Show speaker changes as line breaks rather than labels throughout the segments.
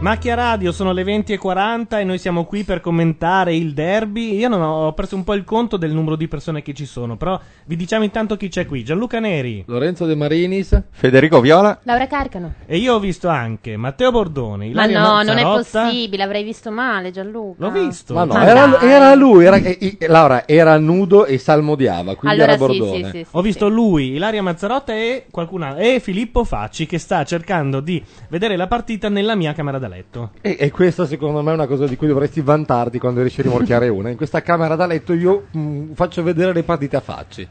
Macchia Radio, sono le 20.40 e noi siamo qui per commentare il derby. Io non ho ho perso un po' il conto del numero di persone che ci sono, però vi diciamo intanto chi c'è qui. Gianluca Neri.
Lorenzo De Marinis.
Federico Viola.
Laura Carcano.
E io ho visto anche Matteo Bordone,
Ma
Ilaria
no, non è
Mazzarotta.
possibile, avrei visto male Gianluca.
L'ho visto.
Ma no,
Ma
era,
dai.
era lui, era, e- e- Laura era nudo e salmodiava, quindi
Allora
era
sì,
Bordone.
sì, sì, sì.
Ho visto lui, Ilaria Mazzarotta e qualcun altro. E Filippo Facci che sta cercando di vedere la partita nella mia camera da letto.
E, e questa secondo me è una cosa di cui dovresti vantarti quando riesci a rimorchiare una. In questa camera da letto io mm, faccio vedere le partite a facci.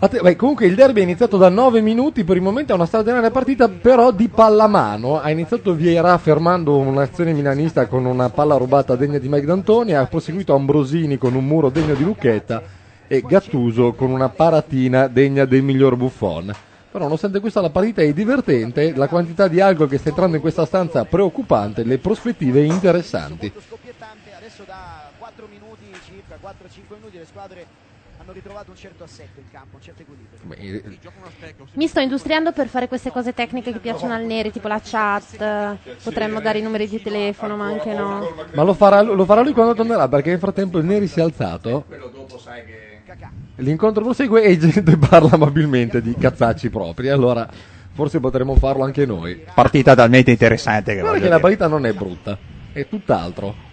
Att- beh, comunque il derby è iniziato da 9 minuti, per il momento è una straordinaria partita però di pallamano. Ha iniziato Vieira fermando un'azione milanista con una palla rubata degna di Mike D'Antoni, ha proseguito Ambrosini con un muro degno di Lucchetta e Gattuso con una paratina degna del miglior buffon. Però nonostante questa la partita è divertente, la quantità di alcol che sta entrando in questa stanza è preoccupante, le prospettive interessanti.
scoppiettante adesso da 4 minuti circa 4-5 minuti le squadre hanno ritrovato un certo assetto in campo un certo equilibrio
Beh,
Mi sto industriando per fare queste cose tecniche che piacciono al Neri, tipo la chat. Potremmo dare i numeri di telefono, ma anche no.
Ma lo farà, lo farà lui quando tornerà, perché nel frattempo il Neri si è alzato, l'incontro prosegue e gente parla amabilmente di cazzacci propri, allora forse potremmo farlo anche noi.
Partita talmente interessante che
Guarda
voglio
che la
dire.
partita non è brutta, è tutt'altro.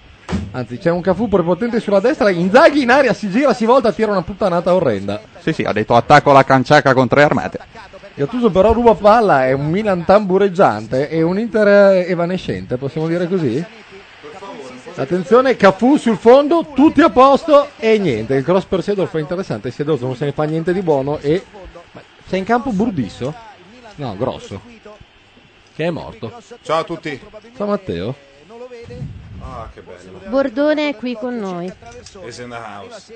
Anzi, c'è un Cafu prepotente sulla destra, Inzaghi in aria si gira, si volta, tira una puttanata orrenda.
Sì, sì, ha detto attacco alla canciaca con tre armate.
Gattuso però ruba palla, è un Milan tambureggiante e un Inter evanescente, possiamo dire così? Attenzione, Cafu sul fondo, tutti a posto e niente, il cross per Sedorf è interessante, Sedorf non se ne fa niente di buono e... Ma sei in campo Burdisso? No, Grosso, che è morto.
Ciao a tutti.
Ciao Matteo.
Ah, che bello.
Bordone è qui con noi.
Is in the house.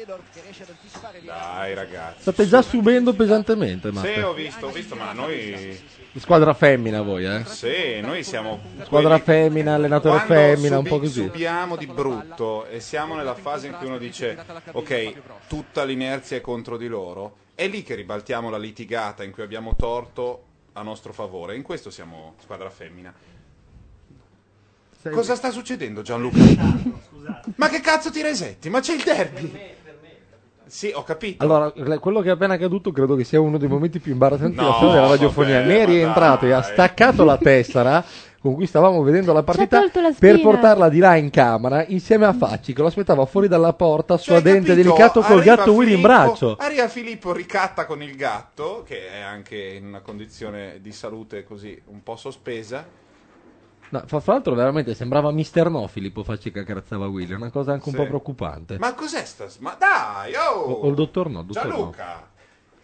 Dai, ragazzi.
State già subendo pesantemente, ma...
Sì, ho visto, ho visto, ma noi.
Squadra femmina voi, eh?
Sì, noi siamo.
Squadra
quelli-
femmina, allenatore
Quando
femmina, un
subi-
po' così.
Subiamo di brutto e siamo nella fase in cui uno dice: Ok, tutta l'inerzia è contro di loro. È lì che ribaltiamo la litigata in cui abbiamo torto a nostro favore. In questo siamo squadra femmina. Cosa sta succedendo, Gianluca? Ma che cazzo ti resetti? Ma c'è il derby! Sì, ho capito.
Allora, le- quello che è appena accaduto credo che sia uno dei momenti più imbarazzanti
No,
della storia della radiofonia.
vabbè,
Neri è
ma
entrato e ha
dai.
staccato la tessera con cui stavamo vedendo la partita
tolto la
per
spina.
portarla di là in camera insieme a Facci che lo aspettava fuori dalla porta,
Cioè, hai
suadente e
capito?
delicato col
Arriva
gatto Willy in
Filippo-
braccio.
Arriva Filippo, ricatta con il gatto, che è anche in una condizione di salute così un po' sospesa.
No, fra fra l'altro veramente sembrava Mister No Filippo Facci che accarezzava Willy, una cosa anche un
Sì.
po' preoccupante.
Ma cos'è sta... Ma dai, oh!
O, o il dottor no, il dottor no.
Gianluca!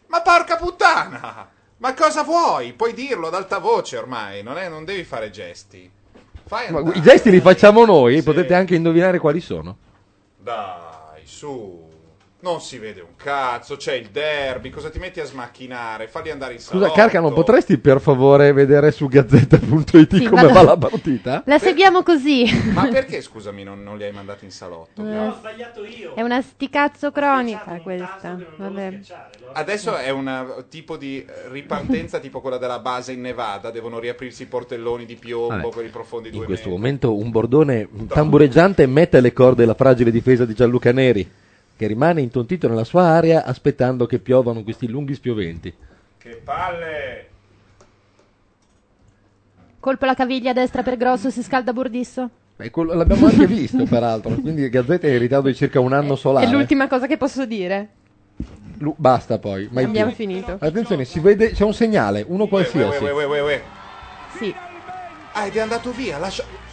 Ma porca puttana! Ma cosa vuoi? Puoi dirlo ad alta voce ormai, non, è- non devi fare gesti. Fai
Ma
andare.
I gesti li facciamo noi,
Sì.
potete anche indovinare quali sono.
Dai, su... Non si vede un cazzo, c'è il derby, cosa ti metti a smacchinare? Falli andare in salotto.
Scusa, Carcano, potresti per favore vedere su gazzetta.it
Sì,
come
vado-
va la partita?
La seguiamo così.
Ma perché, scusami, non, non li hai mandati in salotto?
Eh,
sbagliato io.
È una sticazzo cronica questa. Vabbè.
Adesso è un tipo di eh, ripartenza tipo quella della base in Nevada, devono riaprirsi i portelloni di piombo,
Vabbè.
quelli profondi due
In questo
metri.
momento un bordone tambureggiante mette alle corde la fragile difesa di Gianluca Neri, che rimane intontito nella sua area aspettando che piovano questi lunghi spioventi.
Che palle!
Colpo alla caviglia a destra per grosso, si scalda Bordisso.
Beh, quello- l'abbiamo anche visto, peraltro, quindi Gazzetta è in ritardo di circa un anno solare.
È l'ultima cosa che posso dire.
Lu- basta poi, mai
Abbiamo
più.
finito.
Attenzione, si vede, c'è un segnale, uno
Uè, uè,
qualsiasi.
uè, uè, uè, uè.
Sì.
Ah, ed è andato via, lascia...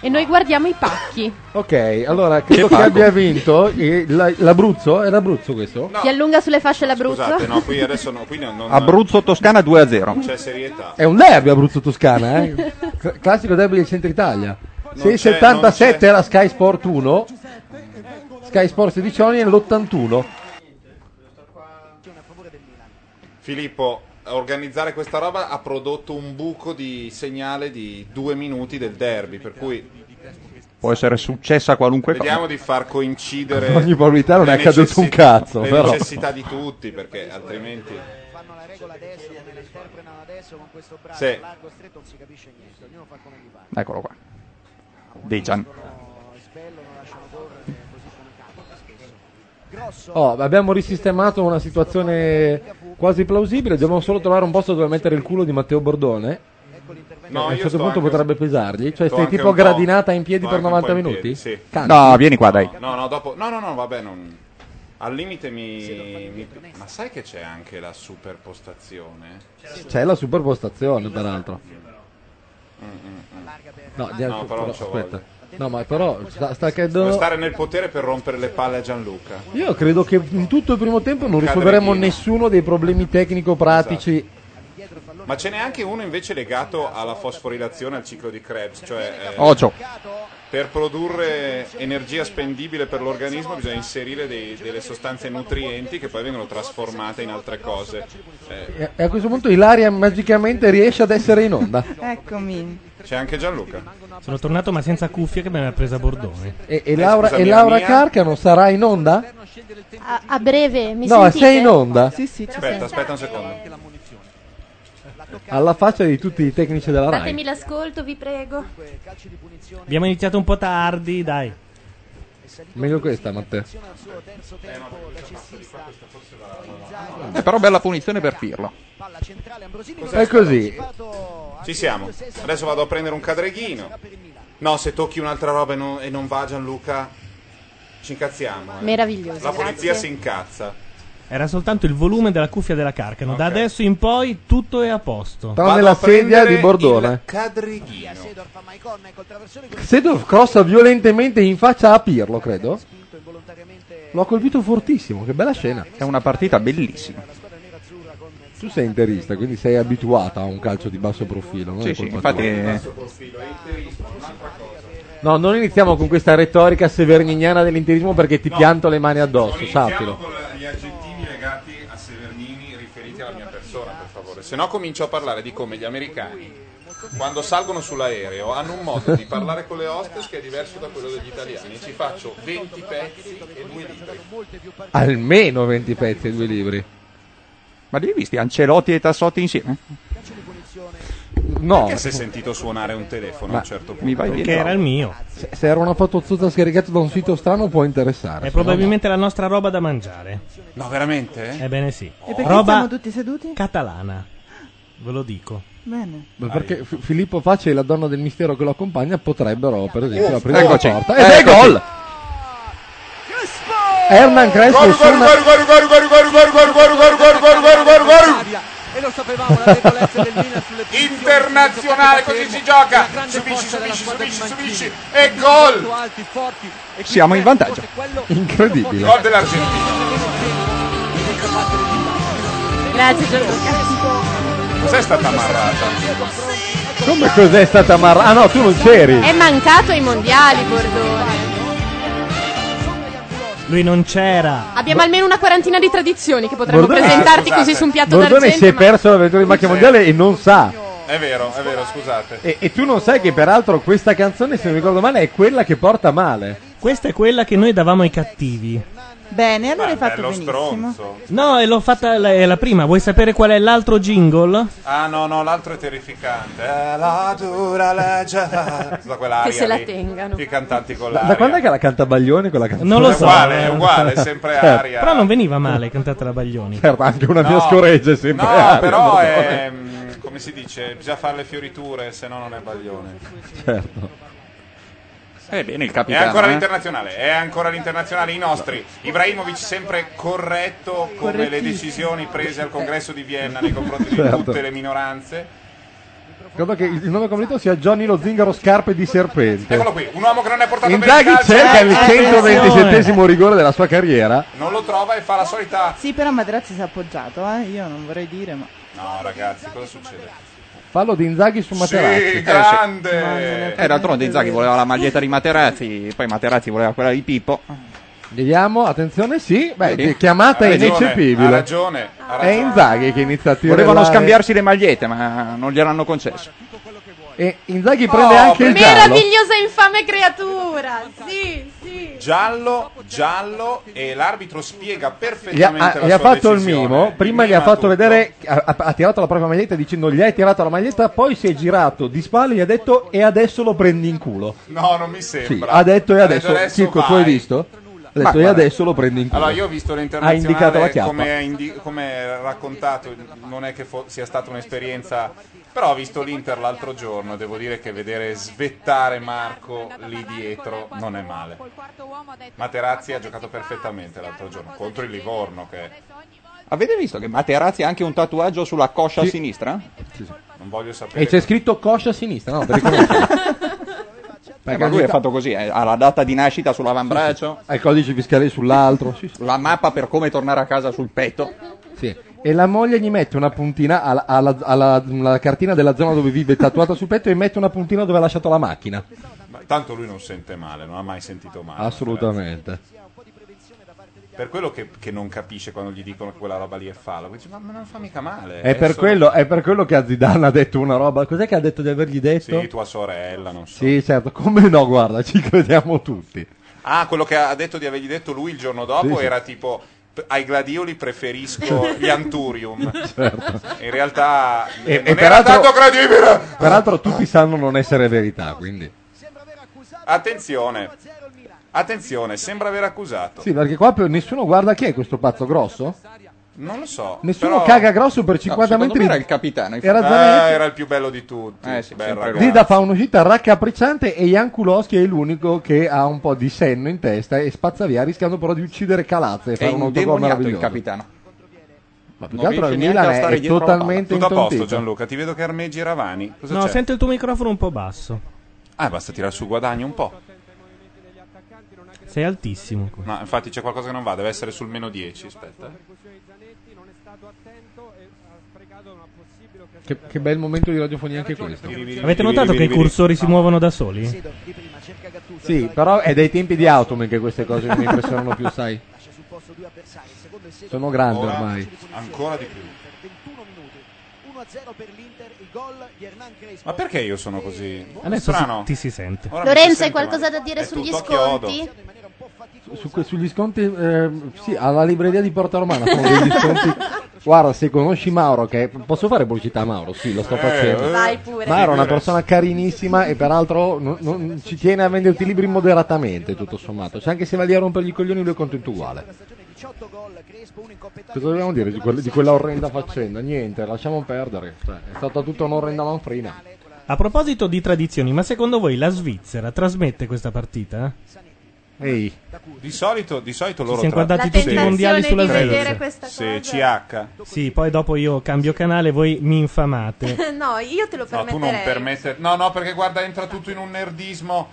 E noi guardiamo i pacchi.
Ok, allora credo che,
pago.
abbia vinto eh, la- l'Abruzzo. È l'Abruzzo questo?
Si allunga sulle fasce l'Abruzzo.
Scusate, no, qui adesso no, qui non, non-
Abruzzo Toscana 2 0.
non c'è serietà.
È un derby Abruzzo Toscana, eh? Cl- Classico derby del centro Italia. Se
c'è-
il 77 era Sky Sport 1, Sky Sport 16 anni è l'81.
Filippo, a organizzare questa roba ha prodotto un buco di segnale di due minuti del derby, per cui
Può essere successa qualunque
vediamo
cosa.
di far coincidere
Ogni probabilità non
le
è accaduto
necessi-
un cazzo,
le
però.
necessità di tutti, perché altrimenti
Fanno la regola adesso, come la interpretano adesso con questo braccio
Sì.
largo stretto non si capisce niente, ognuno fa come gli pare.
Eccolo qua. Dejan.
No, Spello lasciano correre così come capita spesso. Grosso
Oh, abbiamo risistemato una situazione quasi plausibile. Dobbiamo solo trovare un posto dove mettere il culo di Matteo Bordone.
No,
a un
io
certo
sto
punto
anche-
potrebbe pesarli. Cioè,
sto
stai
anche
tipo
un po'-
gradinata in piedi
sto
per
anche un po'
90
in
minuti?
piedi, sì.
Canti.
No, Ah, vieni qua, dai.
No, no, dopo. No, no, no, vabbè, non. Al limite mi. mi- Ma sai che c'è anche la super postazione?
C'è la superpostazione, peraltro. No, di-
No, però non c'ho
aspetta.
voglia.
No, ma però sta, sta
Devo
cadendo.
stare nel potere per rompere le palle a Gianluca.
Io credo che in tutto il primo tempo non risolveremo nessuno dei problemi
Esatto.
tecnico-pratici.
Ma ce n'è anche uno invece legato alla fosforilazione al ciclo di Krebs, cioè eh,
Ocio.
per produrre energia spendibile per l'organismo bisogna inserire dei- delle sostanze nutrienti che poi vengono trasformate in altre cose. Eh,
E e a questo punto Ilaria magicamente riesce ad essere in onda.
Eh,
Eccomi.
c'è anche Gianluca.
Sono tornato ma senza cuffie che mi aveva presa Bordone.
E, e Laura,
scusami,
e Laura
mia-
Carcano sarà in onda?
A, a breve, mi
no,
sentite?
sei in onda?
Aspetta, aspetta un secondo.
Alla faccia di tutti i tecnici della RAI.
Datemi l'ascolto, vi prego.
Abbiamo iniziato un po' tardi, dai.
Meglio questa, Matteo.
Oh,
Eh, però bella punizione per Pirlo.
Cos'è?
così.
Ci siamo. Adesso vado a prendere un cadreghino. No, se tocchi un'altra roba e non, e non va Gianluca, ci incazziamo. eh.
Meraviglioso,
La polizia
grazie.
si incazza.
Era soltanto il volume della cuffia della Carcano. Da adesso in poi tutto è a posto.
Però nella sedia di Bordone.
Cadreghino.
Sedorf crossa violentemente in faccia a Pirlo, credo. Lo ha colpito fortissimo, che bella scena.
È una partita bellissima.
Tu sei interista, quindi sei abituata a un calcio di basso profilo. non è
Sì, sì,
colpa
infatti.
tua.
Ti
No, non iniziamo con questa retorica severnignana dell'interismo perché ti pianto le mani addosso, sappilo.
gli aggettivi legati a Severnini riferiti alla mia persona, per favore. Se no comincio a parlare di come gli americani quando salgono sull'aereo hanno un modo di parlare con le hostess che è diverso da quello degli italiani. Ci faccio 20 pezzi e due libri.
Almeno 20 pezzi e due libri.
Ma li hai visti Ancelotti e Tassotti insieme?
No.
Perché si è sentito suonare un telefono a un certo punto?
mi vai
Che era il mio.
Se, se era una foto zuzza scaricata da un sito strano può interessare.
È
se no
probabilmente la nostra roba da mangiare.
No, veramente?
Ebbene sì.
E perché
Roba
siamo tutti seduti?
catalana. Ve lo dico.
Bene.
no. Ma perché F- Filippo Facci e la donna del mistero che lo accompagna potrebbero, per esempio, aprire la
Eccoci.
porta. Ed è
Eccoci.
gol! Hernan Crespo
Gol,
su
gol,
una...
gol, gol, gol, gol, gol, gol, gol, gol, gol, gol, gol, gol, gol, gol.
E lo sapevamo la debolezza del Milan sulle posizioni.
Internazionale, così si gioca.
La grande
Subisci,
forza della
subisci,
squadra di
subisci,
Mancini.
subisci. E gol.
Molto alti, forti. E quindi
Siamo in
questo
vantaggio.
forse è quello-
Incredibile.
Gol dell'Argentina.
Grazie Gianluca.
Cos'è stata amarrata?
Come cos'è stata Marra? Ah no, tu non c'eri!
È mancato ai mondiali, Bordone.
Lui non c'era.
Abbiamo almeno una quarantina di tradizioni che potremmo
Bordone-
presentarti
Ah,
così
scusate.
su un piatto
Bordone si
d'argento.
è perso la vettura di macchia mondiale e non sa.
È vero, è vero, scusate.
E, e tu non sai che peraltro questa canzone, se non ricordo male, è quella che porta male.
Questa è quella che noi davamo ai cattivi.
Bene, allora hai
Ma
fatto
bello
benissimo.
stronzo.
No, e l'ho fatta la, è la prima. Vuoi sapere qual è l'altro jingle?
Ah no, no, l'altro è terrificante. Eh, la dura legge. Da quell'aria
Che se la
lì.
tengano.
I cantanti con
Da,
l'aria.
da quando è che la canta Baglioni quella canzone?
Non lo
È
so.
uguale, è
eh.
uguale, è sempre
Certo.
aria.
Però non veniva male cantata da Baglioni.
Certo, anche una mia
No,
scoreggia è sempre
No,
aria,
però
Bordone.
è. mm, Come si dice? Bisogna fare le fioriture, se no non è baglione.
Certo.
Eh, bene il
È
capitano.
ancora
eh.
l'internazionale, è ancora l'internazionale. I nostri. Ibrahimovic sempre corretto come le decisioni prese al congresso di Vienna nei confronti di
Certo.
tutte le minoranze.
Credo che il nome completo sia Johnny lo zingaro scarpe di serpente.
Eccolo qui, un uomo che non è portato
Inzaghi
bene Eh,
cerca il
Attenzione.
127 rigore della sua carriera.
Non lo trova e fa la solita.
Sì, però Materazzi si è appoggiato, eh. Io non vorrei dire, ma.
No, ragazzi, cosa succede?
Fallo di Inzaghi su Materazzi.
Sì, grande!
Eh, d'altronde Inzaghi voleva la maglietta di Materazzi, poi Materazzi voleva quella di Pippo.
Vediamo, attenzione, sì. Beh,
Vedi?
chiamata
Ha
è
ragione,
ineccepibile.
ha
ragione,
È Inzaghi che inizia a tirare.
Volevano
là e-
scambiarsi le magliette, ma non gliel'hanno concesso.
E Inzaghi prende
Oh,
anche il giallo.
Meravigliosa infame creatura! Sì, sì.
Giallo, giallo e l'arbitro spiega
Gli ha,
perfettamente
ha-
la
gli ha
sua
fatto il
decisione.
mimo, prima gli ha fatto vedere, ha, ha- ha tirato la propria maglietta dicendo gli hai tirato la maglietta, poi si è girato di spalle e gli ha detto e adesso lo prendi in culo.
No, non mi
Sì,
sembra.
ha detto e adesso, Chicco, tu hai
vai".
visto? Ha detto e
guarda.
adesso lo prendi in culo.
Allora, io ho visto
Ha indicato la
l'internazionale
chiappa.
come, è indi- come è raccontato, non è che fo- sia stata un'esperienza, però ho visto l'Inter l'altro giorno, devo dire che vedere svettare Marco lì dietro non è male. Materazzi ha giocato perfettamente l'altro giorno contro il Livorno che
Avete visto che Materazzi ha anche un tatuaggio sulla coscia a sinistra?
non voglio sapere.
E c'è scritto coscia a sinistra, no? Perché
Eh, ma lui è fatto così, eh, ha la data di nascita sull'avambraccio,
ha il codice fiscale sull'altro. sì, sì.
la mappa per come tornare a casa sul petto.
Sì. E la moglie gli mette una puntina alla, alla- alla- alla cartina della zona dove vive tatuata sul petto e mette una puntina dove ha lasciato la
Ah,
macchina.
Ma tanto lui non sente male, non ha mai sentito male.
Assolutamente.
Per quello che, che non capisce quando gli dicono che quella roba lì è fallo, dice, ma, ma non fa mica male.
È per,
adesso-
quello, è per quello che a Zidane ha detto una roba. Cos'è che ha detto di avergli detto?
Sì, tua sorella, non so.
Sì, certo, come no, guarda, ci crediamo tutti.
Ah, quello che ha detto di avergli detto lui il giorno dopo
Sì, sì.
era tipo "P- ai gladioli preferisco gli anturium.
Certo.
In realtà
E-
non
e
era
peraltro-
tanto credibile.
Peraltro tutti sanno non essere verità, quindi.
Attenzione. Attenzione, sembra aver accusato.
Sì, perché qua per- nessuno guarda chi è questo pazzo grosso?
Non lo so.
Nessuno
però-
caga grosso per 50
secondo
metri.
me era il capitano, infatti.
Era
Ah,
Zanetti.
era il più bello di tutti.
Eh sì,
Bel
sempre
ragazzo.
lui.
Zida fa un'uscita raccapricciante e Jan Kulowski è l'unico che ha un po' di senno in testa e spazza via, rischiando però di uccidere Calazza e
È
fare un autogol
indemoniato il
meraviglioso.
capitano.
Ma più che
Non
altro il
riesce neanche
Milan
a stare
è
dietro la
totalmente
Tutto a posto
intontito.
Gianluca, ti vedo che armeggi i ravani. Cosa
No,
c'è?
sento il tuo microfono un po' basso.
Ah, basta tirare su guadagno un po'.
Sei altissimo. qua.
No, infatti c'è qualcosa che non va, deve essere sul meno 10, aspetta. eh.
Che, che bel momento di radiofonia anche questo.
Avete notato che i cursori si muovono da soli?
di prima cerca Gattuso.
Sì, però è dai tempi di Automan che queste cose non mi impressionano più, sai.
Lascia sul posto due avversari. Secondo e secondo.
Sono grande
Ora-
ormai.
Ancora di più.
21 minuti. 1-0 per l'Inter. Il gol di Hernan Crespo.
Ma perché io sono così? Boh,
Adesso si-
Strano.
ti si sente.
Ora mi si
Lorenzo, hai
sente
qualcosa
male.
da dire
È
sugli
tutto a chiodo.
sconti?
in maniera un po' faticosa.
Su que- sugli sconti, eh, sì, alla libreria di Porta Romana sono degli sconti. Guarda, se conosci Mauro, che posso fare pubblicità a Mauro? Sì, lo sto facendo.
eh.
Vai pure.
Ma era una
Figurati.
persona carinissima e peraltro non, non- ci tiene a venderti i libri moderatamente, tutto sommato. Cioè, anche se va lì a rompere i coglioni, lui è contento uguale.
Stagione 18 gol. Crespo, uno in Coppa Italia.
Cosa dobbiamo dire di, quel- di quella orrenda faccenda? Niente, lasciamo perdere. Cioè, è stata tutta un'orrenda manfrina.
A proposito di tradizioni, ma secondo voi la Svizzera trasmette questa partita?
Ehi,
Di solito, di solito loro
siamo
tra-
guardati
La
tutti i
tentazione
mondiali
di
sulla
vedere
Svizzera.
questa
Sì,
cosa.
CH.
Sì, poi dopo io cambio canale, voi mi infamate.
no, io te lo
No, tu non
permetterei.
permette. No, no, perché guarda, entra tutto in un nerdismo.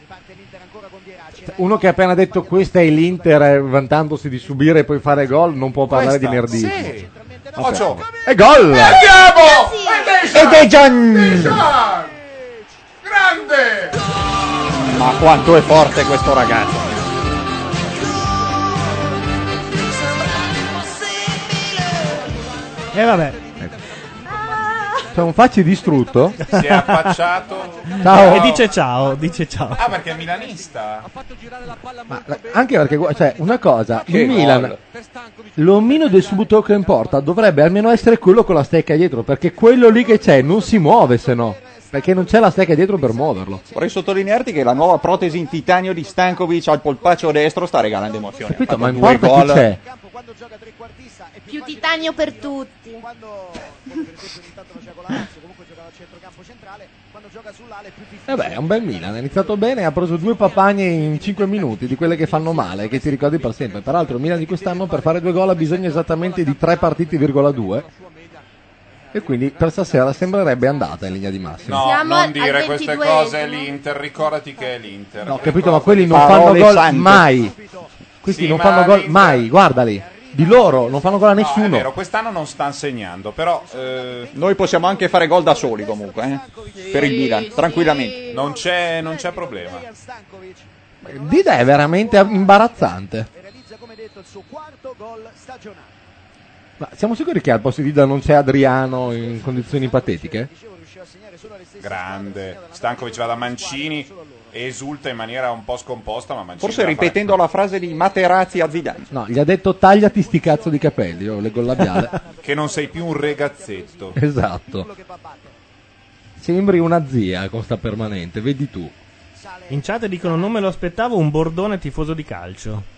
Riparte l'Inter ancora con Vieracci.
uno che ha appena detto questa è l'Inter, eh, vantandosi di subire e poi fare gol, non può parlare
Questa-
di nerdismo.
Sì. Ocio.
E gol!
Andiamo!
Ed è Gian!
Dejan! Grande!
Ma quanto è forte questo ragazzo!
E Eh, vabbè,
C'è un facci distrutto?
Si è affacciato.
Ciao!
e dice ciao, dice ciao.
Ah, perché è milanista.
Ma la- anche perché, gu- cioè, una cosa,
Che
il
gol.
Milan, l'omino del subutocco in porta dovrebbe almeno essere quello con la stecca dietro, perché quello lì che c'è non si muove se no, perché non c'è la stecca dietro per muoverlo.
Vorrei sottolinearti che la nuova protesi in titanio di Stankovic al polpaccio destro sta regalando emozione.
Capito?
Ha
Ma
fatto
in
due
porta chi
gol.
c'è?
Campo quando gioca trequartista è più
Più
facile
titanio per tutti.
quando come Oh, per esempio ogni tanto faceva con la Lazio, comunque giocava a centrocampo centrale, quando gioca sull'ala è più difficile.
Vabbè, Eh è un bel Milan, ha iniziato bene, ha preso due papagne in 5 minuti, di quelle che fanno male, che ti ricordi per sempre. Peraltro il Milan di quest'anno per fare due gol ha bisogno esattamente di 3 partiti, virgola due. E quindi per stasera sembrerebbe andata in linea di massima.
No,
Siamo
non
al-
dire
al
queste
22esimo.
cose è l'Inter, ricordati che è l'Inter.
No, ho capito, ma quelli non
Parole
fanno gol
sante.
mai. Questi
Sì,
non
ma
fanno gol
l'Inter-
mai, guardali. Di loro non fanno gol a nessuno.
È vero, quest'anno non sta segnando, però eh,
Noi possiamo anche fare gol da soli comunque, eh, per il Milan, tranquillamente.
Non c'è, non c'è problema.
Dida è veramente
Eh.
imbarazzante. Ma siamo sicuri che al posto di Dida non c'è Adriano in condizioni patetiche?
Grande. Stankovic va da Mancini e esulta in maniera un po' scomposta, ma Mancini
Forse
la fa-
ripetendo la frase di Materazzi a Zidane.
No, gli ha detto tagliati sti cazzo di capelli, io leggo il labiale.
che non sei più un regazzetto.
esatto. Sembri una zia con sta permanente, vedi tu.
In chat dicono non me lo aspettavo un bordone tifoso di calcio.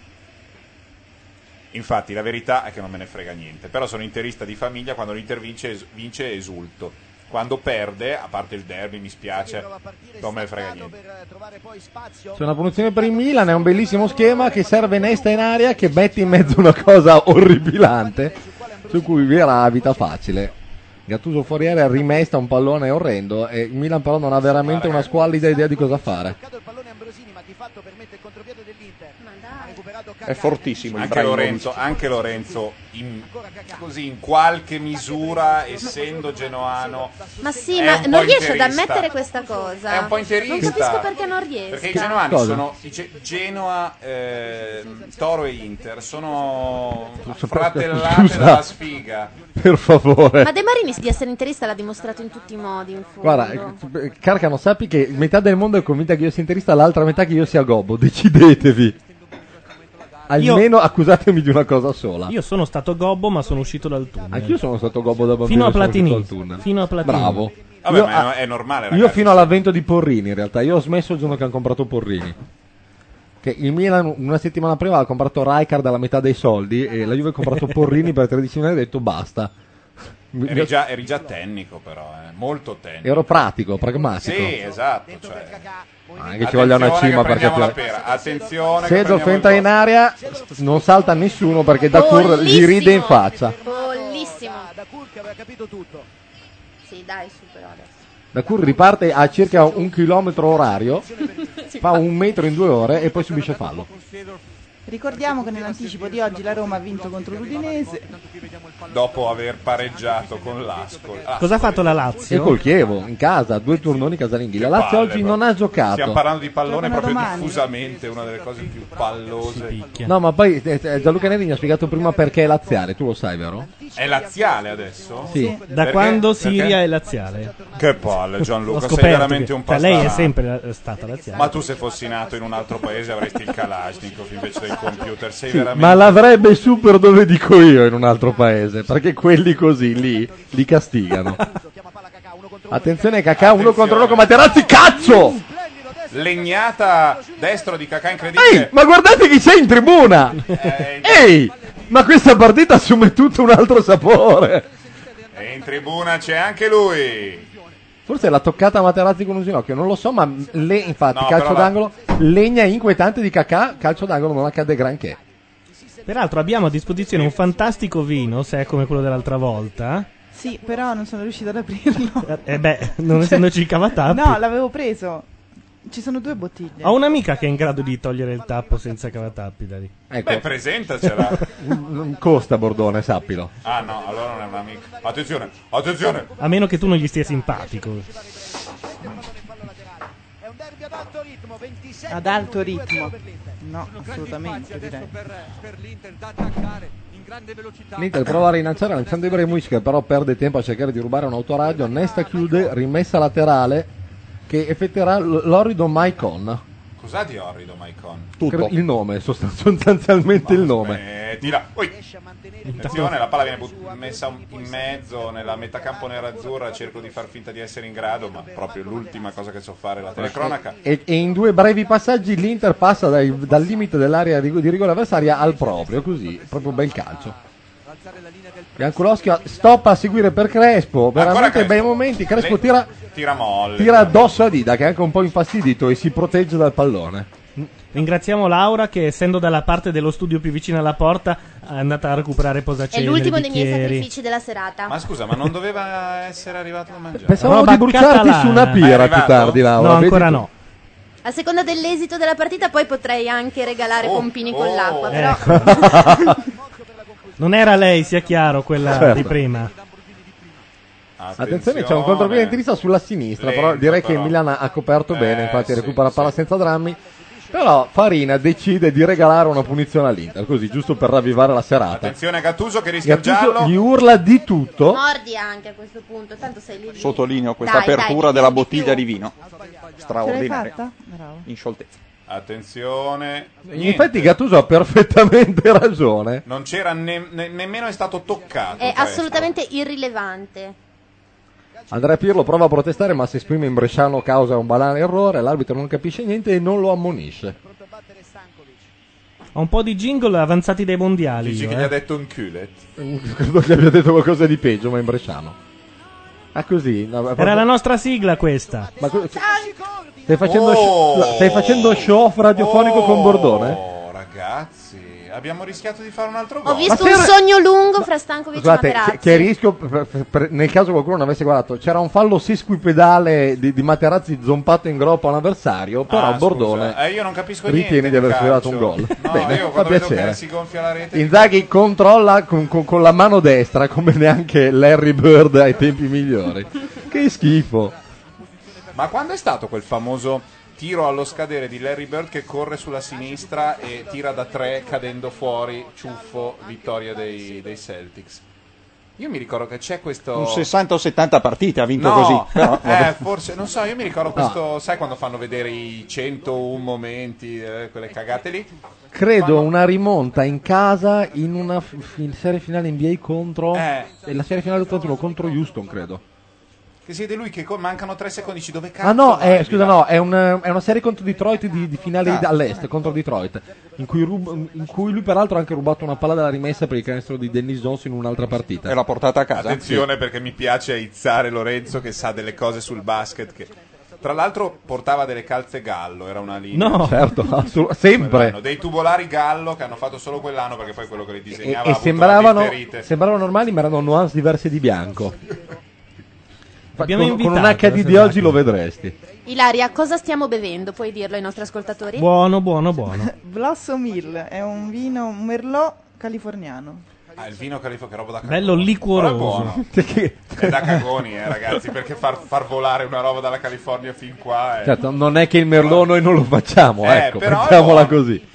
Infatti, la verità è che non me ne frega niente. Però sono interista di famiglia, quando l'Inter vince, es- vince esulto. Quando perde, a parte il derby, mi spiace, non me ne frega niente.
C'è una punizione per il Milan, è un bellissimo schema che serve Nesta in aria che mette in mezzo una cosa orripilante su cui Viera ha vita facile. Gattuso fuoriere rimesta un pallone orrendo e il Milan però non ha veramente una squallida idea di cosa fare.
È fortissimo il
Anche Lorenzo,
Lorenzo.
anche Lorenzo in, così in qualche misura, essendo genoano,
Ma sì,
È
ma
un po'
non riesce ad
interista.
ammettere questa cosa.
È un po'
Non
interista.
capisco perché non riesca.
Perché i genoani
Cosa?
sono i Ge- Genoa, ehm, Toro e Inter sono
Scusa.
fratellate dalla sfiga.
Per favore.
Ma De Marini di essere interista l'ha dimostrato in tutti i modi, in fondo.
Guarda, eh, Carcano, sappi che metà del mondo è convinta che io sia interista, l'altra metà che io sia gobbo. Decidetevi. Almeno accusatemi di una cosa sola.
Io sono stato gobbo, ma sono uscito dal tunnel.
Anch'io sono stato gobbo da bambino.
Fino a
sono uscito
Platini.
dal tunnel.
Fino a Platini.
Bravo.
Vabbè,
Io
ma è no-
a-
è normale, ragazzi.
Io fino all'avvento di Porrini, in realtà. Io ho smesso il giorno che hanno comprato Porrini. Che il Milan una settimana prima ha comprato Rijkaard alla metà dei soldi e la Juve ha comprato Porrini per 13 milioni e ha detto basta. Mi-
Eri già, eri già tecnico, però, eh, molto tecnico.
Ero pratico, pragmatico.
Sì, esatto. Cioè.
Ma anche ci voglia una
Attenzione
cima
che
per
prendiamo la
capire.
pera. Attenzione. che
Sezo
prendiamo il
Fenta in
gol.
aria, s- non salta nessuno perché Dakur gli
Bollissimo.
ride in faccia.
Ah,
Bollissimo. Sì, dai, su però adesso.
Dakur riparte a circa un chilometro orario, fa un metro in due ore e poi subisce fallo.
Ricordiamo che nell'anticipo di oggi la Roma ha vinto contro l'Udinese.
Dopo aver pareggiato con l'Ascol. Ah,
Cosa ha fatto la
E
Lazio?
col Chievo, in casa, due turnoni casalinghi. La
che
Lazio
palle,
oggi
però.
non ha giocato.
Stiamo parlando di pallone
Giocano
proprio
domani.
diffusamente, una delle cose più pallose.
No, ma poi eh, eh, Gianluca Neri mi ha spiegato prima perché è laziale, tu lo sai, vero?
È laziale adesso?
Sì.
Da
Perché?
quando
Perché?
Siria è laziale?
Che palle,
L'ho
Gianluca, sei
scoperto
veramente
che-
un
cioè,
pastardo.
lei è sempre la- stata laziale.
Ma tu se fossi nato in un altro paese avresti il Kalashnikov invece del computer, sei
Sì,
veramente
ma l'avrebbe su per dove dico io in un altro paese, perché quelli così lì li castigano. Attenzione Cacà, uno contro uno con Materazzi, cazzo!
legnata destra di cacà
Ehi,
incredibile.
ma guardate chi c'è in tribuna!
Eh,
Ehi, ma questa partita assume tutto un altro sapore.
E in tribuna c'è anche lui.
Forse l'ha toccata Materazzi con un ginocchio, non lo so, ma le- infatti
No,
calcio
però la-
d'angolo, legna inquietante di Cacà, calcio d'angolo non accade granché.
Peraltro abbiamo a disposizione un fantastico vino, se è come quello dell'altra volta.
Sì, però non sono riuscita ad aprirlo.
Eh, Eh beh, non essendoci i cavatappi.
No, l'avevo preso. Ci sono due bottiglie.
Ho un'amica che è in grado di togliere il tappo senza cavatappi da lì.
Ecco,
Beh, presentacela.
non costa Bordone, sappilo.
Ah no, allora non è un amico. Attenzione, attenzione.
A meno che tu non gli stia simpatico.
Ad alto ritmo. No, assolutamente direi.
L'Inter prova a rilanciare lanciando Ibrahimovic che però perde tempo a cercare di rubare un autoradio, Nesta chiude, rimessa laterale che effettuerà l- l'orrido Maicon.
Cos'ha di orrido Maicon?
Cre- Il nome, sostanz- sostanzialmente il nome.
Mettila. Eh, Ui. Attenzione, la palla viene but- messa un- in mezzo nella metà campo nerazzurra, cerco di far finta di essere in grado, ma proprio l'ultima cosa che so fare è la telecronaca.
E, e in due brevi passaggi l'Inter passa dai- dal limite dell'area rig- di rigore avversaria al proprio, così, proprio bel calcio. Bianculoschi stoppa a seguire per Crespo, veramente
Ancora
bei
Crespo.
momenti, Crespo
Le-
tira,
tira molle.
tira addosso a Dida che è anche un po' infastidito e si protegge dal pallone.
Ringraziamo Laura che, essendo dalla parte dello studio più vicino alla porta, è andata a recuperare
È
posaceneri,
l'ultimo dei miei
bicchieri.
sacrifici della serata.
Ma scusa, ma non doveva essere arrivato a mangiare?
Pensavo di bruciarti su una
Ma è
pira più
arrivato?
tardi, Laura.
No,
vedi
ancora
tu.
no.
A seconda dell'esito della partita, poi potrei anche regalare
Oh,
pompini con l'acqua. Però
Eh.
Ecco. non era lei, sia chiaro, quella
Certo.
di prima.
Attenzione, c'è un contropiede in vista sulla sinistra, però
Lento,
direi che
però.
il Milan ha coperto bene,
Eh,
infatti
sì,
recupera palla senza drammi. Però Farina decide di regalare una punizione all'Inter, così giusto per ravvivare la serata.
Attenzione a Gattuso che rischia il
Gattuso
giallo.
gli urla di tutto.
mordi anche a questo punto, tanto sei lì. lì.
Sottolineo questa
Dai, dai,
apertura
dimmi
della
di più.
bottiglia di vino.
Ce l'hai fatta?
Straordinaria.
Bravo.
In scioltezza.
Attenzione.
In effetti Gattuso ha perfettamente ragione.
Non c'era ne- ne- nemmeno è stato toccato.
È
questo.
assolutamente irrilevante.
Andrea Pirlo prova a protestare ma si esprime in bresciano causa un banale errore, l'arbitro non capisce niente e non lo ammonisce.
Ho un po' di jingle avanzati dai mondiali.
Dici
io,
che
eh.
gli ha detto un culet.
Credo gli abbia detto qualcosa di peggio ma in bresciano. Ah così? No,
Era
proprio-
la nostra sigla questa.
Ma co- stai, facendo show, stai facendo show radiofonico con Bordone?
Oh, ragazzi, abbiamo rischiato di fare un altro gol.
Ho visto un sogno lungo fra Stankovic e
Scusate,
Materazzi.
che, che rischio, per- per- per- nel caso qualcuno non avesse guardato, c'era un fallo sesquipedale di, di Materazzi zompato in groppa a un avversario, però
Ah,
Bordone
scusa. Eh, io non capisco niente
ritiene di aver
calcio.
sfiorato un gol.
No,
Bene,
io
fa
quando vedo che
piacere.
si gonfia la rete.
Inzaghi controlla con, con- con la mano destra come neanche Larry Bird ai tempi migliori. Che schifo.
Ma quando è stato quel famoso tiro allo scadere di Larry Bird che corre sulla sinistra e tira da tre cadendo fuori, ciuffo, vittoria dei, dei Celtics? Io mi ricordo che c'è questo...
Un 60 o 70 partite ha vinto
No,
così. Però,
eh, forse, non so, io mi ricordo
No.
questo, sai quando fanno vedere i 101 momenti, eh, quelle cagate lì?
Credo una rimonta in casa in una f- in serie finale NBA contro.
Eh.
e La serie finale 81 contro Houston, credo.
Che siete lui che co- mancano 3 secondi, dici dove cazzo
Ah no,
vai,
eh, scusa,
Milano?
no, è, un- è una serie contro Detroit di, di finale
Ah.
all'est, contro Detroit, in cui, rub- in cui lui peraltro ha anche rubato una palla dalla rimessa per il canestro di Dennis Johnson in un'altra partita.
E l'ha portata a casa.
Attenzione perché mi piace aizzare Lorenzo che sa delle cose sul basket che... Tra l'altro portava delle calze gallo, era una linea.
No, certo, assu- sempre.
Quell'anno, Dei tubolari gallo che hanno fatto solo quell'anno perché poi quello che li
E,
disegnava
e
ha avuto la
sembravano,
difterite.
sembravano normali, ma erano nuance diverse di bianco. Fa-
Abbiamo
con, con un
invitato,
HD di
adesso
oggi lo vedresti.
Ilaria, cosa stiamo bevendo? Puoi dirlo ai nostri ascoltatori?
Buono, buono, buono.
Blossom Hill è un vino, un merlot californiano.
Ah, il vino califo che roba da cagoni.
Bello
Però è
liquoroso.
buono. È da cagoni, eh, ragazzi, perché far, far volare una roba dalla California fin qua è...
Certo, non è che il merlot noi non lo facciamo,
Eh,
ecco,
però è
mettiamola così.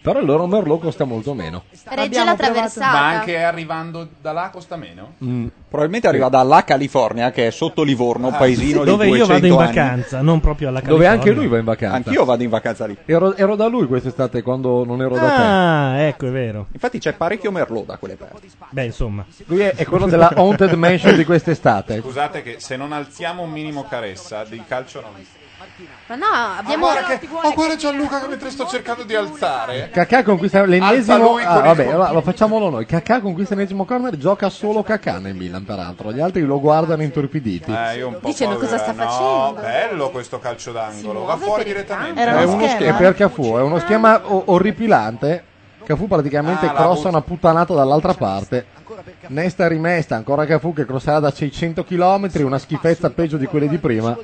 Però il loro merlot costa molto meno.
Regge la traversata.
Ma anche arrivando da là costa meno?
Mm.
Probabilmente arriva dalla California, che è sotto Livorno,
Ah,
un paesino di 200
Dove io vado in
anni.
vacanza, non proprio alla
Dove
California.
anche lui
va in vacanza.
Anch'io vado in vacanza lì.
Ero, ero da lui quest'estate quando non ero da te.
Ah, ecco, è vero.
Infatti c'è parecchio merlot da quelle parti.
Beh, insomma.
Lui è, è quello della Haunted Mansion di quest'estate.
Scusate che se non alziamo un minimo caressa di calcio non...
Ma no, abbiamo...
Ah, guarda che- oh, guarda Gianluca che mentre sto cercando di alzare...
Cacà conquista
Alza
l'ennesimo.
lui con
Ah,
il
vabbè,
colpo.
allora lo facciamolo noi. Cacà conquista l'ennesimo corner. Gioca solo Cacà nel Milan, peraltro. Gli altri lo guardano intorpiditi.
Eh, io un po'
Dicendo
paura.
cosa sta
No,
facendo.
bello questo calcio d'angolo. Va fuori direttamente.
è uno schema per Cafu, è uno schema o- orripilante. Cafu praticamente
Ah, l'ha
crossa
avuto.
una puttanata dall'altra parte. Nesta rimesta, ancora Cafu che crosserà da 600 km, una schifezza peggio di quelle di prima.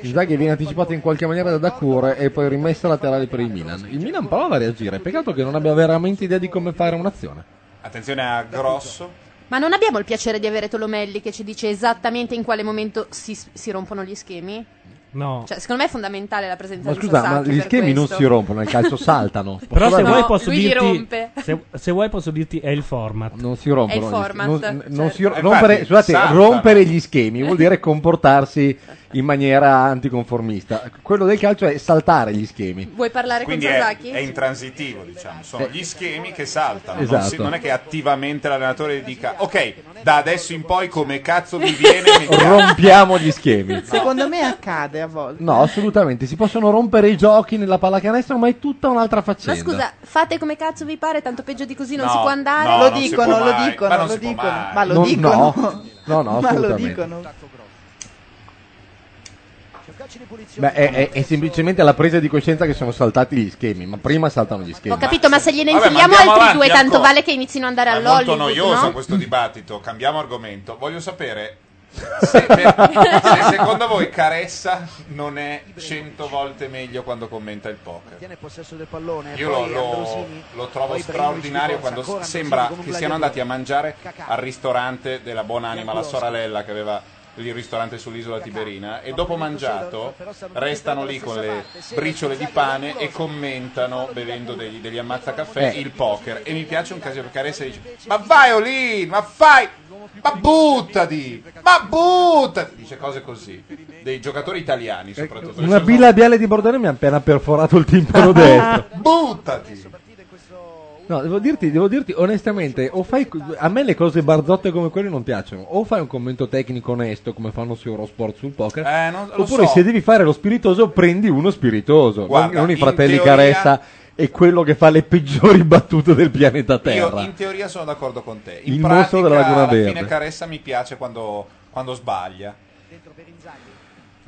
Inzaghi viene anticipato in qualche maniera da Dacour e poi rimessa laterale per il Milan. Il Milan prova a reagire, peccato che non abbia veramente idea di come fare un'azione.
Attenzione a Grosso.
Ma non abbiamo il piacere di avere Tolomelli che ci dice esattamente in quale momento si, si rompono gli schemi?
No.
Cioè, secondo me è fondamentale la presenza
Ma
di
scusa, ma
Sasaki
gli
per
schemi non
questo.
si rompono, nel calcio saltano.
Però se
No,
vuoi posso
lui li
dirti
rompe.
se, se vuoi posso dirti è il format.
Non si rompono.
È il
gli
format,
schemi. Non- non si ro-
certo.
rompere,
Infatti,
scusate,
saltano.
rompere gli schemi vuol dire comportarsi in maniera anticonformista. Quello del calcio è saltare gli schemi.
Vuoi parlare
Quindi
con
è,
Sasaki?
è intransitivo, diciamo. Sono gli schemi che saltano. Non
Esatto.
si- Non, è che attivamente l'allenatore dica ok, da adesso in poi come cazzo vi viene mi piace".
Rompiamo gli schemi.
Secondo me accade a volte.
No, assolutamente, si possono rompere i giochi nella pallacanestro, ma è tutta un'altra
Ma
faccenda.
scusa, fate come cazzo vi pare, tanto peggio di così non si può andare.
Lo dicono, lo dicono,
Ma non
lo
si può
dicono.
mai.
Ma lo
Non-
dicono.
no. No,
ma
no,
lo
assolutamente.
dicono.
Beh, è, è- è semplicemente la presa di coscienza che sono saltati gli schemi, ma prima saltano gli schemi.
Ho capito, ma se gliene
Vabbè, ma
inseriamo
andiamo
altri
avanti
due, tanto
ancora.
vale che inizino ad andare
È molto
all'Hollywood,
noioso
no?
questo dibattito. Cambiamo argomento. Voglio sapere se, per- se secondo voi Caressa non è 100 volte meglio quando commenta il poker.
Tiene il possesso del pallone.
Io lo,
Eh, poi
lo-
Androsini,
lo trovo
poi Ibrahimovic
straordinario
di corsa,
quando s-
ancora
sembra
Androsini
che
come
siano andati
gladiatore.
a mangiare
Cacà.
al ristorante della buonanima, la sorella che aveva il ristorante sull'isola Tiberina e dopo mangiato restano lì con le briciole di pane e commentano bevendo degli, degli ammazzacaffè
Eh.
il poker e mi piace un casino perché Caressa dice ma vai Olin ma fai ma buttati ma buttati dice cose così dei giocatori italiani soprattutto
Una bilabiale di Bordone mi ha appena perforato il timpano destro.
buttati
No, devo dirti, devo dirti onestamente, o fai, a me le cose barzotte come quelle non piacciono. O fai un commento tecnico onesto come fanno su Eurosport sul poker.
Eh, non- lo
oppure
so.
se devi fare lo spiritoso, prendi uno spiritoso.
Guarda,
non, non i
in
fratelli
teoria-
Caressa e quello che fa le peggiori battute del pianeta Terra.
Io in teoria sono d'accordo con te. In
Il
pratica,
mostro della Laguna
alla
Verde.
fine Caressa mi piace quando, quando sbaglia.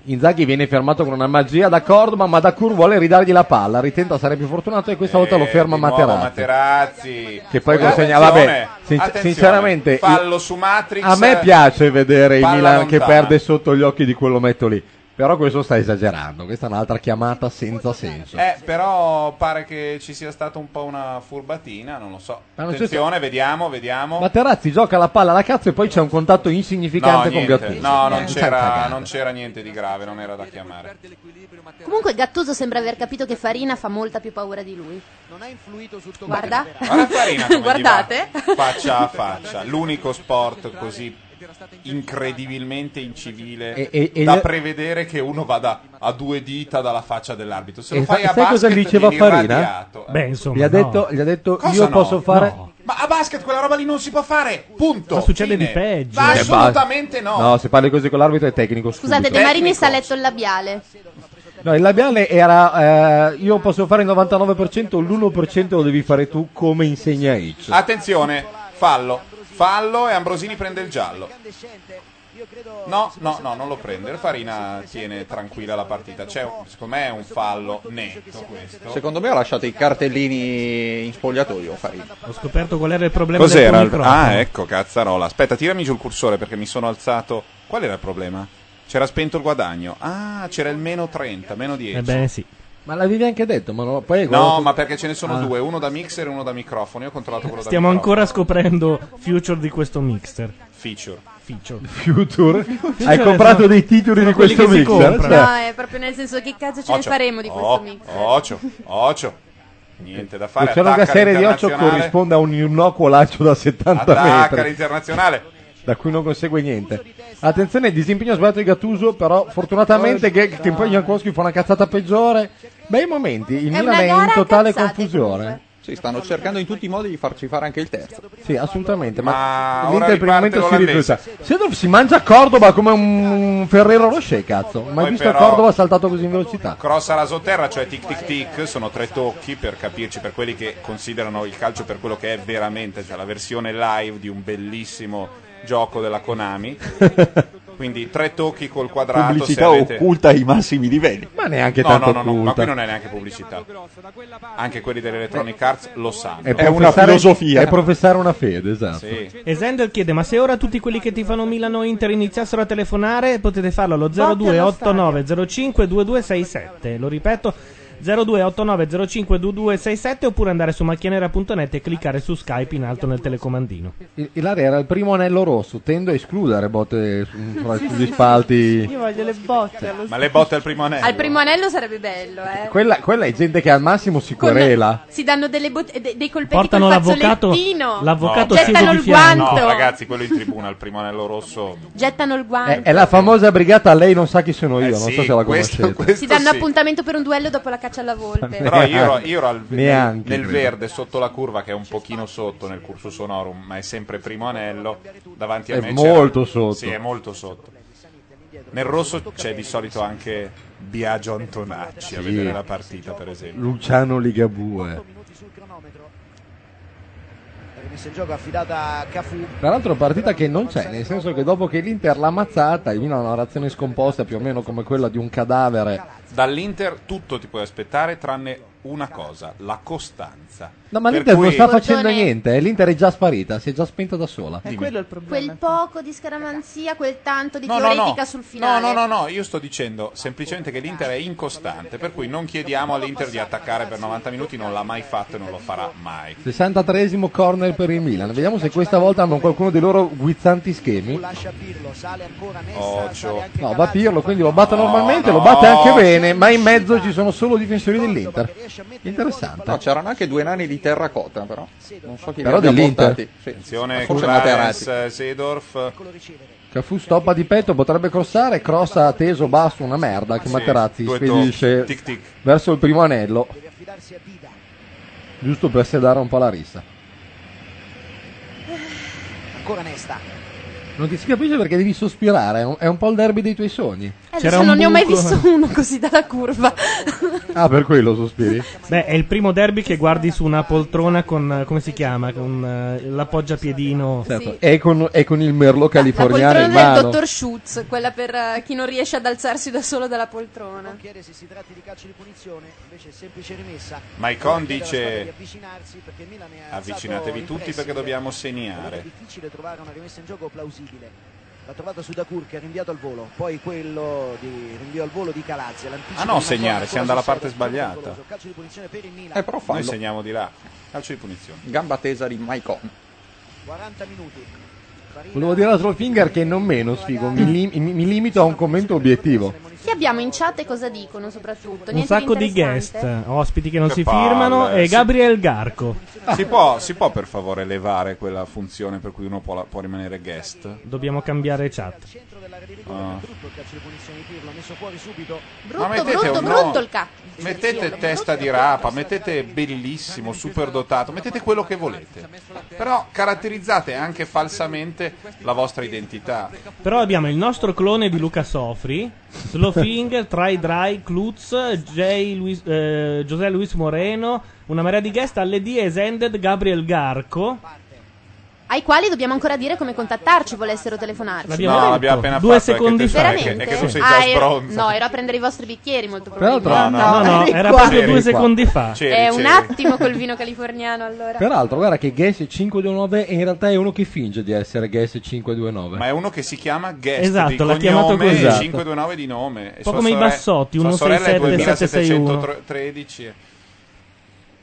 Inzaghi viene fermato con una magia, d'accordo, ma Madacur vuole ridargli la palla. Ritenta, sarà più fortunato e questa volta lo
Eh,
ferma
di nuovo
Materazzi.
Materazzi.
Che poi consegna,
Attenzione,
vabbè, sin-
attenzione.
sinceramente,
Fallo
io-
su Matrix.
a me piace vedere il
palla
Milan che
lontana.
perde sotto gli occhi di quello metto lì. Però questo sta esagerando, questa è un'altra chiamata senza senso.
Eh, però pare che ci sia stata un po' una furbatina, non lo so.
Ma non c'è
Attenzione, vediamo, vediamo.
Materazzi gioca la palla alla cazzo e poi c'è un contatto
No,
insignificante con
niente.
Gattuso.
No, non
Eh,
c'era,
cagate.
non c'era niente di grave, non era da chiamare.
Comunque Gattuso sembra aver capito che Farina fa molta più paura di lui. Non ha influito su Guarda.
Guarda Farina come gli va.
Guardate.
Faccia a faccia, l'unico sport così incredibilmente incivile
E- e- e
da
gli-
prevedere che uno vada a due dita dalla faccia dell'arbitro. Se lo
E
fai
sa-
a
sai cosa
basket
diceva
vieni
Farina?
irradiato.
Beh, insomma,
Gli ha
no.
detto, gli ha detto
Cosa
io
no?
posso fare...
Ma a basket quella roba lì non si può fare. Punto.
Ma succede
Fine.
di peggio.
Ma
Eh,
assolutamente
basta.
no.
No, se parli così con l'arbitro è tecnico.
Scusate,
subito.
De
Eh,
Marini si ha letto il labiale.
No, il labiale era eh, io posso fare il 99%, l'1% lo devi fare tu come insegna Hitch.
Ah, Attenzione, fallo. Fallo e Ambrosini prende il giallo. No, no, no, non lo prende. Farina tiene tranquilla la partita. C'è, un- secondo me è un fallo netto questo.
Secondo me ha lasciato i cartellini in spogliatoio.
Ho scoperto qual era il problema
Cos'era?
del
il-
tuo microfono.
Ah, ecco, cazzarola. Aspetta, tirami giù il cursore perché mi sono alzato. Qual era il problema? C'era spento il guadagno. Ah, c'era il meno 30, meno
Eh
10.
Ebbene
sì.
Ma l'avevi anche detto, ma no, poi hai
No,
guardato-
ma perché ce ne sono
Ah.
due, uno da mixer e uno da microfono. Io ho controllato quello
Stiamo
da
ancora scoprendo future di questo mixer.
Feature.
Feature.
Future?
Future
Hai comprato
sono-
dei titoli
sono
di
quelli
questo
che si
mixer?
comprano.
Cioè,
No, è proprio nel senso che cazzo ce ne
Ocio.
faremo di questo
Oh,
mix.
Ocio, ocio. Niente da fare.
Luciano
attacca
Gassere di 8
l'internazionale.
corrisponde a un innocuo lancio da 70
Attacca
metri,
l'internazionale.
da cui non consegue niente. Attenzione, disimpegno sbagliato di Gattuso, però fortunatamente che, che poi Jankowski fa una cazzata peggiore. Bei momenti, il
È una
Milan è in
gara a
totale
cazzate,
confusione.
Sì, stanno cercando in tutti i modi di farci fare anche il terzo.
Sì, assolutamente,
Ma
Ah,
ma,
ora
l'Inter per il
riparte
momento si rifiuta.
l'olandese.
Sedov si mangia Cordoba come un Ferrero Rocher, cazzo. Mai
Poi
visto
però-
Cordoba saltato così in velocità?
Cross a rasoterra, cioè tic tic tic, sono tre tocchi per capirci, per quelli che considerano il calcio per quello che è veramente, cioè la versione live di un bellissimo gioco della Konami. Quindi tre tocchi col quadrato.
Pubblicità
se avete-
occulta ai massimi livelli.
Ma neanche
no,
tanto
no, no, no,
occulta.
ma qui non è neanche pubblicità. Anche quelli dell'Electronic Arts lo sanno.
professare- È professare una fede, esatto.
Sì.
E Zender chiede: Ma se ora tutti quelli che ti fanno Milano Inter iniziassero a telefonare, potete farlo allo 0289052267. Lo ripeto. 0289052267 oppure andare su macchianera.net e cliccare su Skype in alto nel telecomandino.
Il- Ilaria era il primo anello rosso, tendo a escludere botte su- fra-
Sì,
sugli
sì,
spalti.
Io voglio le botte.
Ma le botte al primo anello.
Al primo anello sarebbe bello, eh.
Quella, quella è gente che al massimo si
Con-
querela.
Si danno delle bot- eh, de- dei colpetti
Portano
col
l'avvocato-
fazzolettino.
l'avvocato
Gettano
sceso
il
di fianco.
guanto.
No, ragazzi, quello in tribuna, il primo anello rosso.
Gettano il
Eh, È,
guanto.
è la famosa brigata Lei non sa chi sono io,
Eh
non
sì,
so se la
questo-
conoscete.
si danno
sì.
appuntamento per un duello dopo la caccia alla volpe.
Però io ero, io ero al, nel,
Neanche,
nel
credo.
verde sotto la curva che è un pochino sotto nel cursus sonorum, ma è sempre primo anello. Davanti a
È
me
molto
c'era-
sotto.
Sì, è molto sotto. Nel rosso c'è di solito anche Biagio Antonacci a
Sì.
vedere la partita, per esempio.
Luciano Ligabue.
rimessa in gioco affidata a Cafu.
Peraltro partita che non c'è, nel senso che dopo che l'Inter l'ha ammazzata, il Milan ha una reazione scomposta più o meno come quella di un cadavere.
Dall'Inter tutto ti puoi aspettare tranne una cosa, la costanza.
No, ma
Per
l'Inter non
cui-
sta facendo niente, eh, l'Inter è già sparita, si è già spenta da sola.
il
Quel poco di scaramanzia, quel tanto di
No, no,
teoretica
no.
sul
No,
finale.
no, no, no, io sto dicendo semplicemente che l'Inter è incostante, per cui non chiediamo all'Inter di attaccare per 90 minuti, non l'ha mai fatto e non lo farà mai.
63esimo corner per il Milan. Vediamo se questa volta hanno qualcuno dei loro guizzanti schemi.
Lascia Pirlo, sale ancora Nesta,
No, va Pirlo, quindi lo batte normalmente, lo batte anche bene, ma in mezzo ci sono solo difensori dell'Inter. Interessante.
No, c'erano anche due nani di terracotta, però. Non so chi
Però
li abbia
dell'Inter.
portati. Sì.
Attenzione,
Forse
Clarence,
Materazzi.
eh, Seedorf.
Cafu stoppa di petto, potrebbe crossare, crossa teso basso, una merda che
Sì,
Materazzi
due
spedisce
tocchi, tic, tic.
verso il primo anello. Giusto per sedare un po' la rissa.
ancora Nesta.
Non ti si capisce perché devi sospirare, è un, è un po' il derby dei tuoi sogni.
Eh, Adesso non ne ho mai visto uno così dalla curva.
Ah, per quello sospiri.
Beh, è il primo derby che guardi su una poltrona con, eh, come si chiama, con eh, l'appoggiapiedino.
Certo. E, con, e con il merlot californiano
Poltrona
in
del
mano.
dottor Schutz, quella per eh, chi non riesce ad alzarsi da solo dalla poltrona.
Non chiede se si tratti di calcio di punizione, invece è semplice rimessa.
Maicon
Ora chiede alla
dice-
squadra di avvicinarsi perché il Milan è alzato
Avvicinatevi
in
tutti
pressing.
perché dobbiamo
È
segnare.
difficile trovare una rimessa in gioco plausibile. L'ha trovata su Dakur che ha rinviato al volo, poi quello di rinvio al volo di Calazia. l'anticipo
Ah
di
no,
Maicon
segnare,
ancora
siamo dalla
sul
parte
serio,
sbagliata.
Calcio di punizione per il Milan.
Eh, però fallo.
Noi segniamo di là. Calcio di punizione.
Gamba tesa di Maicon.
40 minuti.
Volevo dire a Trollfinger che non meno sfigo, mi, lim- mi- mi limito a un commento obiettivo.
Chi abbiamo in chat e cosa dicono soprattutto?
Un
Niente
sacco di guest,
interessante?
ospiti che non
Che
si
palle,
firmano e
sì.
Gabriel Garco.
Si può, si può per favore levare quella funzione per cui uno può, può rimanere guest?
Dobbiamo cambiare chat.
Ah.
Brutto il calcio di punizione di Pirlo, messo fuori subito.
Ma mettete
brutto,
un
brutto il cacchio.
Mettete testa di rapa, mettete bellissimo, superdotato, mettete quello che volete. Però caratterizzate anche falsamente la vostra identità.
Però abbiamo il nostro clone di Luca Sofri, Slowfinger, Try Dry, Klutz, J. Luis, eh, José Luis Moreno, una marea di guest, LED Extended, Gabriel Garco.
Ai quali dobbiamo ancora dire come contattarci volessero telefonarci.
L'abbiamo No, detto. l'abbiamo appena Due fatto, è che secondi tu- fa. è che-
Veramente?
è che tu sei già
Ah, ero-
sbronza.
No, ero a prendere i vostri bicchieri molto
Peraltro,
probabilmente.
Ah, no, no, era proprio due secondi fa.
È un attimo col vino californiano allora.
Peraltro, guarda che Guess 529 in realtà è uno che finge di essere Guess 529.
Ma è uno che si chiama guest
Esatto,
di
l'ha chiamato
cognome
così.
e 529 di nome. E
Un po'
sua
Esatto. come i
sore-
Bassotti,
sua
167,
sorella è
761.
2713.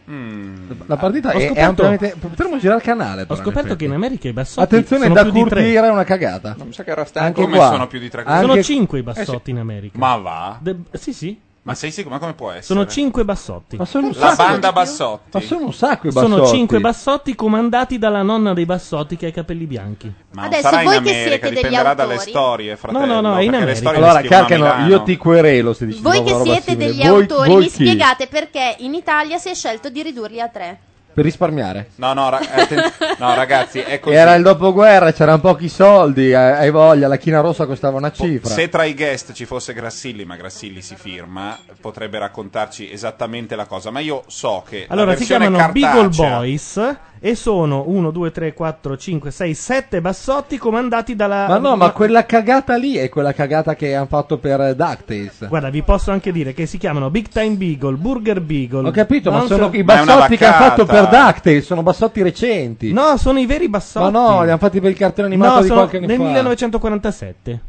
Mm.
La partita
Ho
è, è
scoperto-
ampiamente. Potremmo girare il canale.
Ho
però,
scoperto
effetti.
che in America i bassotti
Attenzione,
sono
da
più di tre.
Curtira è una cagata. Non
sa che era
Anche
Come
qua.
sono più di tre
Anche-
Sono cinque i
Eh sì.
bassotti in America.
Ma va?
De- sì, sì.
Ma sei sicuro? Ma come può essere?
Sono cinque bassotti.
Ma sono un
La
sacco.
banda Bassotti.
Ma sono un sacco i
Sono
bassotti.
cinque bassotti comandati dalla nonna dei bassotti che ha i capelli bianchi.
Ma
Adesso,
non sarà
voi
in
che
America,
siete degli
dipenderà dalle
autori?
storie, fratello.
no, no, è
perché
in America.
le storie
Allora,
le scrivono a
Caccheno,
Milano.
io ti querelo se dici
Voi
una
che
roba
siete
simile.
degli
Voi-
autori,
voi
mi
chi?
spiegate perché in Italia si è scelto di ridurli a tre.
Per risparmiare.
No, no, ra- eh, atten- no, ragazzi, è così.
Era il dopoguerra, c'erano pochi soldi, eh, hai voglia, la china rossa costava una cifra.
Se tra i guest ci fosse Grassilli, ma Grassilli si firma, potrebbe raccontarci esattamente la cosa. Ma io so che la
Allora, si
versione
chiamano
cartacea-
Beagle Boys e sono 1, 2, 3, 4, 5, 6, 7 bassotti comandati dalla...
Ma no, ma quella cagata lì è quella cagata che hanno fatto per eh, DuckTales.
Guarda, vi posso anche dire che si chiamano Big Time Beagle, Burger Beagle...
Ho capito, ma
Bouncer-
sono i bassotti che hanno fatto per DuckTales, sono bassotti recenti.
No, sono i veri
Ma
bassotti.
no, li hanno fatti per il cartone animato
No,
di
sono
qualche anno
nel
fa.
1947.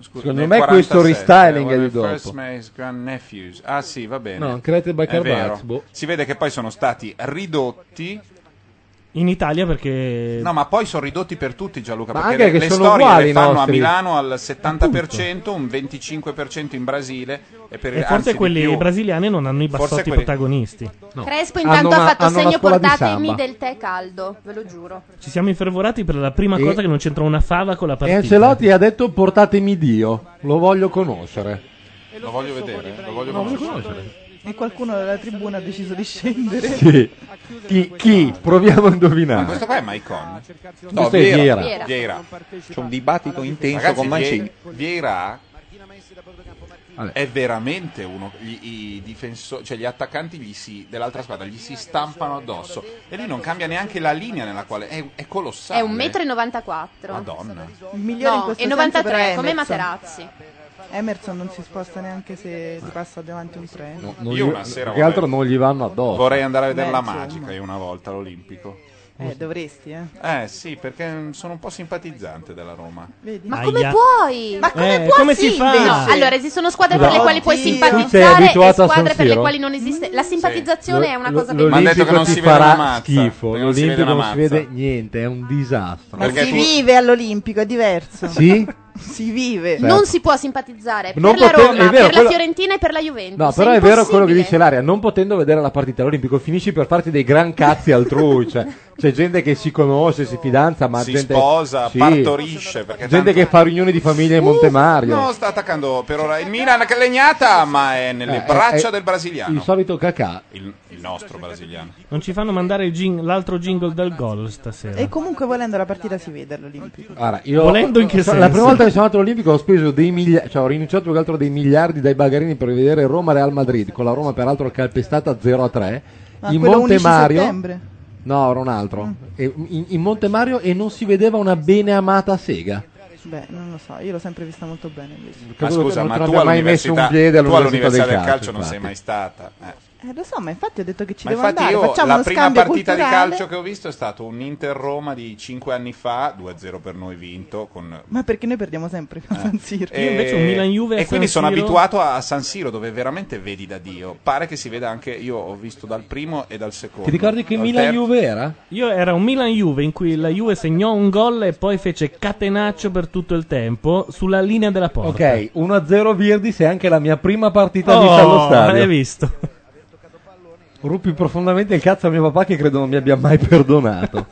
Secondo me questo restyling
eh,
è di dopo.
Nephews. Ah sì, va bene.
No, Created by
È
Carvax,
vero.
boh.
Si vede che poi sono stati ridotti.
In Italia perché...
No, ma poi sono ridotti per tutti, Gianluca.
Eh. Ma
perché
anche
le,
che
le
sono
storie
uguali
le
i
fanno a
nostri.
Milano al 70%, un 25% in Brasile. E, per,
E forse
anzi, di
quelli
più.
brasiliani non hanno i
Forse
bassotti
quelli-
protagonisti.
Crespo
Hanno
intanto
una-
ha fatto
hanno una
segno
scuola di
portatemi
samba.
del tè caldo, ve lo giuro.
Ci siamo infervorati per la prima cosa che non c'entra una fava con la
E
partita.
Ancelotti ha detto portatemi Dio, lo voglio conoscere.
Lo voglio vedere, lo voglio conoscere.
E qualcuno dalla tribuna ha deciso di scendere.
Sì. Chi? chi? Proviamo a indovinare.
Ma questo qua è Maicon?
Questo è Vieira.
Vieira. C'è
un dibattito intenso con Mancini.
Vieira
da Portocampo Martini.
È veramente uno. Gli, I difensori, cioè gli attaccanti gli si- dell'altra squadra gli si stampano addosso. E lui non cambia neanche la linea nella quale. È, è colossale.
È un metro e 94.
Madonna.
Il migliore in
No,
questo
e
senso
93,
però è
come
Emerson.
Materazzi.
Emerson non si sposta neanche se ti passa davanti un treno.
Non
Io
gli-
una sera
Che
vorrei,
altro non gli vanno addosso.
vorrei andare a vedere
Beh, cioè,
la
insomma.
magica io una volta all'Olimpico.
Eh, dovresti, eh.
Eh sì, perché mm, sono un po' simpatizzante della Roma.
Vedi?
Ma come puoi?
Ma
come Eh, può come si sì, fa? invece?
No, allora, esistono squadre per le
Oddio.
quali puoi
Tu sei
simpatizzare e
abituato a San
squadre per le
Siro?
quali non esiste. La simpatizzazione
Lo-
è una
lo-
cosa
l'Olimpico
Mi hanno detto che non
ti
si vede una
farà
mazza,
schifo.
perché non si vede
L'Olimpico
una
non si
mazza.
vede niente, è un disastro.
Ma si vive all'Olimpico, è diverso.
Sì?
si vive.
Certo. Non
si può simpatizzare
Non
per la
poter-
Roma,
è vero,
per la
quello-
Fiorentina e per la Juventus.
No, però è vero quello che dice Laria, non potendo vedere la partita all'Olimpico finisci per farti dei gran cazzi altrui, cioè c'è gente che si conosce, si fidanza, ma
si
gente
sposa,
sì.
partorisce. Perché
Gente che fa riunioni di famiglia in Montemario.
No, sta attaccando per ora il Milan che è legnata, ma è nelle
Eh, eh,
braccia
eh,
del brasiliano.
Il solito cacà.
Il, il nostro brasiliano.
Non ci fanno mandare il jing- l'altro jingle del gol stasera.
E comunque volendo la partita si vede all'Olimpico.
Guarda, io-
Volendo in che
cioè,
senso?
La prima volta che sono andato all'Olimpico ho speso dei miliardi, cioè ho rinunciato più che altro dei miliardi dai bagarini per vedere Roma-Real Madrid, con la Roma peraltro calpestata 0-3.
Ma
in
Ah, quello 11
Montemario...
settembre. Mm.
No, era un altro. E- in, in Montemario e non si vedeva una beneamata sega.
Beh, non lo so, io l'ho sempre vista molto bene invece.
Credo
Ma
che
scusa,
non
ma tu
te l'abbia mai messo
all'università,
un piede
tu all'università
all'università
del calcio non
infatti.
sei mai stata. eh.
Eh, lo so, ma infatti ho detto che ci
Ma
devo
infatti
andare.
io
Facciamo
la
uno
prima
scambio
partita
culturale.
di calcio che ho visto è stato un Inter-Roma di 5 anni fa, 2-0 per noi vinto. Con...
Ma perché noi perdiamo sempre con San Siro?
E- Eh. E quindi sono abituato a San Siro dove veramente vedi da Dio. Pare che si veda anche, io ho visto dal primo e dal secondo.
Ti ricordi che
Dal
Milan
terzo.
Juve era?
Io era un Milan Juve in cui la Juve segnò un gol e poi fece catenaccio per tutto il tempo sulla linea della porta.
Ok, 1-0 Virdis è anche la mia prima partita
Oh,
vista allo stadio.
l'hai visto?
Ruppi profondamente il cazzo a mio papà che credo non mi abbia mai perdonato.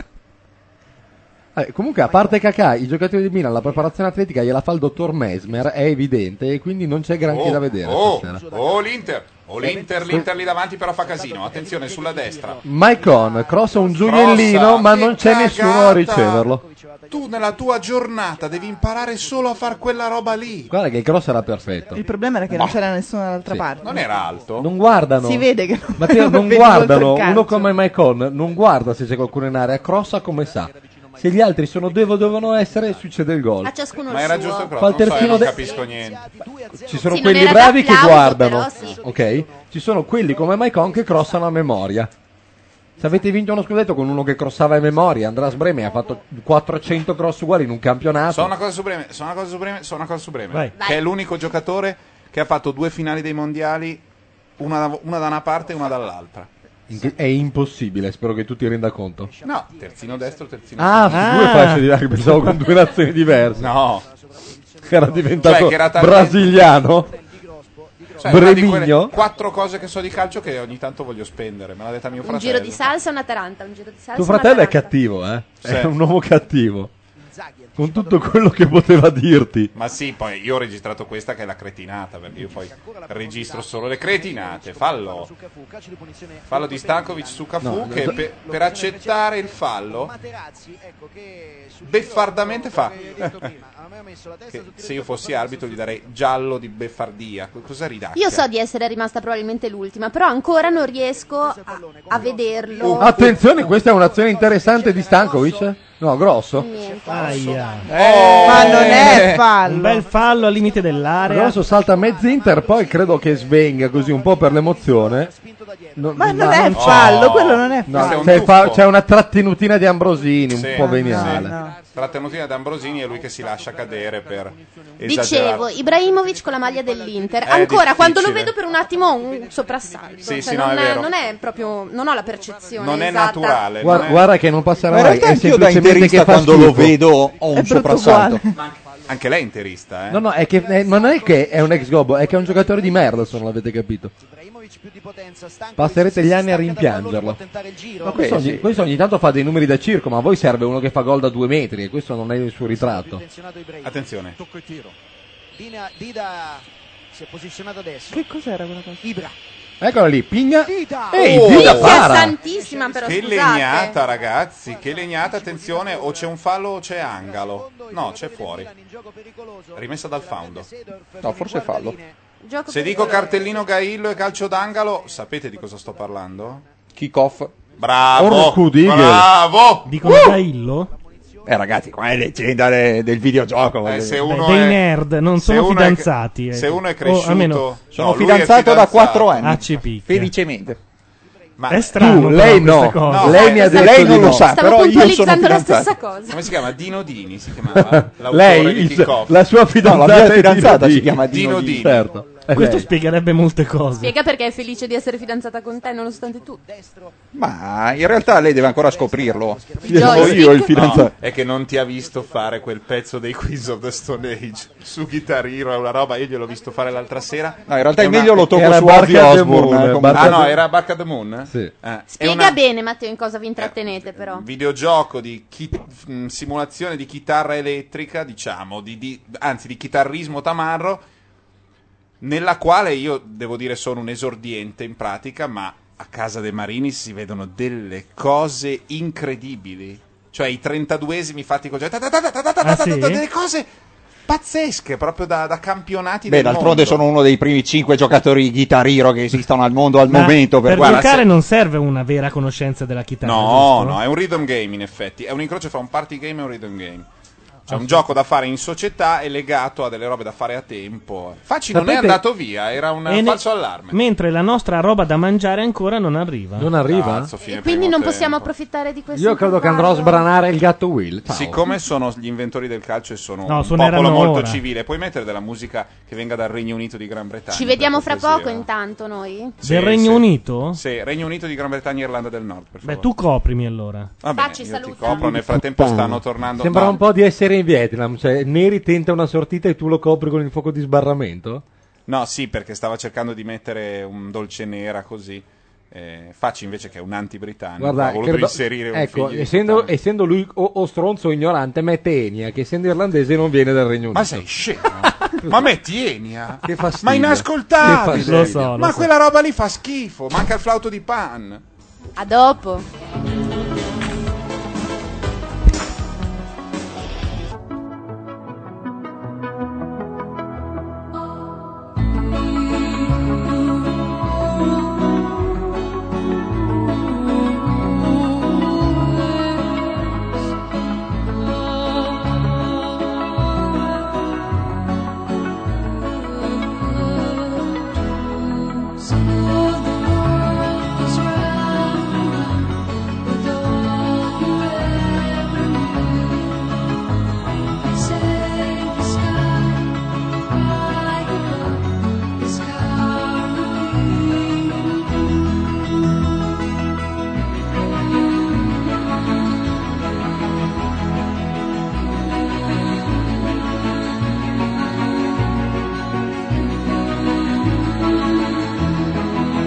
Eh, comunque, a parte Kakà, i giocatori di Milan, la preparazione atletica gliela fa il dottor Mesmer, è evidente, e quindi non c'è granché da vedere
Oh,
stasera.
oh, l'Inter, oh, l'Inter, l'Inter lì davanti però fa casino. Attenzione sulla destra.
Maicon crossa un gioiellino,
Crossa,
ma
che
non c'è
cagata!
nessuno a riceverlo.
Tu nella tua giornata devi imparare solo a fare quella roba lì.
Guarda che il cross era perfetto.
Il problema era che non c'era nessuno dall'altra
Sì.
parte.
Non era alto.
Non guardano.
Si vede che non-
Matteo, non
vedi
guardano.
molto il
Uno
calcio.
come Maicon non guarda se c'è qualcuno in area, crossa come sa. Se gli altri sono dove devono essere, succede il gol.
A ciascuno
Ma
il
era
suo.
giusto però,
Fa il
non, so, io
terzino
non
de-
capisco niente.
Ci sono
Sì, non
quelli
era
bravi che
d'applauso,
guardano,
però sì.
ok? Ci sono quelli come Maicon che crossano a memoria. Se avete vinto uno scudetto con uno che crossava a memoria, Andras Breme ha fatto 400 cross uguali in un campionato.
So una cosa su Bremer, so una cosa su Bremer, so una cosa su Bremer,
Vai.
che è l'unico giocatore che ha fatto due finali dei mondiali, una, da- una da una parte e una dall'altra.
In- È impossibile, spero che tu ti renda conto.
No, terzino destro, terzino
Ah,
sinistro.
su due fasce di largo, pensavo con due nazioni diverse.
No.
Era diventato
Cioè, che era talmente-
brasiliano.
Cioè, una di quelle
Bremigno.
quattro cose che so di calcio che ogni tanto voglio spendere, me l'ha detta mio
Un
fratello.
giro di salsa e un'Atalanta, un giro di salsa.
Tuo fratello è
un'Atalanta.
cattivo, eh? È
Sì.
un uomo cattivo. Con tutto quello che poteva dirti.
Ma sì, poi io ho registrato questa che è la cretinata, perché io poi registro solo le cretinate, fallo. Fallo di Stankovic su Cafu
No,
che
no.
per, per accettare il fallo
ecco,
beffardamente fa che se io fossi arbitro gli darei giallo di beffardia. Co- Cosa ridacchia?
Io so di essere rimasta probabilmente l'ultima, però ancora non riesco a, a
Uh,
vederlo.
Attenzione, questa è un'azione interessante di Stankovic. No, grosso.
Aia.
Ma non
Eh,
è fallo.
Un bel
Oh.
fallo Eh. al limite dell'area.
Grosso salta mezzo Inter, poi credo che svenga così un po' per l'emozione. No,
Ma non è fallo, quello non è
No,
fallo.
c'è, fa- c'è una trattenutina di Ambrosini, un
Sì,
po' veniale.
sì. Trattenutina d'Ambrosini è lui che si lascia cadere per
Dicevo,
esagerare.
Ibrahimovic con la maglia dell'Inter.
È
Ancora,
Eh, difficile.
quando lo vedo per un attimo ho un soprassalto.
Sì,
Cioè,
sì, no,
non,
è vero.
non è proprio. Non ho la percezione.
Non è
esatta.
esatto.
naturale.
Guar-
non è-
guarda che non passerà
Ma in
mai.
realtà
È
anch'io da
semplicemente
interista
che fa
quando lo
schifo.
vedo ho un soprassalto.
Anche lei è interista, eh?
No, no, è che, eh, ma non è che è un ex gobbo, è che è un giocatore di merda, se non l'avete capito. Passerete gli anni a rimpiangerlo. Ma questo, ogni, questo ogni tanto fa dei numeri da circo, ma a voi serve uno che fa gol da due metri e questo non è il suo ritratto.
Attenzione.
Tocco e tiro. Dina, Dida si è posizionato adesso.
Che cos'era quella cosa?
Ibra.
Eccola lì, pigna. Ehi,
Oh!
Dita
Minchia
para.
santissima, però
Che
scusate.
legnata, ragazzi, che legnata, attenzione, o c'è un fallo o c'è angalo. No, c'è fuori. Rimessa dal faundo.
No, forse fallo.
Gioco
Se dico cartellino Gaillo e calcio d'angalo, sapete di cosa sto parlando?
Kick off.
Bravo!
Orcudigel.
Bravo!
Dicono
Uh!
Gaillo?
Eh ragazzi, qua è leggenda de- del videogioco. voglio
Eh, se
dire.
Beh, dei nerd, non
se
sono
uno è-
fidanzati. eh.
se uno è
O almeno-
cresciuto,
Sono fidanzato da 4 anni.
Ah,
ACP.
Felicemente.
Ma
È strano,
Tu, lei
però,
no.
queste cose.
No,
eh,
Lei mi ha detto
lei
di no. Stavo
puntualizzando la stessa cosa.
Come si chiama? Dino Dini si chiamava. l'autore
Lei,
di
il-
Kick Off.
la sua fidanzata,
No, la mia
è
fidanzata
Dino
si chiama Dino
Dini.
Certo.
Eh.
è
Questo
lei.
spiegherebbe molte cose.
Spiega perché è felice di essere fidanzata con te, nonostante tu.
Ma in realtà lei deve ancora scoprirlo.
Sono io il fidanzato.
No, è che non ti ha visto fare quel pezzo dei Quiz of the Stone Age su Guitar Hero, è una roba, io gliel'ho visto fare l'altra sera.
No, in realtà
È
il
una-
meglio lo tocco
era
su
Barca
Ozzy
the
Osbourne.
Moon,
eh,
eh,
come-
Barca- Ah no, era Barca the Moon? Eh, è
Spiega
una- Eh,
bene, Matteo, in cosa vi intrattenete, però.
videogioco di chi- mh, simulazione di chitarra elettrica, diciamo, di, di- anzi di chitarrismo tamarro, nella quale io devo dire sono un esordiente in pratica, ma a casa dei Marini si vedono delle cose incredibili. Cioè i 32esimi fatti con... ta- ta- ta- ta- ta- ta- ta-
Ah,
ta-
sì?
Delle cose pazzesche, proprio da, da campionati
Beh,
del
d'altronde
mondo.
sono uno dei primi 5 giocatori di Guitar Hero che esistono al mondo al
Ma
momento. Per,
per
guarda,
giocare
se-
non serve una vera conoscenza della chitarra.
No,
giusto?
Oh, no, è un rhythm game in effetti, è un incrocio fra un party game e un rhythm game. Cioè un gioco da fare in società e legato a delle robe da fare a tempo. Facci non è
Sapete-
andato via, era un
E ne-
falso allarme.
Mentre la nostra roba da mangiare ancora non arriva.
Non arriva?
Cazzo, fine
Quindi
primo
non possiamo
tempo.
approfittare di questo.
Io credo che andrò a sbranare il gatto Will. Ciao.
Siccome sono gli inventori del calcio e sono
No,
un
suoneranno
popolo molto
ora.
civile, puoi mettere della musica che venga dal Regno Unito di Gran Bretagna.
Ci vediamo
per
fra
cortesia?
poco, intanto, noi.
eh. Sì,
Del Regno
sì.
Unito?
Sì, Regno Unito di Gran Bretagna e Irlanda del Nord, per favore.
Beh, tu coprimi allora.
Va bene,
Facci,
io ti
saluta.
copro, nel frattempo
Puttana.
stanno tornando
Sembra
no.
un po' di essere in Vietnam, cioè Neri tenta una sortita e tu lo copri con il fuoco di sbarramento?
No, sì, perché stava cercando di mettere un dolce nera così. Eh, Facci invece che è un
Ah,
anti-britannico. ha voluto
credo-
inserire un
ecco,
figlio di-
essendo, essendo lui o, o stronzo o ignorante, mette Enia, che essendo irlandese non viene dal Regno Unito.
Ma sei scemo? Ma metti Enia?
Che
Ma
fastidio. Che
inascoltabile!
fastidio. Lo so, lo
Ma
so.
quella roba lì fa schifo. Manca il flauto di Pan.
A dopo.
Thank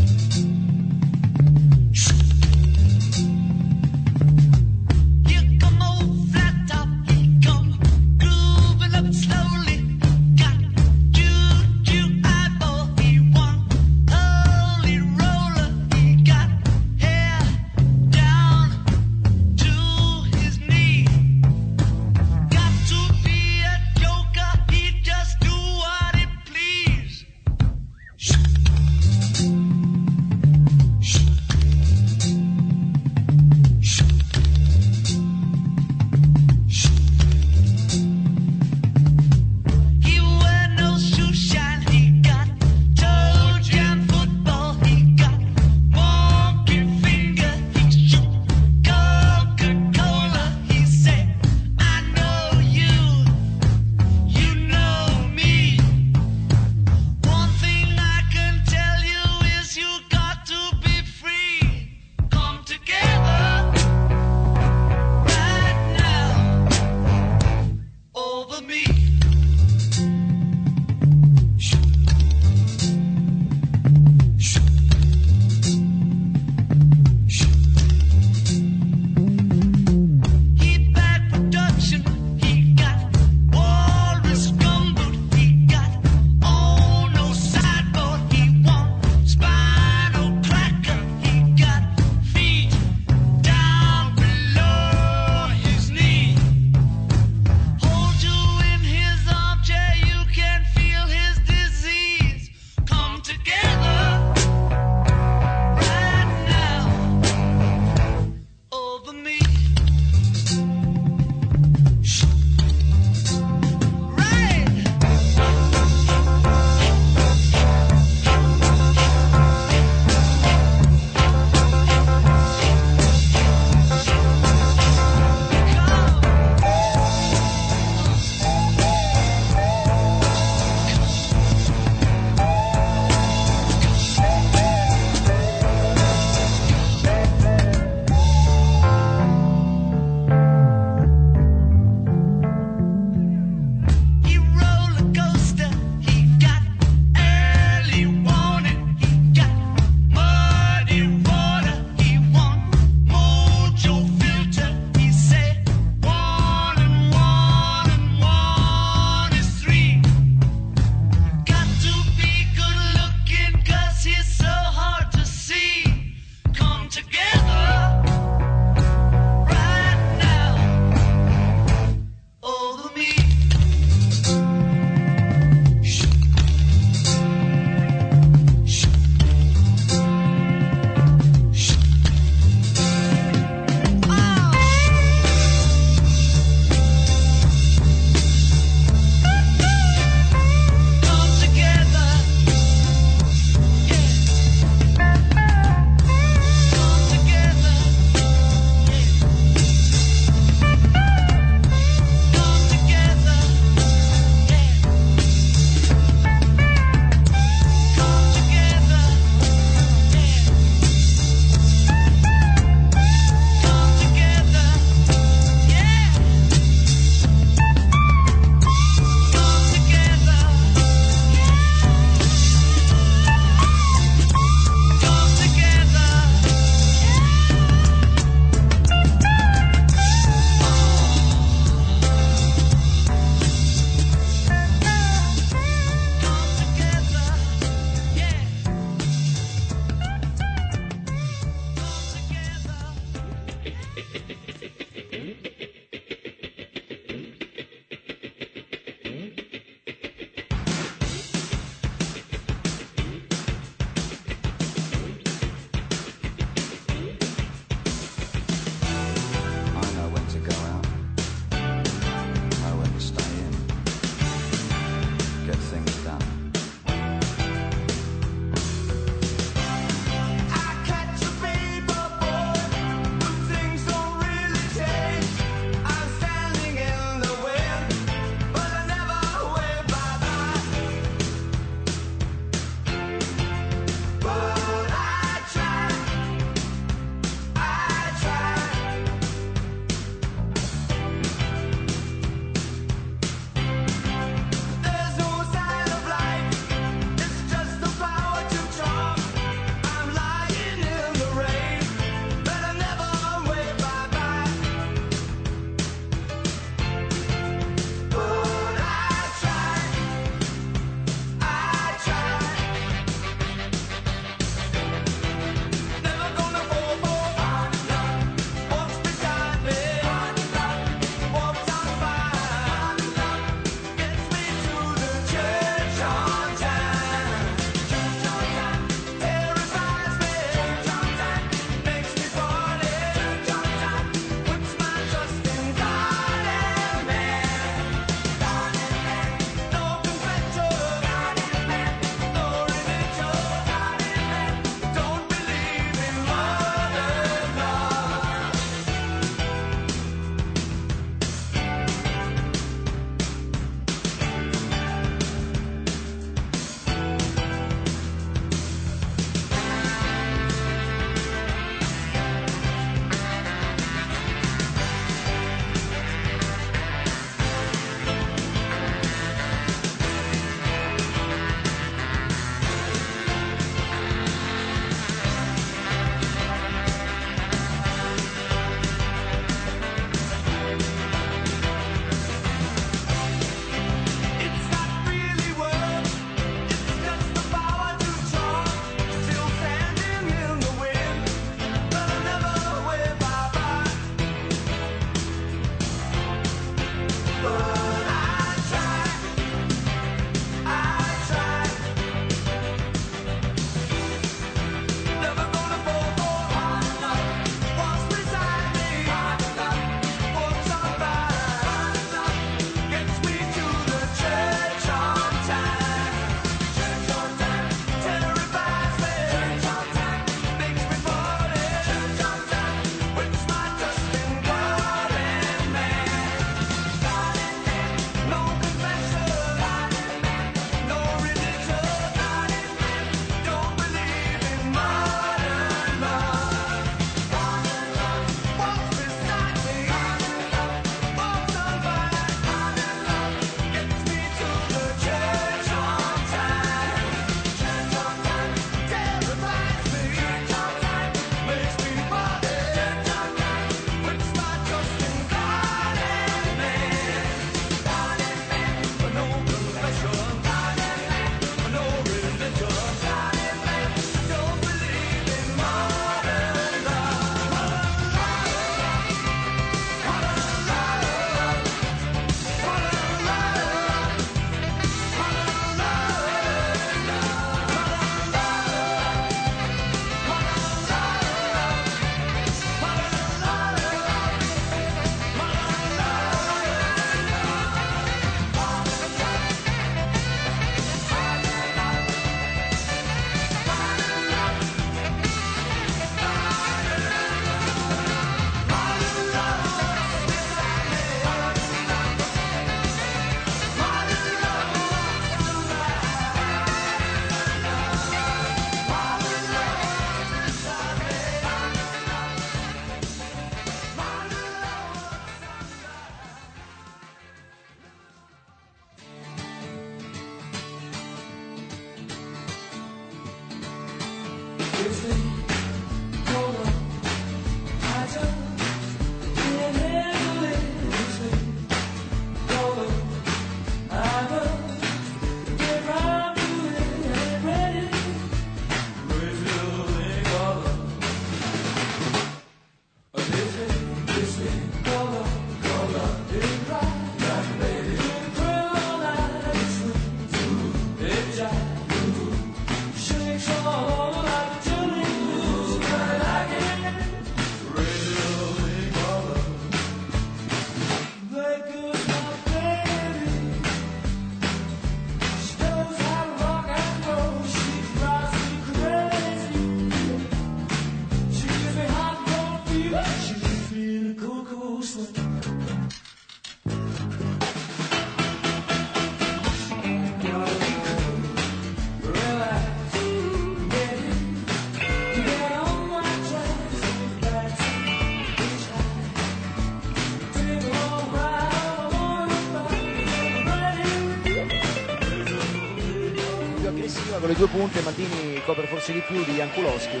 Più aggressiva con le due punte, Maldini copre forse di più di Jankulowski.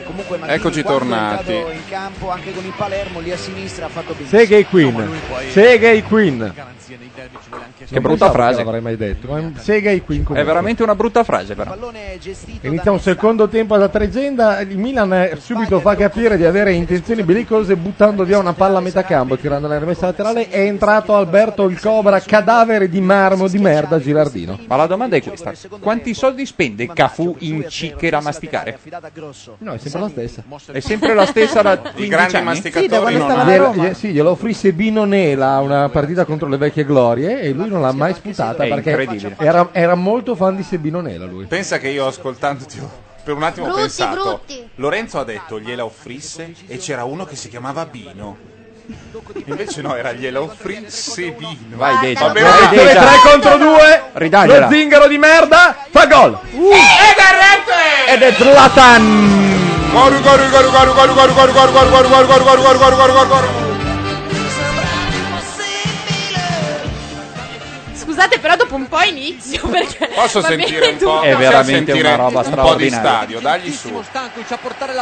E Comunque Maldini
Eccoci
quando
tornati.
È entrato in campo anche con il Palermo lì a sinistra ha fatto benissimo.
Sega i Queen. Sega i Queen.
Che brutta frase.
L'avrei mai detto. Ma Sega i Queen.
È
comunque.
veramente una brutta frase, però.
Inizia un secondo tempo alla tregenda. Il Milan eh, subito fa capire di avere intenzioni bellicose buttando via una palla a metà campo, tirando la rimessa laterale. È entrato Alberto il Cobra, cadavere di marmo di merda Girardino.
Ma la domanda è questa: quanti soldi spende Cafu in cicche da masticare?
No, è sempre la stessa.
È sempre la stessa da 15 anni?
Gliela- glie- sì, glielo offrì Sebino Nela a una partita contro le vecchie glorie e lui non l'ha mai sputata
È
perché
incredibile.
era, era molto fan di Sebino Nela lui.
Pensa che io ascoltandoti per un attimo ho
Brutti,
pensato
brutti.
Lorenzo ha detto gliela offrisse e c'era uno che si chiamava Bino. Invece no, era gliela offrì Sebino.
Vai, Deja.
Vabbè,
Vai,
vabbè.
Deja.
3 contro 2,
Ridagliela.
lo zingaro di merda, fa gol!
Uh. Ed è Zlatan!
Gol, gol, gol, gol, gol, gol, gol, gol, gol, gol, gol, gol, gol, gol, gol, gol, gol, gol.
Scusate, però dopo un po' inizio perché
Posso
va bene
sentire un po'?
tutto.
È veramente
Cioè, sentire
una roba
Un po' di
straordinaria.
stadio, dagli su.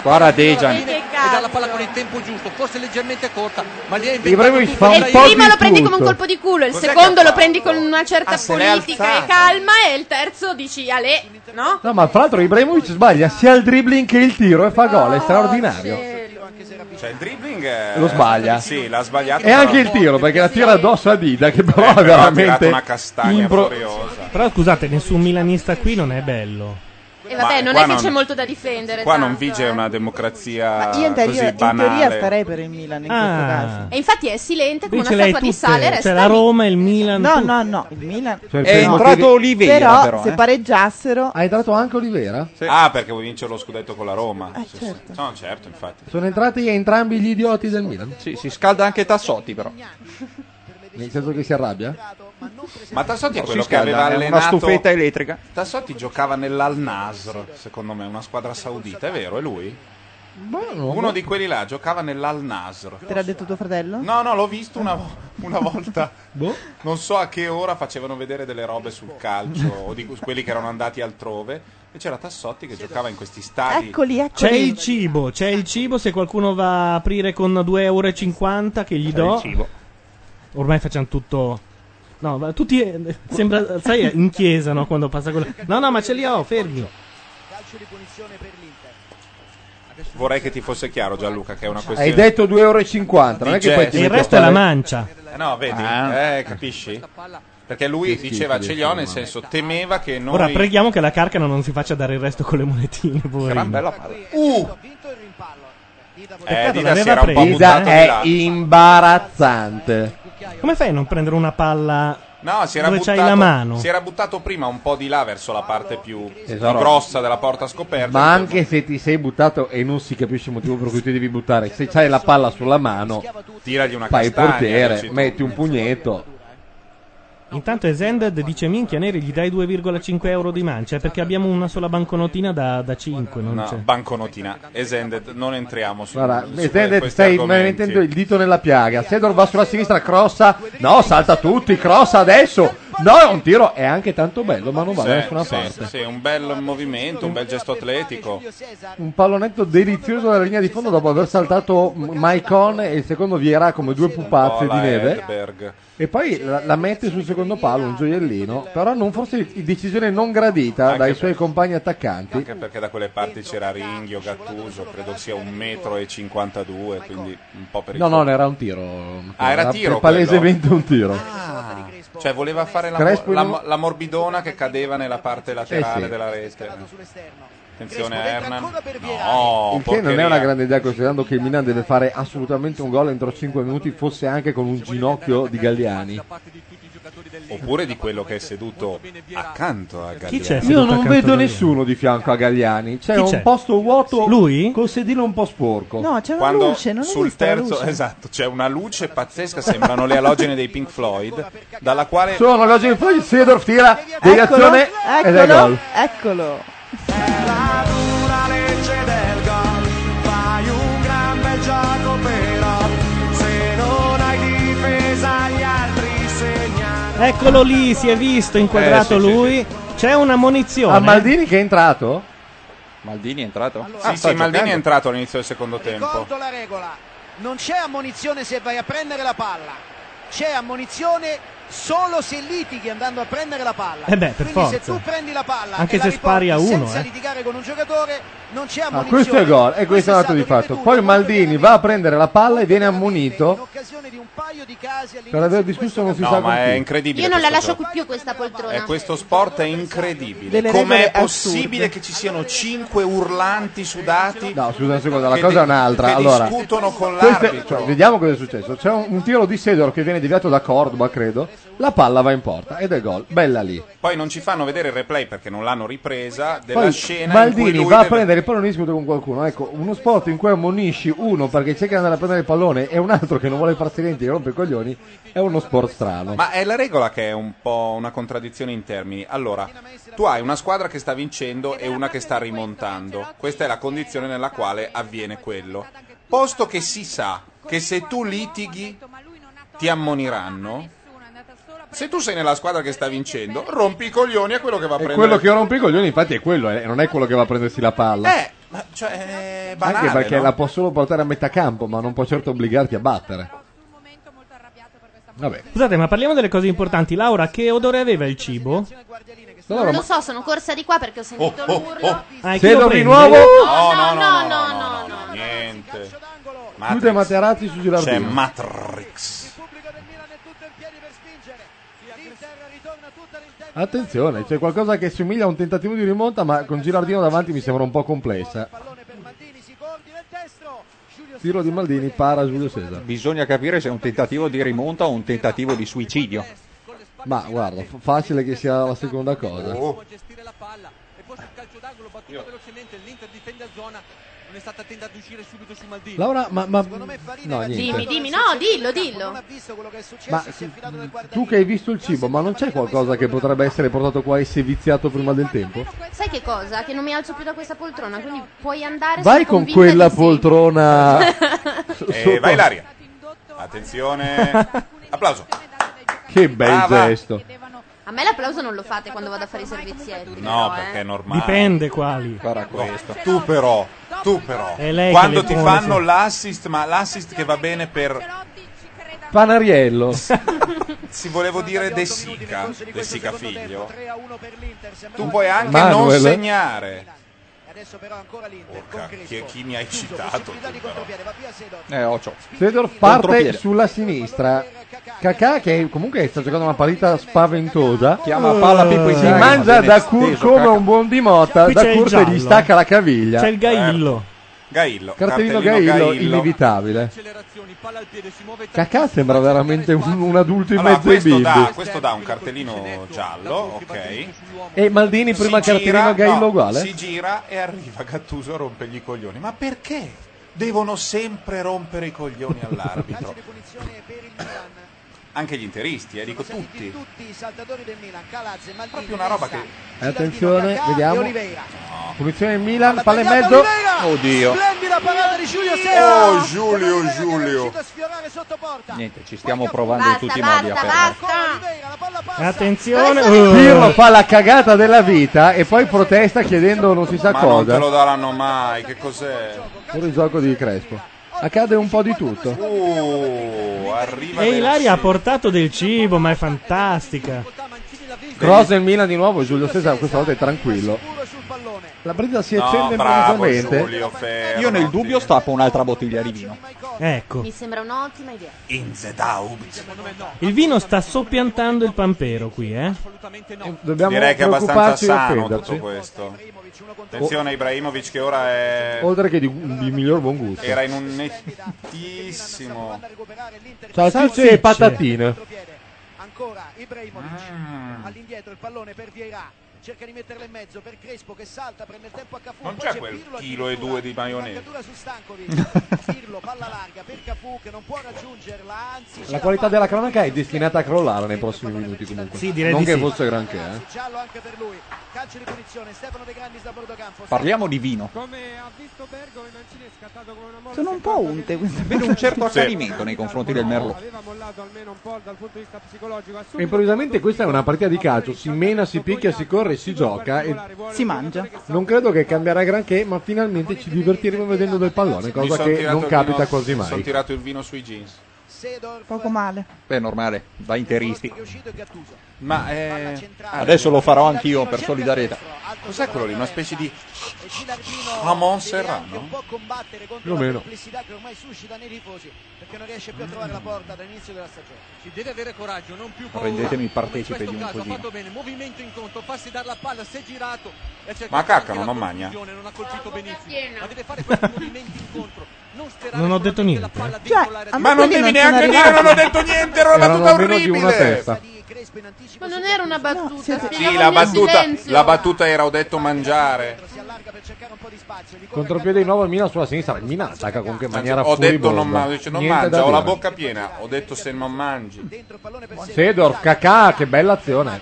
Guarda Dejan.
Che
E dà la palla con il tempo giusto, forse leggermente corta, ma lì ha inventato
Ibrahimovic
tutto.
fa un
Il
po'
primo
di
eh, lo prendi come un
tutto.
colpo di culo, il
Cos'è
secondo
che ha
lo prendi con una certa
se l'è
politica e
alzato.
calma e il terzo dici a lei, no?
No, ma fra l'altro Ibrahimovic sbaglia sia il dribbling che il tiro e fa gol, è straordinario.
eh,
Cioè, il dribbling è-
Lo sbaglia.
Sì, l'ha sbagliato. boh.
E anche il tiro perché la tira addosso a Dida che però
Eh,
è
però ha tirato
veramente
una castagna
impro-
furiosa.
Però scusate, nessun milanista qui non è bello.
E vabbè,
Ma
non
qua
è che
non-
c'è molto da difendere.
Qua non
tanto,
vige
eh.
una democrazia
io in
così
teoria- in teoria
banale.
starei per il Milan in
Ah.
questo caso.
E infatti è silente come
Qui
una
ce l'hai
statua di sale e
tutte,
resta
c'è la
lì.
Roma e il Milan.
No,
tutte.
no, no, il Milan
Cioè, il
no.
primo- entrato Oliveira,
Però,
però,
se
eh.
pareggiassero
Ha entrato anche Olivera?
Ah, perché vuoi vincere lo scudetto con la Roma?
Eh,
Sì,
certo.
sì. No, certo, infatti.
Sono entrati entrambi gli idioti del Milan.
Sì, si scalda anche Tassotti, però.
Nel senso che si arrabbia?
Ma Tassotti è
No,
quello
si
che
scalda,
aveva
è una
allenato
stufetta elettrica.
Tassotti giocava nell'Al Nasr, secondo me, una squadra saudita, è vero? È lui? Uno di quelli là giocava nell'Al Nasr.
te l'ha detto tuo fratello?
No, no, l'ho visto una, vo- una volta.
Boh.
Non so a che ora facevano vedere delle robe sul calcio o di quelli che erano andati altrove. E c'era Tassotti che giocava in questi stadi.
C'è il cibo, c'è il cibo. Se qualcuno va a aprire con 2,50 euro che gli
C'è
do.
il cibo.
Ormai facciamo tutto. No, ma tutti. eh, Sembra. Sai, in chiesa, no? Quando passa quello. No, no, ma ce li ho, fermi.
Calcio di punizione per l'Inter.
Vorrei che ti fosse chiaro, Gianluca, che è una questione.
Hai detto 2,50 euro, non è che poi ti
Digesti.
metti a
Il resto è
fare-
la
mancia.
Eh, no, vedi,
Ah.
eh, capisci? Perché lui diceva ce li ho, nel senso temeva che noi.
Ora preghiamo che la carcano non si faccia dare il resto con le monetine,
Gran
poverino.
bella palla. Uh! Eh, Dida si
l'aveva
era un po'
presa.
buttato
Dida è
di là.
imbarazzante.
Come fai a non prendere una palla
No, si era,
dove c'hai
buttato,
la mano?
si era buttato prima un po' di là verso la parte più più
Esatto.
grossa della porta scoperta.
Ma anche se ti sei buttato e non si capisce il motivo per cui ti devi buttare, se c'hai la palla sulla mano,
Tiragli una
fai il
castagna,
portiere,
dici tu.
metti un pugnetto.
Intanto Ezended dice minchia Neri gli dai 2,5 euro di mancia perché abbiamo una sola banconotina da, 5 non
No,
c'è.
banconotina. Esended, non entriamo su,
Guarda,
su
Zended
questi
stai
argomenti.
mettendo il dito nella piaga. Sedor va sulla sinistra, crossa. No, salta tutti, crossa adesso. No, è un tiro, è anche tanto bello, ma non va da
Sì,
nessuna
sì,
parte.
sì, un bel movimento, un bel gesto atletico.
Un pallonetto delizioso dalla linea di fondo dopo aver saltato Maicon e il secondo Vieira come due pupazze
Bola
di neve.
Edberg.
E poi la, la mette sul secondo palo, un gioiellino, però non forse decisione non gradita dai suoi compagni attaccanti.
Anche perché da quelle parti c'era Ringhio, Gattuso, credo sia un metro e 52, quindi un po'
No,
pericoloso.
no, era un tiro.
Ah, era tiro
È Palesemente
quello?
un tiro.
Cioè voleva fare la,
Crespo in
la-
un-
la morbidona che cadeva nella parte laterale
Eh sì.
della rete. Attenzione a Hernan. No,
Il che non è
Oh, porcheria.
una grande idea considerando che il Milan deve fare assolutamente un gol entro 5 minuti, fosse anche con un ginocchio di Galliani.
Oppure di quello che è seduto accanto a Galliani.
Io non vedo nessuno di fianco a Galliani. C'è
Chi
un
c'è?
posto vuoto col sedile un po' sporco.
No, c'è una
Quando
luce, non
sul
esiste la
terzo,
luce.
esatto, c'è una luce pazzesca, sembrano le alogene dei Pink Floyd, dalla quale
Sono la gente poi Sedorf tira
Eccolo,
deviazione ed è
eccolo,
gol.
eccolo.
Fai un gran bel gioco però Se non hai difesa gli altri segnano
Eccolo lì, si è visto, inquadrato
Eh, sì, sì,
lui. C'è una munizione.
A Maldini che è entrato?
Maldini è entrato?
Sì, sì, Maldini è entrato all'inizio del secondo tempo.
Ricordo la regola, non c'è ammonizione se vai a prendere la palla, c'è ammonizione solo se litighi andando a prendere la palla.
Eh beh, per
Quindi se
forza.
tu prendi la palla
Anche
e la
se
riporti
spari a uno,
senza
eh.
litigare con un giocatore, non c'è
Ah,
ammonizione.
questo è gol e questo è un atto di fatto. Poi Maldini va a prendere la palla e viene ammonito per aver discusso non si sa
No,
con
ma è
chi.
incredibile.
Io non la
questo Ecco,
lascio
gioco.
più questa poltrona.
E questo sport è incredibile.
Delle
Com'è
regole
possibile
assurde.
che ci siano cinque urlanti sudati?
No, scusa un secondo, la
Che
cosa è
di-
un'altra.
che
Allora,
discutono con
questo è-
l'arbitro.
cioè, vediamo cosa è successo. C'è un, un tiro di Sedor che viene deviato da Cordoba, credo. La palla va in porta ed è gol. Bella lì.
Poi non ci fanno vedere il replay perché non l'hanno ripresa della
Poi
scena in cui
Maldini
lui
va a
deve-
prendere il pallone e discute con qualcuno. Ecco, uno sport in cui ammonisci uno perché cerca di andare a prendere il pallone e un altro che non vuole farsi niente e rompe i coglioni è uno sport strano.
Ma è la regola che è un po' una contraddizione in termini. Allora, tu hai una squadra che sta vincendo e una che sta rimontando. Questa è la condizione nella quale avviene quello. Posto che si sa che se tu litighi ti ammoniranno, se tu sei nella squadra che sta vincendo, rompi i coglioni a quello che va a
E
prendere.
quello che rompe i coglioni infatti è quello, eh, non è quello che va a prendersi la palla.
Eh, ma cioè, è banale,
Anche perché
no?
la può solo portare a metà campo, ma non può certo obbligarti a battere. Vabbè.
Scusate, ma parliamo delle cose importanti. Laura, che odore aveva il cibo?
Non lo so, sono corsa di qua perché ho sentito l'urlo.
Ah, e chi
Se
lo
lo
prende?
rinnuovo-
No, no, no, no, no,
niente.
Chiude Materazzi su Gilardino.
C'è Matrix.
Attenzione, c'è qualcosa che somiglia a un tentativo di rimonta, ma con Gilardino davanti mi sembra un po' complessa. Tiro di Maldini, para Giulio Cesare.
Bisogna capire se è un tentativo di rimonta o un tentativo di suicidio.
Ma guarda, f- facile che sia la seconda cosa.
Oh.
Laura, ma, ma- no,
Dimmi,
niente.
dimmi, no, dillo, dillo.
Ma mm. tu che hai visto il cibo, ma non c'è qualcosa che potrebbe essere portato qua e seviziato prima del tempo?
Sai che cosa? Che non mi alzo più da questa poltrona, quindi puoi andare
Vai
sono
con
convinta
quella
di sì.
poltrona.
E Eh, vai Laria. Attenzione. Applauso.
Che bel
Brava.
gesto.
A me l'applauso non lo fate quando vado a fare i eh." servizielli.
No, perché è normale.
Dipende quali.
Guarda Tu però, tu però.
È lei che
Quando
le
ti
pone,
fanno
sì.
l'assist, ma l'assist che va bene per
Panariello.
si volevo dire De Sica, De Sica figlio. Tu puoi anche
Manuel.
non segnare. Porca, chi, chi mi hai citato? tu, però?
Eh, Ocio.
Sedorf parte
Contropiede.
sulla sinistra. Kakà che comunque sta giocando una partita spaventosa. Eh,
Chiama palla Pippo
Si
Inzaghi, ma
mangia
viene
da Cur
steso,
come
Kakà.
un buon dimotta.
Qui c'è
Da
il
Cur che gli
giallo,
stacca la caviglia.
C'è il Gaillo.
Gaillo.
Cartellino Gaillo, inevitabile. Kakà sembra veramente un, un adulto in
Allora,
mezzo ai
questo dà,
bimbi.
questo dà un cartellino giallo, ok.
E Maldini
Si
prima cartellino
gira-
Gaillo
no,
uguale?
Si gira e arriva Gattuso a rompergli i coglioni. Ma perché devono sempre rompere i coglioni all'arbitro? Anche gli interisti, eh, dico tutti.
Tutti i saltatori del Milan, Calazze, Maldini,
Proprio una roba che
Attenzione,
Kakà e
vediamo.
Oliveira.
Punizione Milan, palla in
tagliata
mezzo.
Oliveira!
Oddio.
Splendida la parata di Giulio Sera.
Oh Giulio, Giulio.
Niente, ci stiamo provando in tutti i modi a
Attenzione.
Pirlo fa la cagata della vita e poi protesta chiedendo non si sa
Ma non
cosa.
te lo daranno mai, che cos'è?
Pure il gioco di Crespo. Accade un po' di tutto.
Uh, arriva
E
del-
Ilaria ha portato del cibo, ma è fantastica.
Cross il Milan di nuovo, Giulio Cesare questa volta è tranquillo. La brisa si accende improvvisamente.
Io nel dubbio stappo un'altra bottiglia di vino.
Ecco.
Mi sembra un'ottima idea.
Il vino sta soppiantando il pampero qui, eh.
Dobbiamo
Direi che è abbastanza
preoccuparci e
sano
offenderci.
tutto questo. Attenzione a Ibrahimovic che ora è...
Oltre che di, di miglior buon gusto.
Era in un nettissimo...
Salsicce e patatine.
Ancora Ibrahimovic all'indietro il pallone per Vieira. Cerca di metterla in mezzo per Crespo che salta, prende il tempo a Cafu.
Non
poi
c'è quel
Pirlo,
chilo e due di maionese.
addirittura su Stankovic. Pirlo palla larga per Cafu che non può raggiungerla, anzi
La qualità della cronaca è destinata a crollare nei prossimi minuti comunque.
Sì, direi
non
di
che
sì.
fosse granché. eh.
giallo anche per lui. Calcio di punizione, Stefano De Grandi sta a bordo campo.
Parliamo di vino.
Sono un po' unte queste
Vedo un certo
Sì.
accanimento nei confronti del Merlot.
Improvvisamente questa è una partita di calcio, si mena, si picchia, si corre, si gioca e
si mangia.
non credo che cambierà granché, ma finalmente ci divertiremo vedendo del pallone,
Mi
cosa
son
che
tirato
non
il
capita
vino-
quasi
mi Sono
mai.
tirato il vino sui jeans.
Poco male.
Beh, normale, da interisti.
Ma eh,
Adesso lo farò anch'io per solidarietà.
Cos'è quello lì? Una specie di Ramon Serrano?
Più o meno.
Complessità che ormai suscita nei tifosi perché non riesce più a trovare la porta dall'inizio della stagione.
Ci deve avere coraggio, non più paura.
Rendetemi
In
partecipe di
questo
un
caso ha
cosino.
fatto bene, movimento in conto, passi dalla palla, si è girato. e ha cercato
Ma Caccano
anche
non
la
magna?
conclusione, Non ha colpito benissimo, ma deve fare questi movimenti in conto. Non sperare
Non ho detto
solamente la
niente.
palla
Cioè,
vincolare.
a me Ma non quelli devi non sono neanche dire, arrivati. non ho detto niente, era una Erano battuta meno di una orribile. testa.
Ma non era una battuta,
Sì,
spiegavo
la
il mio
battuta,
silenzio.
la battuta era ho detto mangiare.
Contropiede di nuovo il Milan sulla sinistra, il Milan attacca con che maniera
ho detto non,
furibonda.
ma- dice, non
Niente da
mangia, ho la
dire.
bocca piena. Ho detto se non mangi.
Sedor, Kakà, che bella azione.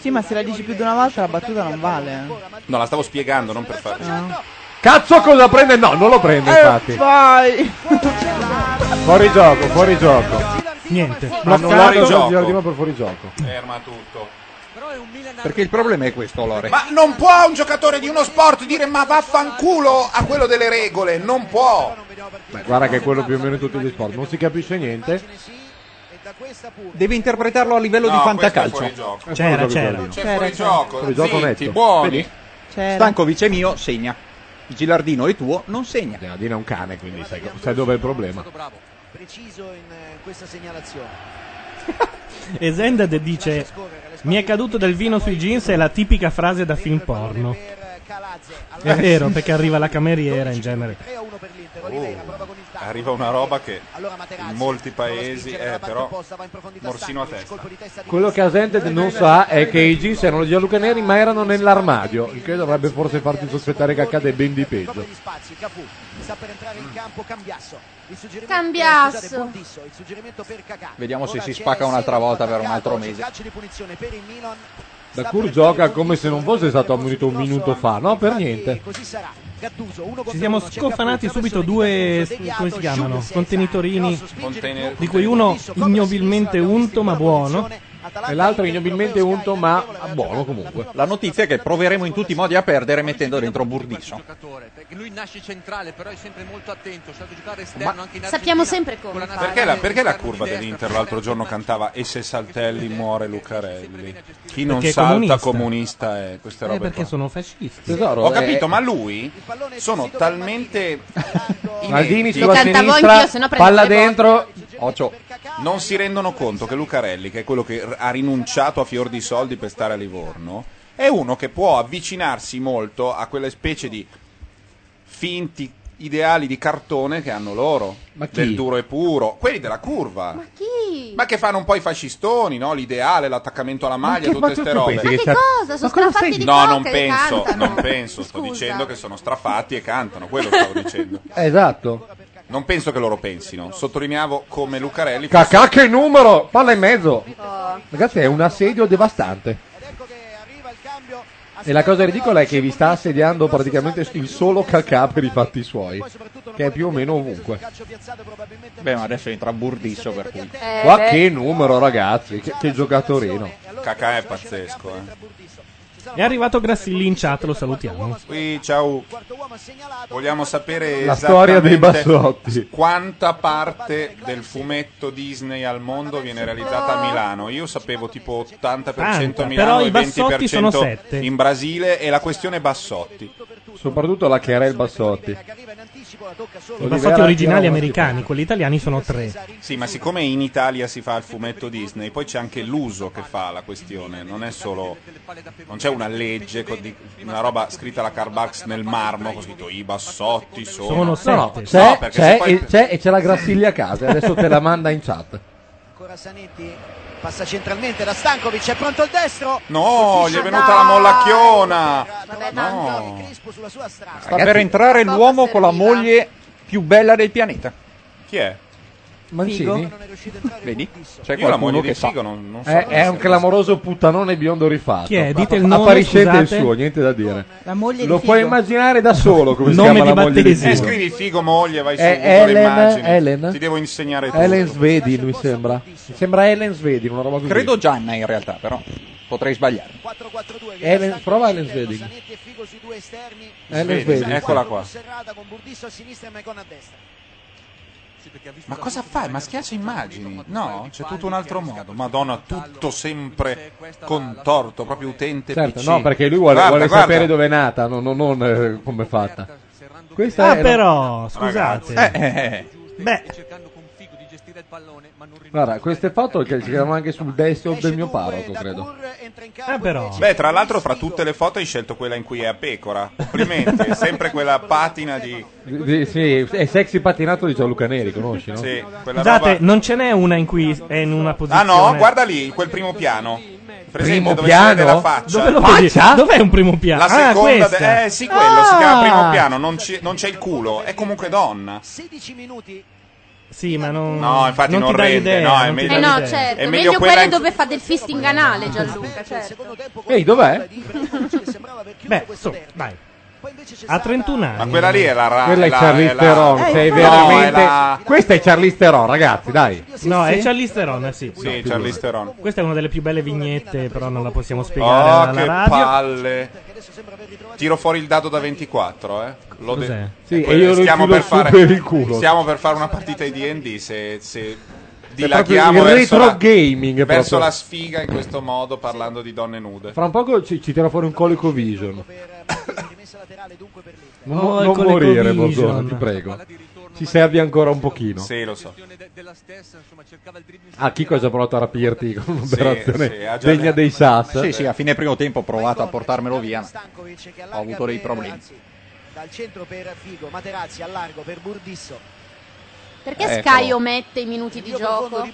Sì, ma se la dici più di una volta la battuta non vale. eh.
No, la stavo spiegando, non per fare.
Cazzo cosa prende? No, non lo prende
Eh,
infatti.
Eh, Vai!
Fuori gioco, fuori gioco.
Niente.
Annullato
Fuori gioco.
il giro di mano per fuori gioco.
Ferma tutto.
Perché il problema è questo, Lore.
Ma non può un giocatore di uno sport dire ma vaffanculo a quello delle regole, non può.
Beh, guarda che è quello più o meno in tutti gli sport, non si capisce niente.
Deve interpretarlo a livello di fantacalcio.
C'era, c'era.
C'è fuori gioco.
Fuori gioco
zitti,
netto.
buoni.
Vedi? Stankovic è mio, segna. Gilardino è tuo, non segna.
Gilardino è un cane, quindi sai, dove è il problema.
Preciso in eh, questa segnalazione.
E Zended dice: Mi è caduto del vino sui jeans. È la tipica frase da film porno. È vero, perché arriva la cameriera in genere.
Uh, Arriva una roba che in molti paesi è però morsino a testa.
Quello che Asente non sa è che i jeans erano di Gianluca Neri ma erano nell'armadio, il che dovrebbe forse farti sospettare che accade ben di peggio.
Spazi, Cafu sta per entrare
Mm.
in campo Cambiasso. Il suggerimento
Cambiasso.
scusate, Bondisso, il suggerimento per Kakà.
Vediamo se
Ora
si
c'è
spacca un'altra
Seedorf
volta per un altro
attaccato,
mese.
Calcio di punizione per il Milan.
Da Cur gioca come se non fosse stato ammonito un minuto fa, no? Per niente.
Così sarà. Gattuso, uno
Ci
contro
siamo
uno, c'è Cafu,
scofanati
traverso
subito
di
due.
Gattuso,
come si
deviato,
chiamano?
Giulio Cesar,
Contenitorini.
grosso spinge
Container.
Di cui uno ignobilmente unto ma buono.
E l'altro ignobilmente unto ma buono comunque.
La notizia è che proveremo in tutti i modi a perdere mettendo dentro Burdisso.
Perché lui nasce centrale, però è sempre molto attento, sa giocare esterno anche in
Sappiamo
Argentina.
sempre come. fare.
Perché la, perché la curva dell'Inter l'altro giorno cantava E se Saltelli muore Lucarelli? Chi non
Perché è
salta
comunista.
comunista è queste
Eh,
robe.
perché
qua.
sono fascisti.
Ho
eh,
capito, ma lui sono talmente
Maldini
inepti-
sulla sinistra, palla dentro.
Occhio. Non si rendono conto che Lucarelli, che è quello che r- ha rinunciato a fior di soldi per stare a Livorno, è uno che può avvicinarsi molto a quelle specie di finti ideali di cartone che hanno loro, del duro e puro, quelli della curva. Ma
chi?
che fanno un po' i fascistoni, no? L'ideale, l'attaccamento alla maglia,
che- ma
tutte
tu-
queste
tu
robe.
pensi che Ma che c'è-
Cosa? Sono strafatti di
No,
coca
non
che
penso,
cantano.
non penso, sto dicendo che sono strafatti e cantano, quello stavo dicendo.
Esatto.
Non penso che loro pensino, sottolineavo come Lucarelli
Cacà che numero!
Oh.
Palla in mezzo! Ragazzi è un assedio devastante. E la cosa ridicola è che vi sta assediando praticamente il solo cacà per i fatti suoi, che è più o meno ovunque.
Beh, ma adesso entra Burdisso per cui.
Eh,
Qua che numero, ragazzi, che, che giocatorino.
Cacà è pazzesco, eh.
È arrivato Grassilli in chat, lo salutiamo.
Qui, ciao. Vogliamo sapere
La storia dei
esattamente
bassotti.
Quanta parte del fumetto Disney al mondo viene realizzata a Milano? Io sapevo tipo 80%
Tanta,
a
però
Milano
i
e
bassotti sono
20%
sette.
in Brasile e la questione Bassotti.
Soprattutto la che era il Bassotti.
I bassotti originali americani, quelli italiani sono tre.
Sì, ma siccome in Italia si fa il fumetto Disney, poi c'è anche l'uso che fa la questione, non è solo non c'è una legge con di- una roba scritta alla Carbax nel marmo, con scritto i bassotti sono
No, no,
No,
c'è,
perché
c'è
se poi-
e, c'è e c'è la Grassiglia a casa, adesso te la manda in chat.
Ancora Zanetti passa centralmente da Stankovic, è pronto il destro.
Oh,
No, gli è venuta la mollacchiona.
No. Crispo sulla sua strada.
Sta per entrare l'uomo con la moglie più bella del pianeta.
Chi è?
Mancini?
Vedi? C'è
Io la
qualcuno
moglie
che
di
sa.
Figo non, non so.
È, è un clamoroso puttanone biondo rifatto.
Chi è? Dite il nome,
Appariscente
scusate.
il suo, niente da dire.
La moglie
Lo
di
puoi
Figo.
immaginare da solo come si
Nome
chiama
di
la moglie di
Eh,
Figo.
scrivi figo moglie, vai su
È
Google
eh, Ellen-
immagini.
Ellen?
Ti devo insegnare
Eh,
tutto.
Ellen Svedi mi sembra. Mi sembra Ellen Svedi, una roba così.
Credo Gianna in realtà, però potrei sbagliare.
Ellen, prova Ellen Svedi.
Eh,
Ellen
Svedi,
Svedi.
Eh, eccola qua.
Serrata con Burdisso a sinistra e Maicon a destra.
Ma cosa fai? Ma schiaccia immagini? No, c'è tutto un altro modo. Madonna, tutto sempre contorto, proprio utente
Certo,
PC.
no, perché lui vuole,
Guarda,
vuole
guarda.
sapere dove è nata, non, non, non, eh, come è fatta. Questa
Ah,
era-
però, scusate.
Ragazzi. Eh, eh, eh.
Beh,
Guarda, queste foto che c'erano anche sul desktop del mio parroco, credo.
Beh, tra l'altro, fra tutte le foto hai scelto quella in cui è a pecora. Complimenti, è sempre quella patina di.
Di- di- sì, è sexy patinato di Gianluca Neri, conosci, no?
Sì, quella
scusate,
roba.
non ce n'è una in cui è in una
Ah
posizione.
no, guarda lì, quel primo piano. Presente
Primo
dove
piano?
si vede la faccia.
Dove lo vedi? Faccia? Dov'è un primo piano?
La
Ah,
seconda.
questa.
de- eh sì, quello si
Ah!
chiama primo piano, non, ci- non c'è il culo, è comunque donna.
16 minuti.
Sì, ma non.
No, infatti non
ti dà
rende,
l'idea,
no, è
non ti
meglio-
dà
Eh no,
l'idea.
certo,
È meglio
meglio,
quella
quella
in-
dove fa del fisting anale Gianluca, certo.
Ehi, dov'è?
Beh, so, dai. A 31 anni.
Ma quella lì è la ra-
Quella
è
è
la-
Charlize
è la-
Theron,
Eh,
sei
no,
veramente...
è la-
Questa è Charlize Theron, ragazzi, dai.
No,
Sì.
è Charlize Theron, sì.
Sì, Charlize Theron.
Questa è una delle più belle vignette, però non la possiamo spiegare
oh,
alla
che
radio.
palle. Tiro fuori il dado da 24, eh. Lo de-
Cos'è?
Sì,
quello-
e io lo
stiamo
chiudo
per
su
fare
per il culo.
Stiamo per fare una partita di D&D se, se
il
dilaghiamo verso,
retro
la,
gaming,
verso
proprio.
la sfiga in questo modo parlando di donne nude.
Fra un poco ci, ci tira fuori un colico vision. Non,
Oh, il
non
colico
morire,
vision.
Bozzone, ti prego. Ci servi ancora un pochino.
Sì, lo so.
Ah, Chico ha già provato a rapirti con un'operazione
sì, ha già
degna
le-
dei Sas.
Sì, sì, a fine primo tempo ho provato a portarmelo via. Ho avuto dei problemi.
Dal centro per Figo, Materazzi al largo per Burdisso.
Perché
Eccolo.
Sky omette i minuti di gioco?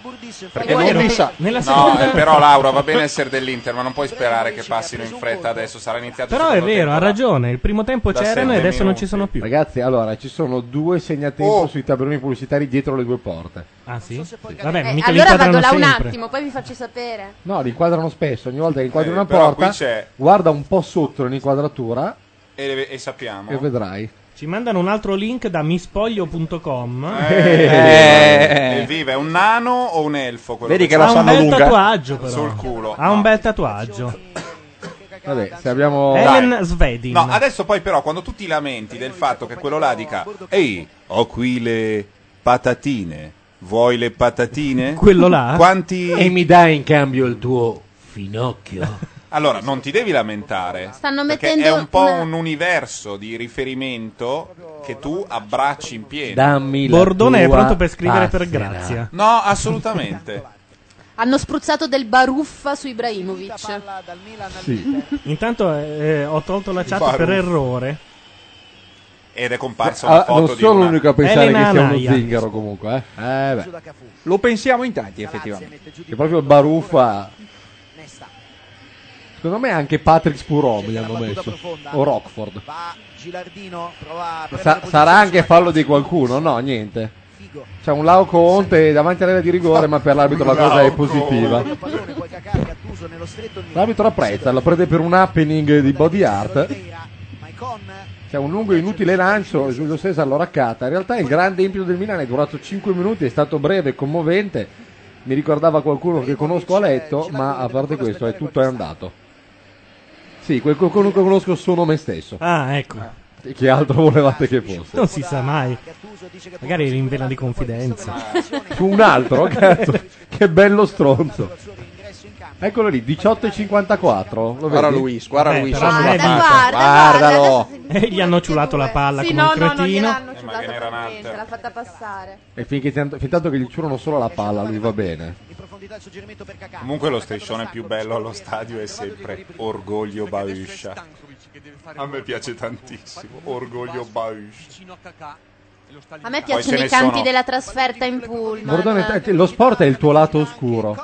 Perché
Vuole-
non
sa-
Nella
No,
seconda-
eh, però Laura va bene essere dell'Inter, ma non puoi sperare che passino in fretta adesso. Sarà iniziato il
Però è
secondo
vero,
tempo.
eh.
ha ragione. Il primo tempo
Da
c'erano e
sette
adesso non
minuti.
ci sono più.
Ragazzi, allora ci sono due segnatempo
Oh.
sui tabelloni pubblicitari dietro le due porte.
Ah, sì?
Eh,
Vabbè, mica li
allora vado
inquadrano
là un
sempre.
attimo, poi vi faccio sapere.
No, li inquadrano spesso. Ogni volta che inquadri
Eh,
una
però
porta,
qui c'è-
guarda un po' sotto l'inquadratura
E, e sappiamo.
e vedrai.
Ci mandano un altro link da mispoglio.com.
Eh, Evviva, è un nano o un elfo? quello
Vedi che
c'è?
la Ha un sanno bel lunga. tatuaggio, però.
Sul culo.
Ha un bel tatuaggio.
Vabbè, se abbiamo.
Ellen Svedin.
No, adesso poi però quando tu ti lamenti del fatto che quello là dica Ehi, ho qui le patatine, vuoi le patatine?
Quello là?
Quanti...
E mi dai in cambio il tuo finocchio.
Allora, non ti devi lamentare.
Stanno
perché
mettendo
è un po'
una-
un universo di riferimento che tu abbracci in pieno.
Dammi
Bordone è pronto per scrivere per grazia.
No, assolutamente.
Hanno spruzzato del baruffa su Ibrahimovic.
Intanto eh, ho tolto la chat
Baru.
per errore.
Ed è comparsa una
Ah,
foto
non
di
sono
una-
l'unico a pensare
Elena
che sia uno
Anaya.
zingaro comunque. Eh? Eh, beh.
Lo pensiamo in tanti, effettivamente.
Che proprio Baruffa.
Nesta.
Secondo me anche Patrick Spurom gli hanno messo. O Rockford.
Va Gilardino, prova a
Sa-
prendere
sarà anche fallo di qualcuno? No, niente. C'è un Lauco Onte davanti all'area di rigore, ma per l'arbitro la cosa è positiva.
pallone, poi Kakà che attusa chiuso nello stretto di
L'arbitro apprezza, la prende per un happening di body art. C'è un lungo e inutile lancio, Giulio Cesar lo raccata. In realtà il grande empio del Milan è durato 5 minuti, è stato breve, commovente. Mi ricordava qualcuno che conosco a letto, ma a parte questo è tutto è andato. Sì, quel qualcuno che conosco sono me stesso.
Ah, ecco.
Eh. Che altro volevate che fosse?
Non si sa mai. Magari eri in vena di confidenza.
Su un altro, cazzo. Che bello stronzo. Eccolo lì, 18,54. Lo vedi?
Guarda Luis, guarda
Eh,
Luis,
però non
sulla
è
faccia.
vinto.
Guardalo.
E gli hanno ciulato la palla
Sì,
come
no,
un
no, non
cretino.
gliel'hanno ciulato per niente, l'ha fatta passare.
E Eh, finché tanto, fin tanto che gli ciurano solo la palla, lui va bene.
Comunque lo striscione più bello allo stadio è sempre Orgoglio Bauscia. A me piace tantissimo, Orgoglio Bauscia.
A me
Poi ce
piacciono
ne
i canti
sono.
della trasferta in pullman.
Bordone, te- te- eh, lo sport è il tuo lato oscuro.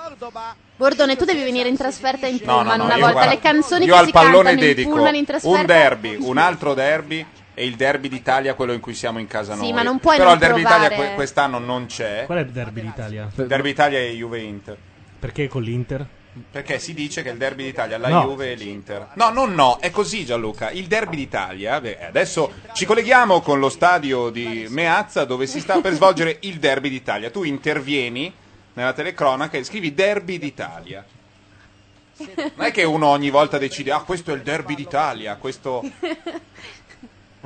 Bordone, tu devi venire in trasferta in pullman
no,
una
io
volta.
guarda-
Le canzoni
Io
che
al
si
pallone
cantano in
dedico
pullman in trasferta.
un derby, un altro derby e il derby d'Italia, quello in cui siamo in casa
Sì,
noi.
ma non puoi
Però
non
il derby
provare-
d'Italia que- quest'anno non c'è.
Qual è il derby d'Italia?
Il derby d'Italia è Juve-Inter.
Perché con l'Inter?
Perché si dice che il derby d'Italia, la
No.
Juve e l'Inter. No, no, no, è così Gianluca. Il derby d'Italia, beh, adesso ci colleghiamo con lo stadio di Meazza dove si sta per svolgere il derby d'Italia. Tu intervieni nella telecronaca e scrivi derby d'Italia. Non è che uno ogni volta decide, ah questo è il derby d'Italia, questo...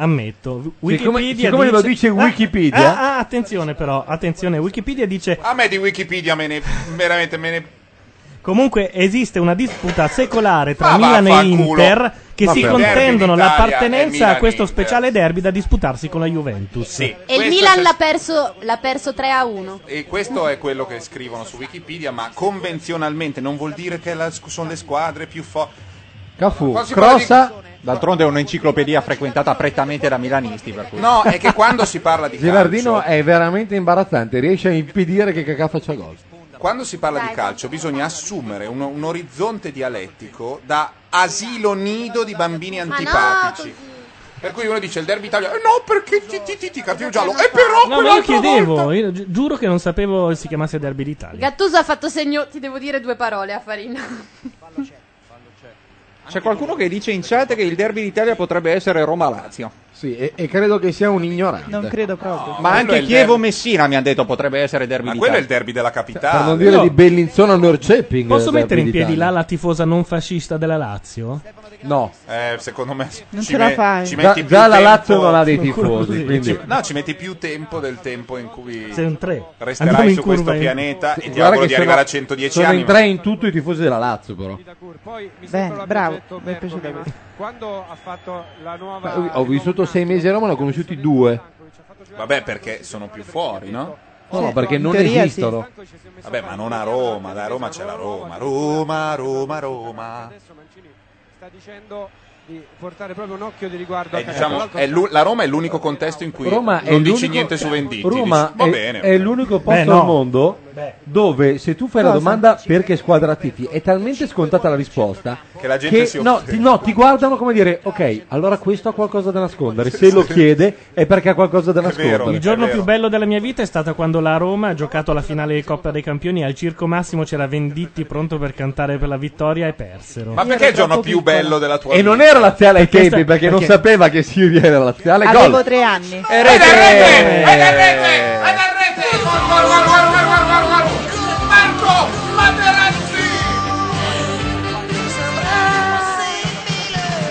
Ammetto.
Siccome-
Wikipedia
siccome
dice...
lo dice
Ah,
Wikipedia-
Ah, ah, attenzione però, attenzione. Wikipedia dice...
A me di Wikipedia me ne... veramente me ne...
Comunque esiste una disputa secolare
Ma
tra Milan e
Ah, vaffanculo.
Inter che
Ma
si
per-
contendono
Derby d'Italia è
l'appartenenza
Milan
a questo
Inter.
speciale derby da disputarsi con la Juventus.
E il Milan l'ha perso, l'ha perso 3 a 1.
E questo è quello che scrivono su Wikipedia, ma convenzionalmente non vuol dire che la- sono le squadre più forti.
Cafu,
Quasi
crossa,
D'altronde è un'enciclopedia frequentata prettamente da milanisti. Per cui.
No, è che quando si parla di
Gerardino
calcio...
è veramente imbarazzante, riesce a impedire che Cacà faccia gol.
Quando si parla di calcio bisogna assumere un, un orizzonte dialettico da asilo nido di bambini antipatici. per cui uno dice il derby italiano, eh no perché ti ti ti ti cartellino giallo, e però
No, ma io
quell'altra volta-
chiedevo, io gi- giuro che non sapevo si chiamasse Derby d'Italia.
Gattuso ha fatto segno, ti devo dire due parole a Farina.
C'è qualcuno che dice in chat che il derby d'Italia potrebbe essere Roma-Lazio. Eh.
Sì, e, e credo che sia un ignorante.
Non credo proprio.
Ma
quello è
anche
il
Chievo-Messina mi hanno detto potrebbe essere derby
Ma
d'Italia. Cioè,
quello è il derby della
Per non
capitale.
dire di Bellinzona Norceping.
Posso mettere in piedi là la tifosa non fascista della Lazio?
No.
Eh, secondo me
Non
ci
ce la
me-
fai.
ci
Già-
metti più
già la
tempo-
Lazio non ha dei tifosi,
Ci-
quindi-
No, ci metti più tempo del tempo in cui
Sei un tre.
resterai
Andiamo in
su questo
curva eh. in-
pianeta
Sì,
e ti
Guarda
auguro
che
di
sono-
arrivare a 110
sono
anni.
in
ma-
tre in tutto i tifosi della Lazio però
Bene, bravo, mi è piaciuto questo.
Quando ha fatto la nuova...
eh, Ho- ho vissuto sei mesi a Roma ne ho conosciuti due
Vabbè, perché sono più fuori, no?
no no, perché non esistono
Vabbè, ma non a Roma, da Roma c'è la Roma. Roma, Roma, Roma.
Sta dicendo di portare proprio un occhio di riguardo
È,
a
diciamo, è l'u- la Roma è l'unico contesto in cui
Roma è
non dici
l'unico-
niente su Venditti.
Roma
dici, va
è,
bene.
è l'unico posto
Beh, no.
al mondo dove se tu fai la
Cosa?
domanda perché squadra tifi è talmente scontata la risposta
Che la gente si
no,
offende.
ti, no, ti guardano come dire ok allora questo ha qualcosa da nascondere se lo chiede è perché ha qualcosa da nascondere
Il giorno più bello della mia vita è stato quando la Roma ha giocato la finale di Coppa dei Campioni. e Al Circo Massimo c'era Venditti pronto per cantare per la vittoria e persero.
Ma perché è il giorno più bello della tua
e
vita?
non era laziale ai tempi
sta-
perché non
perché-
sapeva che Siria era laziale
Avevo
gol
tre anni.
Eh,
Eh.
Marco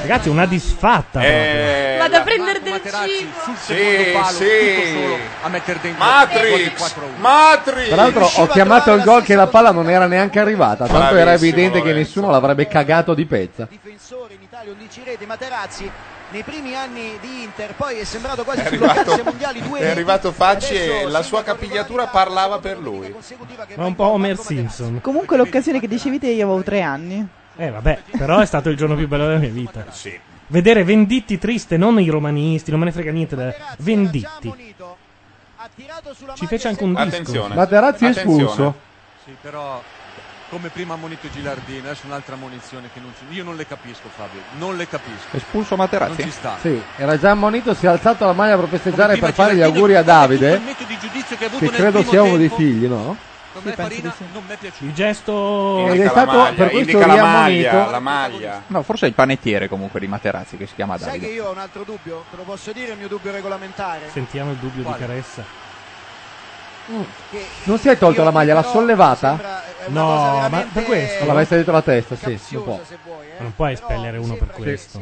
Ragazzi, una disfatta.
Eh.
proprio.
Vado a prendere del cibo.
Sì, sì.
a mettere dentro
Matrix, Matrix.
Tra l'altro ho chiamato il gol che la palla non era neanche arrivata, tanto era
Bravissimo,
evidente che
Lorenzo.
nessuno l'avrebbe cagato di pezza.
difensore in Italia 11 reti Materazzi nei primi anni di Inter poi è sembrato quasi
È
sulle piazze
arrivato,
mondiali due
è
reti.
arrivato Facci
Adesso
e la sua capigliatura parlava per lui.
Ma un po' Homer Simpson.
Comunque l'occasione che dicevi te io avevo tre anni.
Eh vabbè, però è stato il giorno più bello della mia vita.
Sì.
Vedere Venditti triste, non i romanisti, non me ne frega niente. da- Venditti. Ci fece anche un disco.
Attenzione.
Materazzi è
Attenzione.
espulso.
Sì, però come prima ha ammonito Gilardino, adesso un'altra ammonizione che non ci... Io non le capisco, Fabio, non le capisco.
Espulso Materazzi?
Non ci sta.
Sì, era già ammonito, si è alzato la maglia per festeggiare e
Come
per
prima
fare gli
Gilardino
auguri a
che ha avuto il
Davide,
metodo di giudizio ha avuto
che
nel
credo
primo
sia uno dei
tempo.
figli, no?
Secondo me
penso di
Farina
sì.
non mi è piaciuto.
Il gesto
Ed è stato per questo
indica la
riammonito.
maglia, la maglia.
No, forse è il panettiere comunque di Materazzi che si chiama
Sai che
Davide.
io ho un altro dubbio? Te lo posso dire il mio dubbio regolamentare?
Sentiamo il dubbio
Quale?
di Caressa.
Non si è tolta Mm. la maglia, l'ha sollevata?
eh,
No, ma per questo.
L'ha messa dietro la testa, sì, un po'.
eh.
Ma non puoi espellere uno per questo.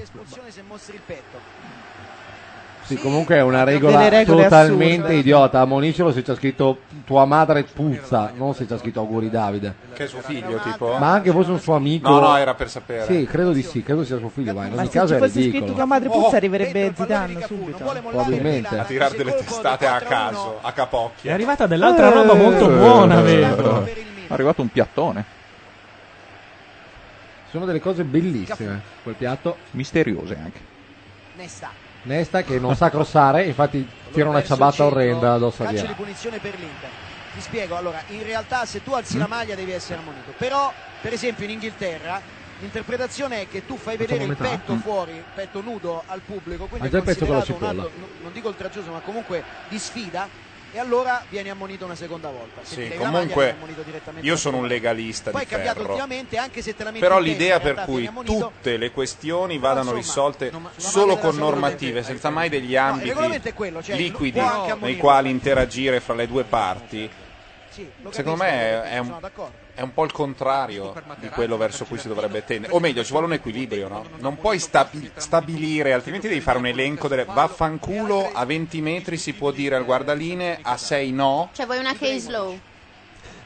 Sì, comunque è una regola
Delle regole
totalmente
eh.
assurde.
idiota. Ammoniscilo se c'è scritto tua madre puzza, non se c'è scritto auguri Davide.
Che è suo figlio,
Boh.
tipo.
Ma anche fosse un suo amico.
No, no, era per sapere.
Sì, credo di sì, credo sia suo figlio. Ma in
Ma
ogni
se
caso
ci
è
fosse scritto tua
ridicolo.
madre puzza arriverebbe Zidane subito.
Probabilmente.
a tirare delle testate a caso, a capocchia.
È arrivata dell'altra roba molto
Eh.
buona, vedo.
È arrivato un piattone.
Sono delle cose bellissime quel piatto.
Misteriose anche.
Nesta.
Nesta che non sa crossare, infatti tira una ciabatta orrenda addosso a
Calcio di
Viera.
punizione per l'Inter. Ti spiego, allora, in realtà se tu alzi
Mm?
la maglia devi essere ammonito. Però, per esempio, in Inghilterra l'interpretazione è che tu fai vedere
Facciamo
il
metà?
petto
Mm.
fuori, petto nudo al pubblico, quindi
Ma
è
già il petto con la
considerato un
cipolla.
atto, n- non dico oltraggioso, ma comunque di sfida e allora vieni ammonito una seconda volta. Se ti
Sì,
levi la maglia, vieni
comunque
ammonito
eh.
direttamente
io
la
sono un
seconda
legalista
volta. Poi
di
è cambiato
ferro.
ultimamente anche se te la metti
Però
in testa,
l'idea
in
per
realtà
cui
vieni ammonito.
tutte le questioni vadano risolte solo con normative, senza mai degli
il
ambiti
regolamento è quello, cioè,
liquidi
può anche
nei
ammonire.
quali interagire fra le due parti,
Sì, lo
secondo me
capisco,
è, è un, è un po' il contrario di quello verso cui si dovrebbe tendere. O meglio, ci vuole un equilibrio, no? Non puoi stabi- stabilire, altrimenti devi fare un elenco delle... Vaffanculo, a 20 metri si può dire al guardaline, a 6 no.
Cioè, vuoi una case low?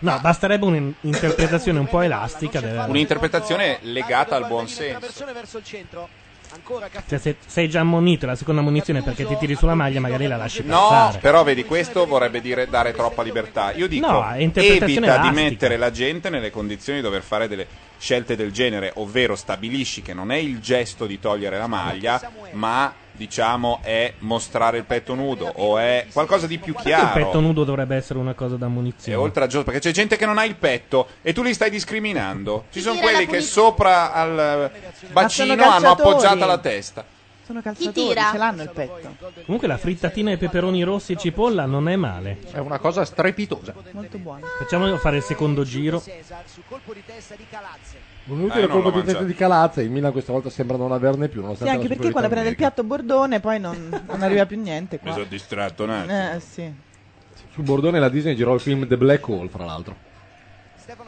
No, basterebbe un'interpretazione un po' elastica. del-
Un'interpretazione legata al buon senso.
Persone verso il centro, ancora Cafu-
Cioè, se sei già ammonito la seconda munizione perché ti tiri sulla maglia, magari la lasci
No,
passare.
però vedi, questo vorrebbe dire dare troppa libertà. Io dico,
No, è
evita
interpretazione
di
elastica.
mettere la gente nelle condizioni di dover fare delle scelte del genere, ovvero stabilisci che non è il gesto di togliere la maglia, ma diciamo è mostrare il petto nudo o è qualcosa di più
Perché il petto
chiaro.
nudo dovrebbe essere una cosa da
È
munizione.
oltraggioso perché c'è gente che non ha il petto e tu li stai discriminando. Ci sono
tira la
quelli che
punizione?
sopra al bacino
Ma sono
hanno
calciatori.
appoggiata la testa.
Sono
Chi
calciatori,
tira?
ce l'hanno il petto.
Comunque la frittatina ai peperoni rossi e cipolla non è male.
È una cosa strepitosa.
Molto buono.
Facciamo fare il secondo giro.
Un
Eh,
Ah,
utile
non
colpo
l'ho
di testa
mangiato.
di Calazza, il Milan questa volta sembra non averne più,
Sì,
nonostante
anche
la
perché quando
superiorità
prende il piatto Bordone poi non, non arriva più niente
Mi
qua.
sono distratto un attimo.
Eh, sì.
numerica. Su Bordone la Disney girò il film The Black Hole, fra l'altro.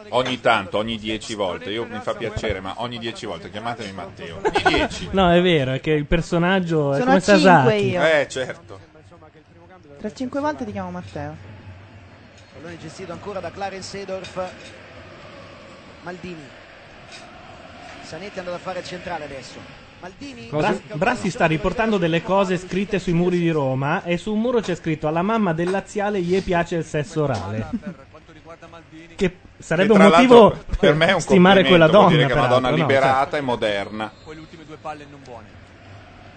Ogni tanto, ogni 10 volte, io mi fa piacere, ma ogni 10 volte chiamatemi Matteo. Ogni 10.
No, è vero, è che il personaggio è
Sono
come
a cinque
Sasaki.
io.
Eh, certo.
Tra cinque volte ti chiamo Matteo.
Pallone gestito ancora da Clarence Sedorf. Maldini. Sanetti è andato a fare il centrale adesso. Maldini.
Bra- Brassi sta riportando delle cose scritte sui muri di Roma e su un muro c'è scritto alla mamma del laziale gli piace il sesso orale. che
Che
sarebbe un
tra
motivo
l'altro per me è un
stimare quella
complimento,
donna.
vuol dire che è una donna
peraltro, no? certo.
liberata e moderna.
Poi le ultime due palle non buone.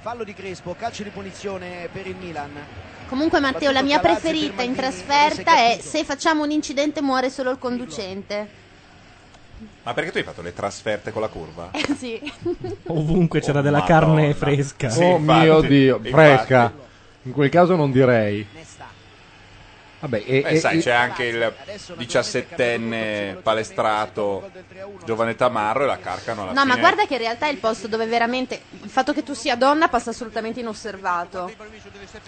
Fallo di Crespo, calcio di punizione per il Milan.
Comunque, Matteo, la mia
Battuto Calazzi per
preferita in
Maldini,
trasferta
se
è se facciamo un incidente muore solo il conducente.
Ma perché tu hai fatto le trasferte con la curva?
Eh, sì.
cioè, Ovunque c'era della
Madonna.
carne fresca.
Sì,
oh
infatti,
mio Dio,
infatti.
fresca. In quel caso non direi. Vabbè, e,
Beh,
eh,
e-
Eh, sai,
e-
c'è anche il 17enne palestrato giovane tamarro e la carcano alla
No,
fine.
ma guarda che in realtà è il posto dove veramente il fatto che tu sia donna passa assolutamente inosservato.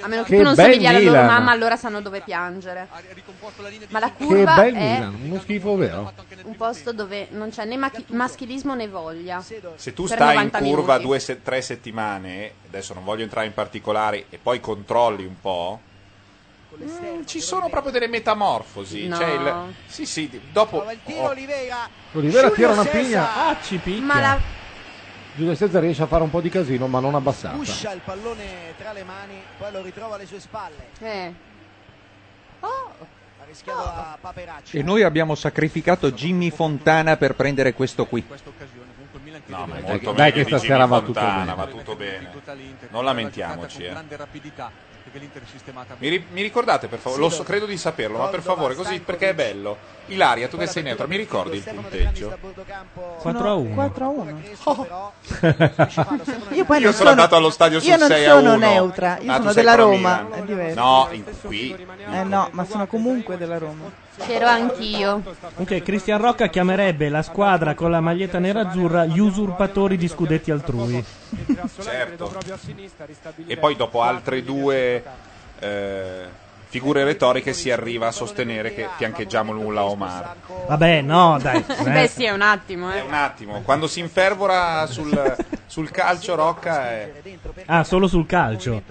A meno che,
Che
tu non
bel
somigli alla loro
Milan.
mamma, allora sanno dove piangere. Ma la
Che
curva eh.
bel
è
Milan, uno schifo vero?
un posto dove non c'è né machi- maschilismo né voglia.
Se tu
Per
stai in
90
curva
minuti.
due, se- tre settimane, adesso non voglio entrare in particolari, e poi controlli un po', mm, ci sono proprio delle metamorfosi.
No.
C'è Cioè, il, sì, sì, di- dopo... oh,
Oliveira.
Olivera
Giulio
tira una
Cesar.
pigna.
Ah, ci picchia.
Ma la-
Giulio Cesare riesce a fare un po' di casino, ma non abbassata.
Puscia il pallone tra le mani, poi lo ritrova alle sue spalle.
Eh.
Ha rischiato
Oh.
a Paperacci.
E noi abbiamo sacrificato Jimmy Fontana per prendere questo qui.
No, ma è
Dai
Oh, molto
che-
meglio
dai che
di Jimmy
stasera va tutto
Fontana,
bene.
va tutto bene. Non lamentiamoci. eh. Mi, ri- mi ricordate per favore? Lo so- credo di saperlo, ma per favore, così perché è bello. Ilaria, tu che sei neutra, mi ricordi il punteggio?
4 a 1.
4 a 1.
Io
poi non
sono
sono-
andato allo stadio sul
io non
6 a 1.
sono neutra, io
Ah, tu
sono
sei
della
pro
Roma,
Milan.
è diverso.
No, in- qui
Eh no, ma sono comunque della Roma.
C'ero anch'io.
Ok, Cristian Rocca chiamerebbe la squadra con la maglietta nerazzurra gli usurpatori di scudetti altrui.
certo. E poi dopo altre due eh, figure retoriche si arriva a sostenere che fiancheggiamo l'Ulla Omar.
Vabbè, no,
Eh,
dai.
Beh, sì, è un attimo,
È
eh.
un attimo, quando si infervora sul, sul calcio Rocca è...
Ah, solo sul calcio.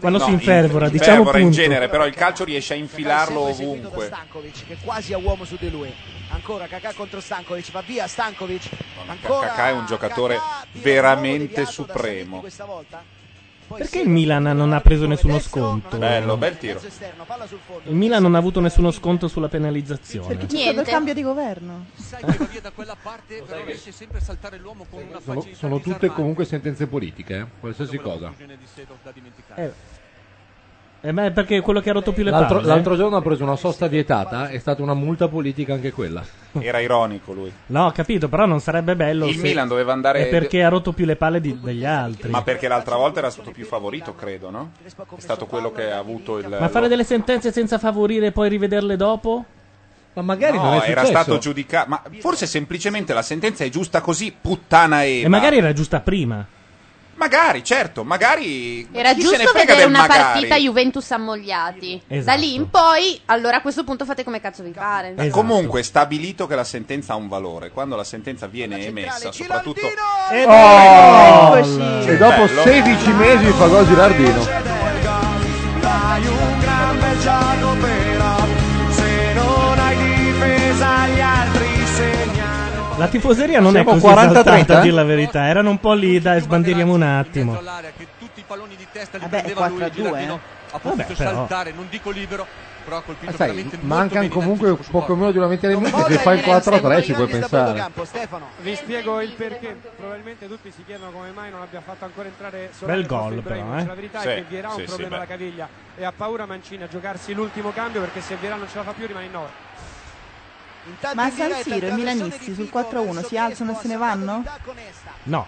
Quando
No,
si infervora,
in-
diciamo
infervora
punto.
in genere, però il calcio riesce a infilarlo ovunque.
Stankovic che è quasi a uomo su di lui. Ancora Kakà contro Stankovic, va via Stankovic. Ancora
Kakà è un giocatore veramente supremo.
Perché il Milan non ha preso nessuno sconto?
Bello, bel tiro.
Il Milan non ha avuto nessuno sconto sulla penalizzazione.
Perché c'è stato il cambio di governo.
Sono, sono tutte comunque sentenze politiche, eh, qualsiasi cosa.
Eh beh, perché quello che ha rotto più le
L'altro,
palle.
l'altro giorno ha preso una sosta vietata, è stata una multa politica anche quella.
Era ironico lui.
No, ho capito, però non sarebbe bello
Il
se-
Milan doveva andare-
È perché ha rotto più le palle di- degli altri.
Ma perché l'altra volta era stato più favorito, credo, no? È stato quello che ha avuto il...
Ma fare delle sentenze senza favorire e poi rivederle dopo?
Ma magari
No, era stato giudicato. Ma forse semplicemente la sentenza è giusta così, puttana Eva.
E magari era giusta prima.
Magari, certo, magari.
Era
chi se ne
giusto
frega
vedere
del
una
magari?
partita Juventus ammogliati.
Esatto.
Da lì in poi, allora a questo punto fate come cazzo vi pare.
Esatto.
Esatto.
Ma Comunque è stabilito che la sentenza ha un valore. Quando la sentenza viene emessa, soprattutto. Eh,
E,
Oh,
dopo- e dopo
bello.
16 mesi fa gol Girardino.
Dai un gran bel gioco però Se non hai difesa gli altri segnano
La tifoseria non
Siamo
è così
40-30?
esaltata, a dire la verità. Erano un po' lì, dai, sbandieriamo un attimo.
Vabbè, 4 a 2. eh.
Ha potuto
Vabbè, però.
saltare, non dico libero, però ha colpito
Ma sai,
veramente molto
mancano
bene.
comunque poco meno di una ventina di minuti. Se fai il 4 a 3 ci puoi pensare.
Vi spiego il perché. Probabilmente tutti si chiedono come mai non abbia fatto ancora entrare solo
Bel gol, però, eh.
La verità
Sì,
è che Vierà ha
sì,
un
sì,
problema
beh.
alla caviglia e ha paura Mancini a giocarsi l'ultimo cambio perché se Vierà non ce la fa più rimane in 9.
Ma a San Siro i milanisti sul 4-1 si alzano e se ne vanno?
No,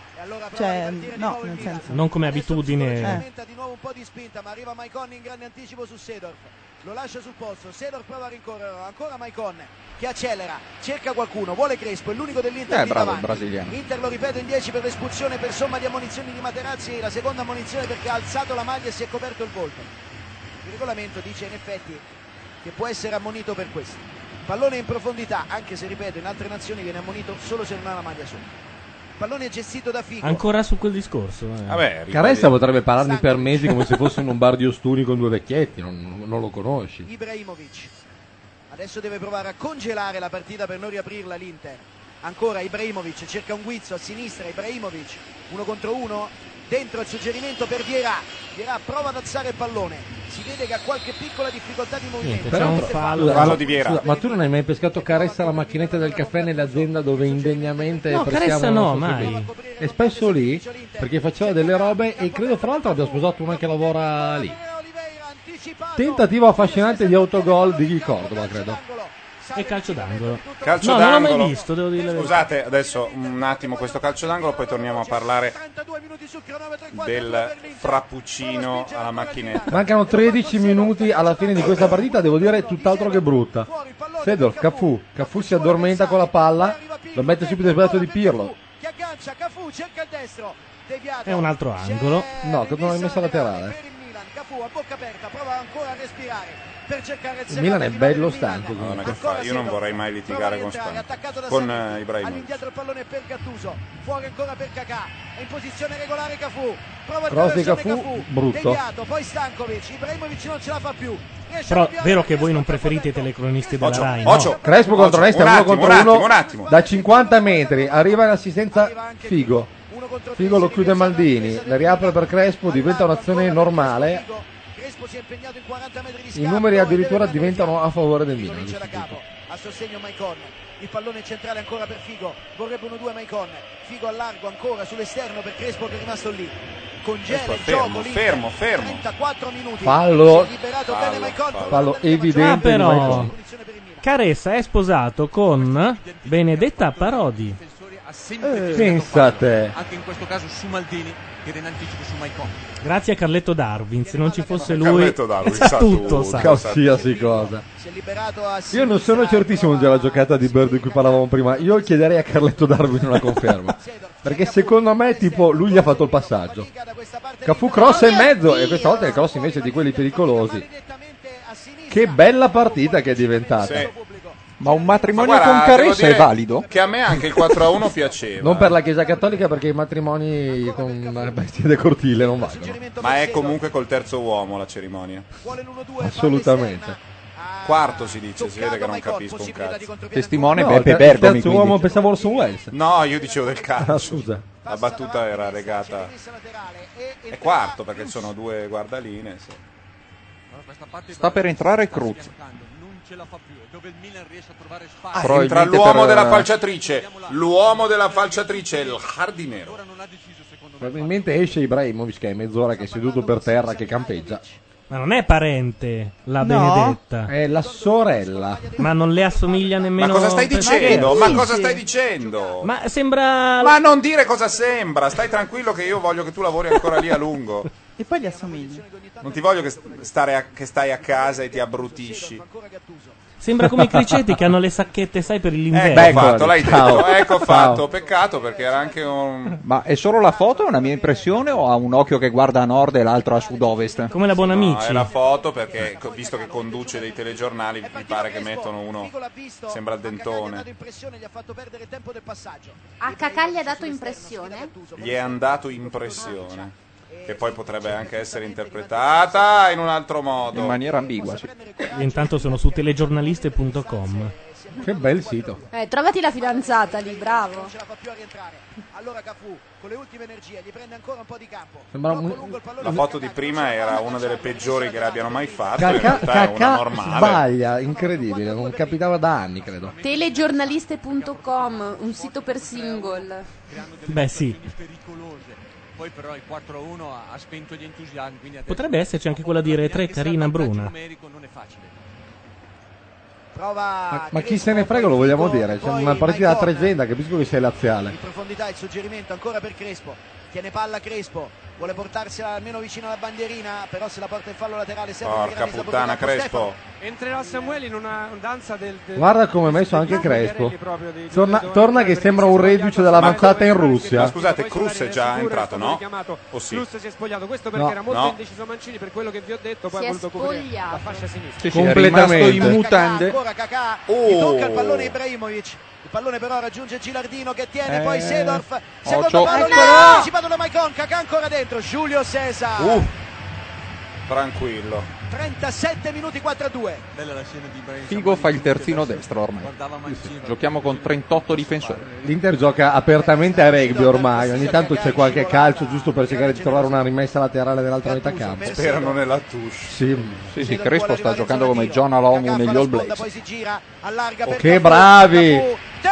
Cioè, no, nel senso.
non come abitudine.
Tenta di nuovo un po' di spinta, ma arriva Maicon in grande anticipo su Sedorf. Lo lascia sul posto, Sedorf prova a rincorrere, ancora Maicon che accelera, cerca qualcuno, vuole Crespo, è l'unico dell'Inter
Eh,
lì
bravo il
davanti.
brasiliano.
Inter lo ripete in 10 per l'espulsione per somma di ammonizioni di Materazzi, la seconda ammonizione perché ha alzato la maglia e si è coperto il volto. Il regolamento dice in effetti che può essere ammonito per questo. Pallone in profondità, anche se ripeto in altre nazioni viene ammonito solo se non ha la maglia sopra. Pallone gestito da Figo.
Ancora su quel discorso. eh.
Caressa potrebbe parlarmi per mesi come se fosse in un bar di Ostuni con due vecchietti, non, non lo conosci.
Ibrahimovic. Adesso deve provare a congelare la partita per non riaprirla l'Inter. Ancora Ibrahimovic, cerca un guizzo a sinistra, Ibrahimovic, uno contro uno, dentro il suggerimento per Vierà. Vierà prova ad alzare il pallone, si vede che ha qualche piccola difficoltà di movimento. Niente,
Scusa,
Fallo
ma-
di Viera.
scusa, ma tu non hai mai pescato Caressa la macchinetta del caffè nell'azienda dove indegnamente
No,
prestiamo
Caressa
il
no,
nostro
mai.
servizio? È spesso lì perché faceva delle robe e credo fra l'altro abbia sposato una che lavora lì. Tentativo affascinante di autogol di Cordova, credo.
E calcio d'angolo.
Calcio
no,
d'angolo.
non l'ho mai visto, devo dire la verità.
Scusate, adesso un attimo questo calcio d'angolo, poi torniamo a parlare del frappuccino alla macchinetta.
Mancano 13 minuti alla fine di questa partita, devo dire tutt'altro che brutta. Sedor, Cafu, Cafu si addormenta con la palla, lo mette subito il piatto di Pirlo.
Che aggancia, Cafu cerca il destro, deviato.
È un altro angolo. No, credo non l'hai messa laterale.
Cafu a bocca aperta, prova ancora a respirare per cercare il
Il Milan è
secondo.
bello stanco.
Madonna,
comunque.
che fa? Io non vorrei mai litigare con Span. Con eh, Ibrahimovic.
All'indietro il pallone per Gattuso, fuori ancora per Kakà, è in posizione regolare Cafu, prova
Cross di
attraversare
Cafu, brutto.
deviato, poi Stankovic, Ibrahimovic non ce la fa più. Riesce a
Però
deviare,
vero che voi non preferite i telecronisti della
Ocio,
Rai,
Ocio,
no?
Crespo contro
Ocio,
Nesta,
un
uno
attimo,
contro
un attimo,
uno,
un attimo.
da 50 metri, arriva in assistenza Figo. Figo lo chiude Maldini, la riapre per Crespo, diventa un'azione normale. I numeri addirittura diventano a favore del Milan.
a sostegno Maicon. Il pallone centrale ancora per Figo, vorrebbe uno due Maicon. Figo a largo ancora sull'esterno per Crespo che è rimasto lì. Congela
Crespo è
il gioco
fermo,
l'Inter.
fermo, fermo.
34 minuti.
Fallo.
Si è liberato bene Maicon.
Fallo evidente.
Ah,
di
però.
Maicon.
Caressa è sposato con Benedetta Parodi.
Ha sempre
Eh. Pensa
cercato fallo,
te.
Anche in questo caso su Maldini, che era in anticipo su Maicon.
Grazie a Carletto Darwin, se non ci fosse lui,
Carletto Darwin
sa
sa
tutto,
tutto,
sa.
qualsiasi cosa. Io non sono certissimo della giocata di Bird di cui parlavamo prima. Io chiederei a Carletto Darwin una conferma. Perché secondo me, tipo, lui gli ha fatto il passaggio. Cafu cross e mezzo, e questa volta il cross invece di quelli pericolosi. Che bella partita che è diventata.
Sì.
Ma un
Ma
matrimonio
guarda, devo dire Che a me anche il 4 a 1 piaceva.
Non per la Chiesa Cattolica perché i matrimoni con la bestia del cortile non valgono.
Ma è comunque col terzo uomo la cerimonia. Ah,
Assolutamente.
Quarto si dice, si vede che non capisco un cazzo.
Testimone
No,
Beppe
il
Bergomi.
terzo
quindi.
uomo pensavo Orson Welles.
No, io dicevo del calcio.
Ah, scusa.
La battuta era legata. È quarto perché sono due guardaline. sì.
Ah, Sta per entrare Cruz.
Ah,
Probabilmente
entra l'uomo
per-
della falciatrice. L'uomo della falciatrice, il hardinero.
Probabilmente esce Ibrahimovic che è mezz'ora che è seduto per terra che campeggia.
Ma non è parente la
No,
Benedetta.
È la sorella.
Ma non le assomiglia
Ma
nemmeno
cosa stai
per
dicendo? Ma
scherzo.
cosa stai dicendo?
Ma sembra.
Ma non dire cosa sembra, stai tranquillo che io voglio che tu lavori ancora lì a lungo.
E poi gli assomiglia.
Non ti voglio che, st- stare a- che stai a casa e ti abbrutisci.
Sembra come i criceti che hanno le sacchette, sai, per l'inverno.
Ecco fatto, l'hai detto,
Ciao.
ecco
Ciao.
fatto. Peccato perché era anche un...
Ma è solo la foto una mia impressione o ha un occhio che guarda a nord e l'altro a sud-ovest?
Come la buona
No, è la foto perché, co- visto che conduce dei telegiornali, mi pare che mettono uno. Sembra il dentone.
A Cacagli ha dato impressione.
Gli è andato impressione. Che poi potrebbe anche essere interpretata in un altro modo.
In maniera ambigua.
Io Intanto sono su telegiornaliste.com.
Che bel sito.
Eh, trovati la fidanzata lì, bravo.
Allora Cafu con le ultime energie gli prende ancora un po' di campo.
Sembra un-
La foto di prima era una delle peggiori che le abbiano mai fatto. In
Cacà,
realtà è una
Cacà
normale.
sbaglia, incredibile, non capitava da anni credo.
Telegiornaliste.com, un sito per single.
Beh, Eh sì.
Poi però il 4 a 1 ha, ha spento gli entusiasmi. Quindi adesso-
Potrebbe esserci anche quella di Re 3, carina Bruna.
numerico non è facile.
Ma, ma chi se ne frega lo vogliamo dire, c'è una partita da tregenda, capisco che sei laziale.
In profondità il suggerimento ancora per Crespo. Tiene palla Crespo. Vuole portarsela almeno vicino alla bandierina. Però se la porta in fallo laterale serve
Porca puttana, Crespo.
Entrerà Samueli in una danza del, del-
Guarda come ha messo anche Crespo.
proprio dei-
Torna, torna che sembra un reduce dell'avanzata in
Ma
Russia.
scusate, Cruz è già entrato, no? O sì?
Cruz si è spogliato, questo perché
No.
era molto
No.
indeciso Mancini per quello che vi ho detto, poi
Si
ha
è
voluto coprire
spogliato.
la fascia sinistra.
Sì, sì, è rimasto in mutande.
Ancora Kakà.
Oh.
Gli tocca il pallone Ibrahimovic. Il pallone però raggiunge Gilardino che tiene,
Eh.
poi
Oh,
Sedorf. Secondo
Occhio.
palo
Eccolo!
libero anticipato da Maicon. Kakà ancora dentro. Giulio Cesar.
Uh, tranquillo.
37 minuti 4 a 2.
Bella la scena di Ibrahim.
Figo fa il terzino destro ormai. Giochiamo con 38 difensori.
L'Inter gioca apertamente a rugby ormai, ogni tanto c'è qualche calcio giusto per cercare di trovare una rimessa laterale dell'altra metà campo.
Sperano nella touche.
Sì.
Sì, sì, Crespo sta giocando come John Alomu negli All Blacks.
Oh, che bravi!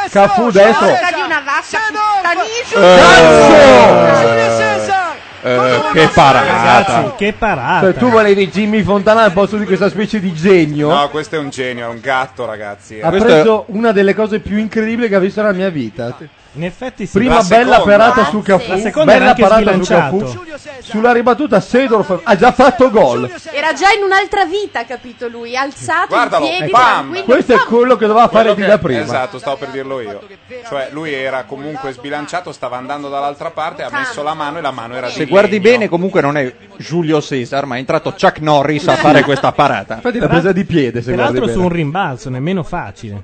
Cafu destro. Eh.
di una vacca puttanisci-
Eh,
che
Ragazzi, che parata!
Cioè, tu volevi Jimmy Fontana al posto di questa specie di genio?
No, questo è un genio, è un gatto, ragazzi.
Ha preso una delle cose più incredibili che ho visto nella mia vita.
In effetti sì.
Prima
La
bella
seconda.
parata su Cafu,
La seconda era
bella
anche
parata su
sbilanciato.
Cafu. Sulla ribattuta Sedorf ha già fatto gol.
Era già in un'altra vita, capito lui? Alzato
Guardalo,
in piedi,
bam!
tranquillo.
Questo è quello che doveva fare di
Quello
da
che-
prima.
Esatto, stavo per dirlo io. Cioè, lui era comunque sbilanciato, stava andando dall'altra parte, ha messo la mano e la mano era
Se
di
guardi bene, comunque non è Giulio Cesar, ma è entrato Chuck Norris a fare questa parata.
Infatti l'ha presa di piede, se guardi
Peraltro su un
bene.
rimbalzo, nemmeno facile.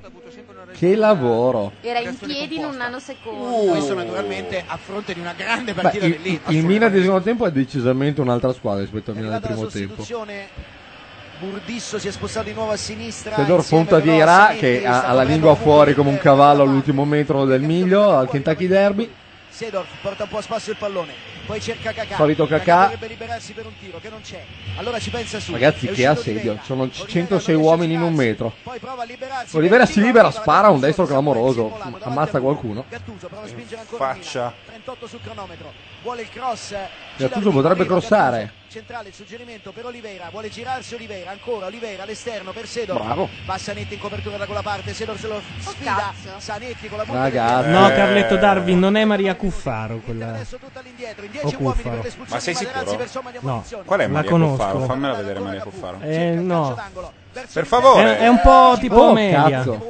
Che lavoro.
Era in piedi in un nanosecondo.
Questo naturalmente a fronte di una grande
Beh,
partita
il,
dell'Inter.
il Milan del secondo tempo è decisamente un'altra squadra rispetto al Milan del
Arrivata la
primo tempo.
sostituzione. Burdisso si è spostato di nuovo a sinistra.
Fedor
insieme
Fonta
però a
Vieira
Zanetti,
che ha,
sta
ha la
correndo
lingua
un po'
fuori
di
come un
terra.
cavallo all'ultimo metro del miglio al Kentucky Derby.
Sedorf porta un po' a spasso il pallone, poi cerca Kakà.
Solito Kakà.
dovrebbe liberarsi per un tiro che non c'è. Allora ci pensa su.
Ragazzi
È
che
uscito Di
assedio,
Vera.
sono 106 uomini in un metro.
Poi prova a liberarsi.
Olivera si libera, spara un destro clamoroso, ammazza qualcuno.
Gattuso prova a spingere ancora
Faccia.
il Milan. 28 sul cronometro. Vuole il cross. eh,
Gattuso Cioè, potrebbe crossare.
Centrale il suggerimento per Oliveira, vuole girarsi Oliveira, ancora Oliveira all'esterno per Sedor.
Bravo.
Va Sanetti in copertura da quella parte, Sedor se lo sfida. Sanetti con la punta
Ragazzi.
No, Carletto Darwin, non è Maria Cuffaro quella. O Cuffaro.
Ma sei sicuro?
No,
Qual è
la
Maria Cuffaro?
conosco.
Fammela vedere Maria Cuffaro.
Eh, no.
Per favore.
È, è un po' tipo
Oh,
Omelia.
cazzo.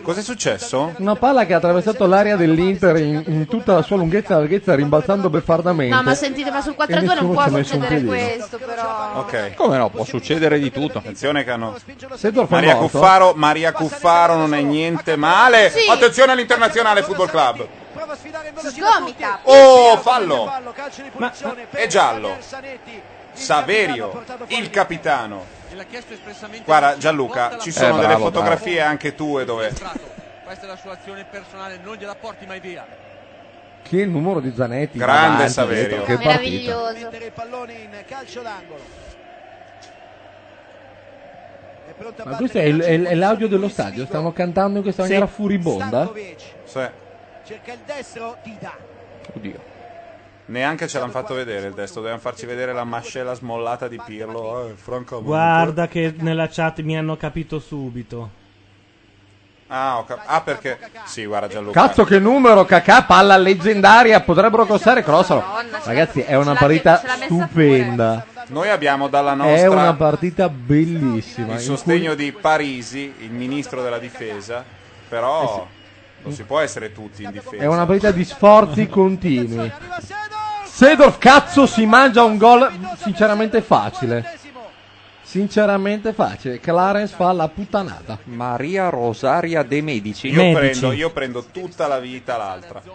Cos'è successo?
Una palla che ha attraversato l'area dell'Inter in, in tutta la sua lunghezza e larghezza, rimbalzando beffardamente.
No, ma sentite, ma sul 4-2 non
nessuno
può
ci ha messo un
succedere
piedino.
questo, però.
Ok. Come no? Può succedere di tutto. Attenzione che hanno...
Sedorf è
Maria
morto?
Cuffaro, Maria Cuffaro non è niente male.
Sì.
Attenzione all'Internazionale Football Club.
Sgomita.
Oh, fallo! Ma è giallo. Saverio, il capitano. Guarda Gianluca, ci
Eh,
sono delle
bravo,
fotografie anche tue dove
Questa è la sua azione personale, non gliela porti mai via.
Che numero di Zanetti.
Grande
davanti,
Saverio.
dietro, Che partita.
Mettere il pallone in calcio d'angolo. È pronta
Ma questo è, il- è- è l'audio dello stadio, stanno cantando in questa
Sì.
maniera furibonda.
Cerca il destro, Dida.
Oddio. Neanche ce l'hanno fatto vedere il testo, dovevano farci vedere la mascella smollata di Pirlo. Eh, Franco
Guarda che nella chat mi hanno capito subito.
Ah, ho cap- ah, perché Sì, guarda Gianluca.
Cazzo che numero, cacà, palla leggendaria, potrebbero crossare, crossano. Ragazzi, è una partita stupenda.
Noi abbiamo dalla
È
nostra
una partita bellissima.
il
in cui-
sostegno di Parisi, il ministro della difesa, però
Eh
non si può essere tutti in difesa.
È una partita di sforzi continui. Sedorf, cazzo, si mangia un gol sinceramente facile. Sinceramente facile. Clarence fa la puttanata.
Maria Rosaria De Medici.
Io prendo, io prendo tutta la vita l'altra. Cioè,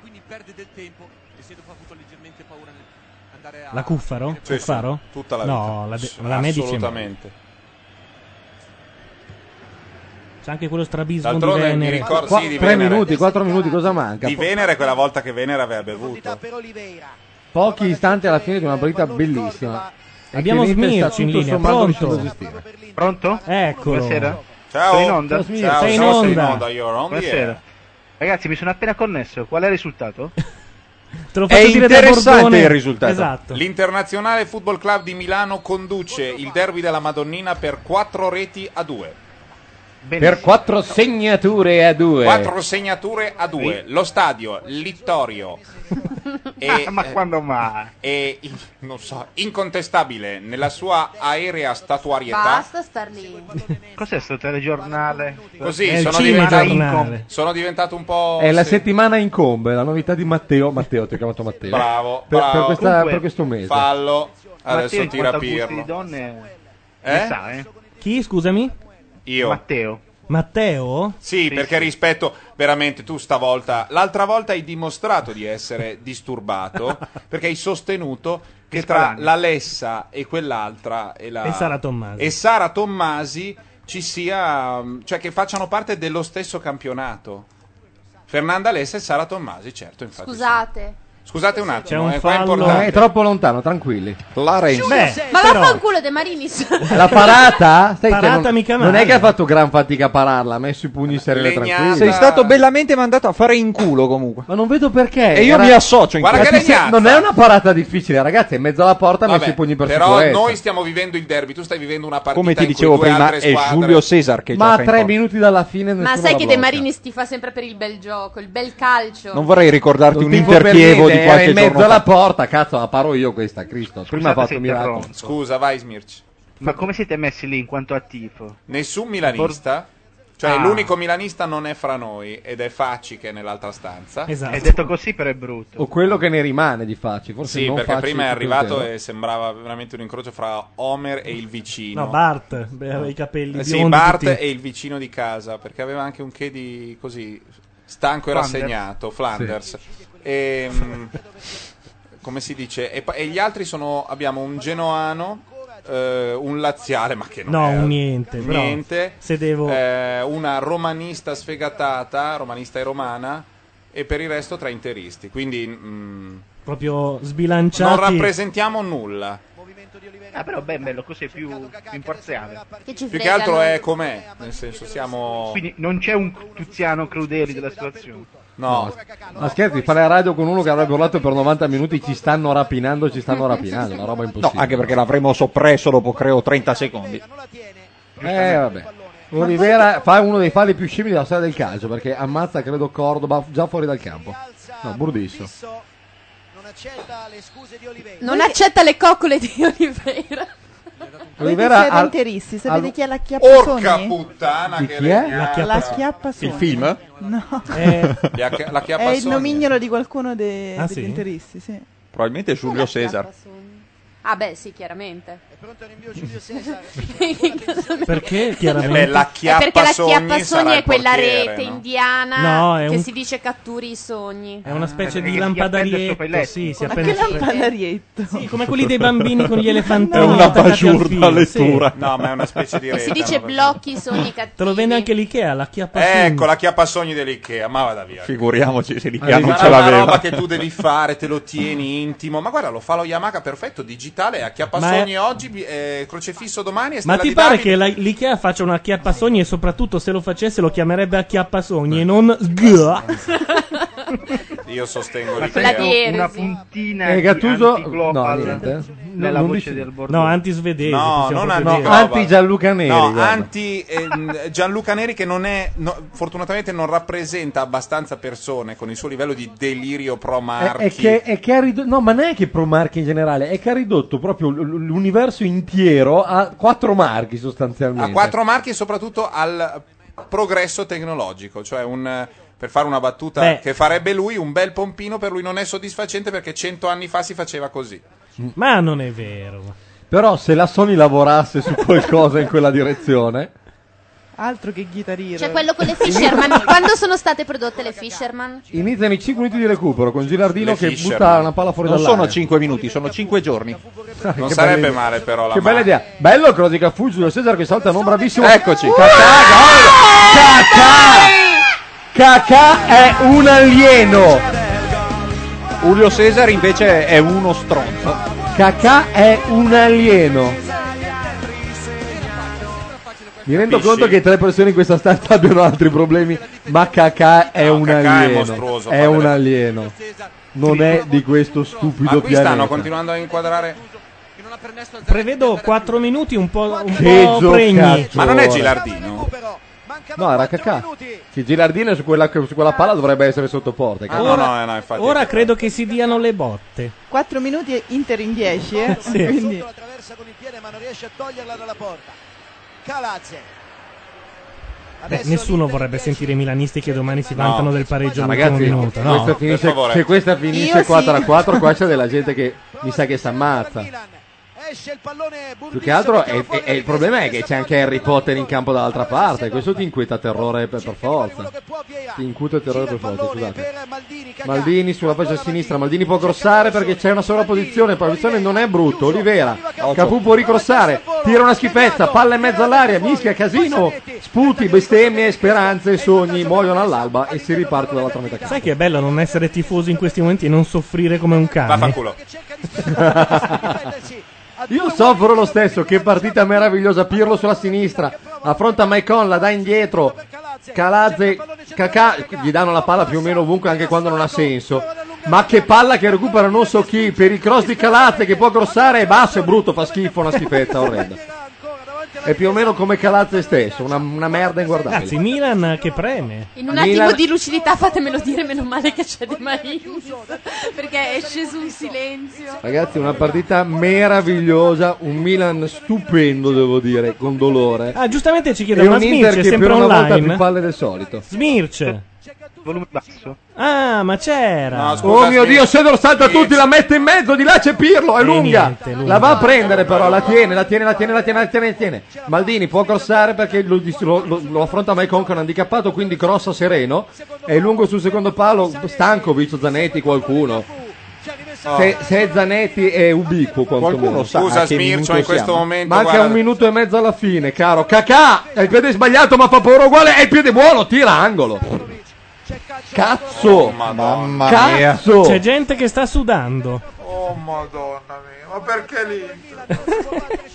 Quindi perde del tempo e Sedov ha avuto leggermente paura nell'andare a...
La Cuffaro?
Sì, sì,
Cuffaro?
tutta la vita.
no, la, de-
Sì,
la Medici.
Assolutamente.
C'è anche quello strabismo di
D'altronde mi
Venere.
ricordo,
Qua-
sì, di
tre
Venere.
minuti, quattro minuti, cosa manca?
Di Venere quella volta che Venere aveva bevuto.
Pochi istanti alla fine di una partita bellissima. E
Abbiamo
che l'Inter
Smirci
sta
in
tutto
linea,
sommato riuscendo a
pronto?
gestire.
Pronto?
Eccolo.
Buonasera.
Ciao.
Sei in onda?
Ciao, Smir. Ciao, Sei in ciao, sei in onda. onda, you're on the air.
Buonasera. Ragazzi, mi sono appena connesso. Qual è il risultato?
Te
È interessante il
risultato.
Esatto.
L'Internazionale Football Club di Milano conduce il derby della Madonnina per 4 reti a 2.
Per quattro segnature a due.
4 segnature a 2. Lo stadio Littorio è
Ma quando mai?
è in- non so, incontestabile nella sua aerea statuarietà.
Basta star lì.
Cos'è sto telegiornale?
Così
È il
sono
cinema
diventato,
giornale.
sono diventato un po'.
È la
Oh, sì.
settimana incombe, la novità di Matteo. Matteo, ti ho chiamato Matteo.
Bravo,
Per, per
bravo.
questa-
Comunque,
per questo mese.
Fallo, adesso
Matteo, tira
tira
gusti di
Pirlo.
donne.
Eh?
ne sa, eh?
Chi, scusami?
Io.
Matteo.
Matteo?
Sì, perché rispetto veramente tu stavolta, l'altra volta hai dimostrato di essere disturbato perché hai sostenuto che tra
Sparani.
la Lessa e quell'altra e, la-
E Sara Tommasi.
e Sara Tommasi ci sia, mm, cioè che facciano parte dello stesso campionato. Fernanda Lessa e Sara Tommasi, certo, infatti.
Scusate.
Scusate un
C'è
attimo,
un
eh, qua è
fallo-
importante.
È troppo lontano, tranquilli.
Beh, ma
Eh, però-
vaffanculo De Marinis.
La parata? Sai, cioè,
Parata
non,
mica
non
male.
è che ha fatto gran fatica a pararla, ha messo i pugni sereni e tranquilli.
Sei stato bellamente mandato a fare in culo comunque.
Ma non vedo perché.
E io
Era-
mi associo in questo.
Ragazzi, Non è una parata difficile, ragazzi, è in mezzo alla porta, ha messo
Vabbè,
i pugni per
però
sicurezza.
noi stiamo vivendo il derby, tu stai vivendo una partita
Come ti
in cui
dicevo
due
prima,
altre
è
squadre-
Giulio Cesar che
Ma a
gioca in
tre
porta.
minuti dalla fine nessuno
Ma sai che
la
De
blocca.
Marinis ti fa sempre per il bel gioco, il bel calcio.
Non vorrei ricordarti un
Non dico
Inter
per
Chievo
niente,
di
era
qualche
in mezzo
giorno
alla
fa.
porta, cazzo, la paro io questa, Cristo. Prima ha fatto un miracolo.
Scusa, vai Smirci.
Ma come siete messi lì in quanto a tifo?
Nessun milanista. Cioè,
Ah.
l'unico milanista non è fra noi ed è Facci che è nell'altra stanza.
Esatto.
È detto così però è brutto.
O quello che ne rimane di Facci, forse
Sì,
non
perché
Facci
prima è
tutto
arrivato
intero.
e sembrava veramente un incrocio fra Homer e il vicino.
No, Bart. Beh, aveva i capelli
Eh sì,
biondi.
Bart
tutti.
e il vicino di casa, perché aveva anche un che di così stanco e
Flanders.
rassegnato, Flanders. E, mm, come si dice? E, pa- e gli altri sono abbiamo un genoano, eh, un laziale, ma che non
No,
era-
un niente, però,
niente.
se devo-
eh, una romanista sfegatata, romanista e romana e per il resto tra interisti. Quindi mm,
Proprio
non
sbilanciati.
rappresentiamo nulla.
Ah però ben bello, così è più, più imparziale.
Più che altro è com'è, nel senso siamo
Quindi non c'è un Tiziano Crudeli della situazione.
No.
Ma scherzi, fare la radio con uno che avrebbe urlato per 90 minuti ci stanno rapinando, ci stanno rapinando, una roba
No,
impossibile.
anche perché l'avremmo soppresso dopo creo 30 secondi.
Eh, vabbè. Olivera fa uno dei falli più scemi della storia del calcio perché ammazza credo Cordoba già fuori dal campo. No, burdisso.
Non accetta le coccole di Oliveira.
Voi
Olivera
Olivera siete
al-
interisti, sapete
al-
chi è la Chiappasogni?
Porca puttana
Di
che
chi è?
regna.
La
La Chiappasogni.
Il film?
No.
Eh.
La chi-
Eh,
la
è il
Chiappasogni.
nomignolo di qualcuno de-
Ah,
degli
sì?
interisti, sì.
Probabilmente Giulio Cesar.
Ah beh, sì, chiaramente. È
pronto il rinvio Giulio Cesar.
Perché
Eh
chiaramente?
beh, la
È perché la
Chiappasogni
Chiappasogni
sarà il
è quella
portiere,
rete
no?
indiana
No, è
che
un-
si dice catturi i sogni.
È una
Eh,
specie
perché
di
si appende sopra i
lampadario.
letti.
Sì, si
Ma
appende
che
sopra i letti.
Panarietto.
Sì, come quelli dei bambini con gli elefantini.
È una
attaccati al
bajour
filo,
da lettura.
sì.
No, ma è una specie di
E
Eh,
rete.
si dice
no?
blocchi i sogni cattivi.
Te lo vende anche l'Ikea, la chiappa
Ecco la chiappasogni dell'Ikea, ma vada via.
Figuriamoci
Ah,
se Richiamo
Sarà
non ce
Eh, una roba
l'aveva.
che tu devi fare, te lo tieni intimo. Ma guarda, lo fa lo Yamaha perfetto, digitale, a
Ma
chiappasogni oggi, bi- eh, crocefisso domani e
Ma
stella
ti
di
pare
Davide.
che la- l'Ikea faccia una chiappasogni e soprattutto se lo facesse lo chiamerebbe acchiappasogni e non
Eh,
sg?
Io sostengo
Ma
l'Ikea.
sento una puntina
Eh,
di
Gattuso-
no,
antiglobal
niente.
nella
Non- non
voce
dici-
del Bordeaux.
No, anti-svedesi.
No,
possiamo
non
proprio
anti,
dire.
Global.
anti-Gianluca Neri,
No,
guarda.
anti ehm, Gianluca Neri che non è no, fortunatamente non rappresenta abbastanza persone con il suo livello di delirio pro
È,
marchi.
è che, è che ha ridotto, no, ma non è che pro marchi in generale, è che ha ridotto proprio l- l- l'universo intero a quattro marchi sostanzialmente.
A quattro marchi e soprattutto al progresso tecnologico, cioè un eh, per fare una battuta
Beh.
che farebbe lui, un bel pompino per lui non è soddisfacente perché cento anni fa si faceva così.
Ma non è vero.
Però se la Sony lavorasse su qualcosa in quella direzione,
Altro che chitarrino.
Cioè quello con le Fisherman. Quando sono state prodotte le Fisherman?
iniziano i 5 minuti di recupero con Gilardino
Le
che
Fisher.
butta una palla fuori
Non
dall'area.
sono 5 minuti, sono 5 giorni.
Non sarebbe male però la
Che bella idea. Bello il cross di Caffu, Giulio Cesare che salta non bravissimo.
Eccoci.
Cacà è un alieno.
Giulio Cesar invece è uno stronzo.
Cacà è un alieno. Mi rendo
Capisci?
conto che tre persone in questa stanza abbiano altri problemi, ma Cacà è un
Cacà è
alieno.
mostruoso,
È,
padre.
un alieno. Non è di questo
Ma
stupido
qui stanno
pianeta.
continuando a inquadrare
Prevedo 4 minuti un po', un
Che
po pregni.
giocattolo.
Ma non è Gilardino?
No, era Cacà. Che Gilardino su quella, su quella palla dovrebbe essere sotto porta.
Ah, no, no, no, infatti.
Ora credo che si diano le botte.
4 minuti e Inter in 10, eh?
Sì.
Quindi
attraversa con il piede ma non riesce a toglierla dalla porta. Calazze.
Beh, nessuno vorrebbe sentire i milanisti che domani si
No.
vantano del pareggio
Ma
all'ultimo
ragazzi,
minuto. No,
questa finisce-
Per favore.
se questa
Io
finisce
sì.
4 a 4, qua c'è della gente che mi sa che si ammazza.
Esce il pallone
Più che altro è, è- è- il problema è che c'è anche Harry Potter in campo dall'altra parte, e questo ti inquieta terrore per, per forza. Ti incuta terrore per forza, scusate. Maldini sulla fascia sinistra, Maldini può crossare perché c'è una sovrapposizione, posizione non è brutto, Olivera, Capu può ricrossare, tira una schifezza, palla in mezzo all'aria, mischia, casino, sputi, bestemmie, speranze, sogni, muoiono all'alba e si riparte dall'altra metà campo.
Sai che è bello non essere tifosi in questi momenti e non soffrire come un cane.
Vaffanculo.
Io soffro lo stesso, che partita meravigliosa, Pirlo sulla sinistra, affronta Maicon, la dà indietro, Calazze, Cacà, gli danno la palla più o meno ovunque anche quando non ha senso, ma che palla che recupera non so chi, per il cross di Calazze che può crossare è basso, è brutto, fa schifo, una schifezza orrenda. È più o meno come Calazze stesso, una, una merda
Ragazzi,
inguardabile.
Milan che preme.
In un
Milan-
attimo di lucidità fatemelo dire, meno male che c'è Di Marini. Perché è sceso un silenzio.
Ragazzi, una partita meravigliosa, un Milan stupendo devo dire, con dolore.
Ah, giustamente ci
E
chiede ma
un Inter
Smirce è
che per
sempre
una volta ha più
online.
palle del solito.
Smirce.
Volume basso.
Ah, ma c'era.
No, scusa,
Oh mio
Smir-
Dio, Sedor salta tutti, la mette in mezzo, di là c'è Pirlo, è lunga.
Eh, niente, lunga.
La va a prendere però, la tiene, la tiene, la tiene, la tiene, la tiene, la tiene. Maldini può crossare perché lo, lo- lo- lo affronta Maicon che è un handicappato, quindi crossa sereno. È lungo sul secondo palo, Stankovic, Zanetti, qualcuno. Se, se è Zanetti è ubiquo quantomeno.
Qualcuno sa
Scusa,
a che
Smircio,
minuto
in questo
siamo.
momento,
Manca
guarda-
un minuto e mezzo alla fine, caro. Cacà, è il piede sbagliato ma fa paura uguale, è il piede buono, tira angolo. Cazzo! Mamma Cazzo!
C'è gente che sta sudando.
Oh madonna mia, ma perché l'Inter?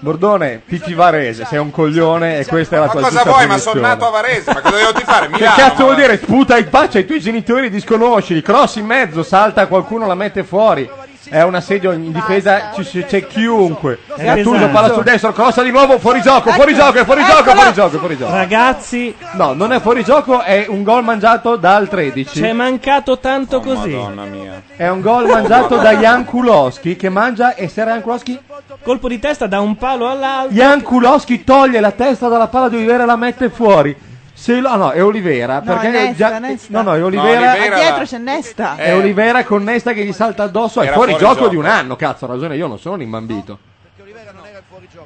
Bordone, Pici Varese, sei un coglione e questa è la
Ma
tua
cosa
giusta
vuoi? Ma
posizione.
sono nato a Varese, ma cosa devo ti fare?
Che
Milano?
cazzo vuol dire? Sputa in faccia ai tuoi genitori, disconoscili, cross in mezzo, salta qualcuno, la mette fuori. È un assedio in difesa, ci- ci- c'è chiunque.
Eh,
Gattuso,
esatto.
palla sul destro, crossa di nuovo, fuori gioco, fuori gioco, è fuori gioco, è fuori gioco, è fuori gioco.
Ragazzi,
no, non è fuori gioco, è un gol mangiato dal 13.
C'è mancato tanto così.
Madonna mia.
È un gol mangiato da Jan Kulowski che mangia e se Jan Kulowski
colpo di testa da un palo all'altro.
Jan Kulowski toglie la testa dalla palla di Olivera e la mette fuori. Se lo- ah, no, è Olivera perché
è Nesta,
già-
Nesta.
No, no, è Olivera.
Ah, dietro c'è Nesta.
È
Eh.
Olivera con Nesta che gli salta addosso. È
Era
Eh, fuori,
fuori
gioco,
gioco.
di un anno. Cazzo, ha ragione, io non sono un imbambito.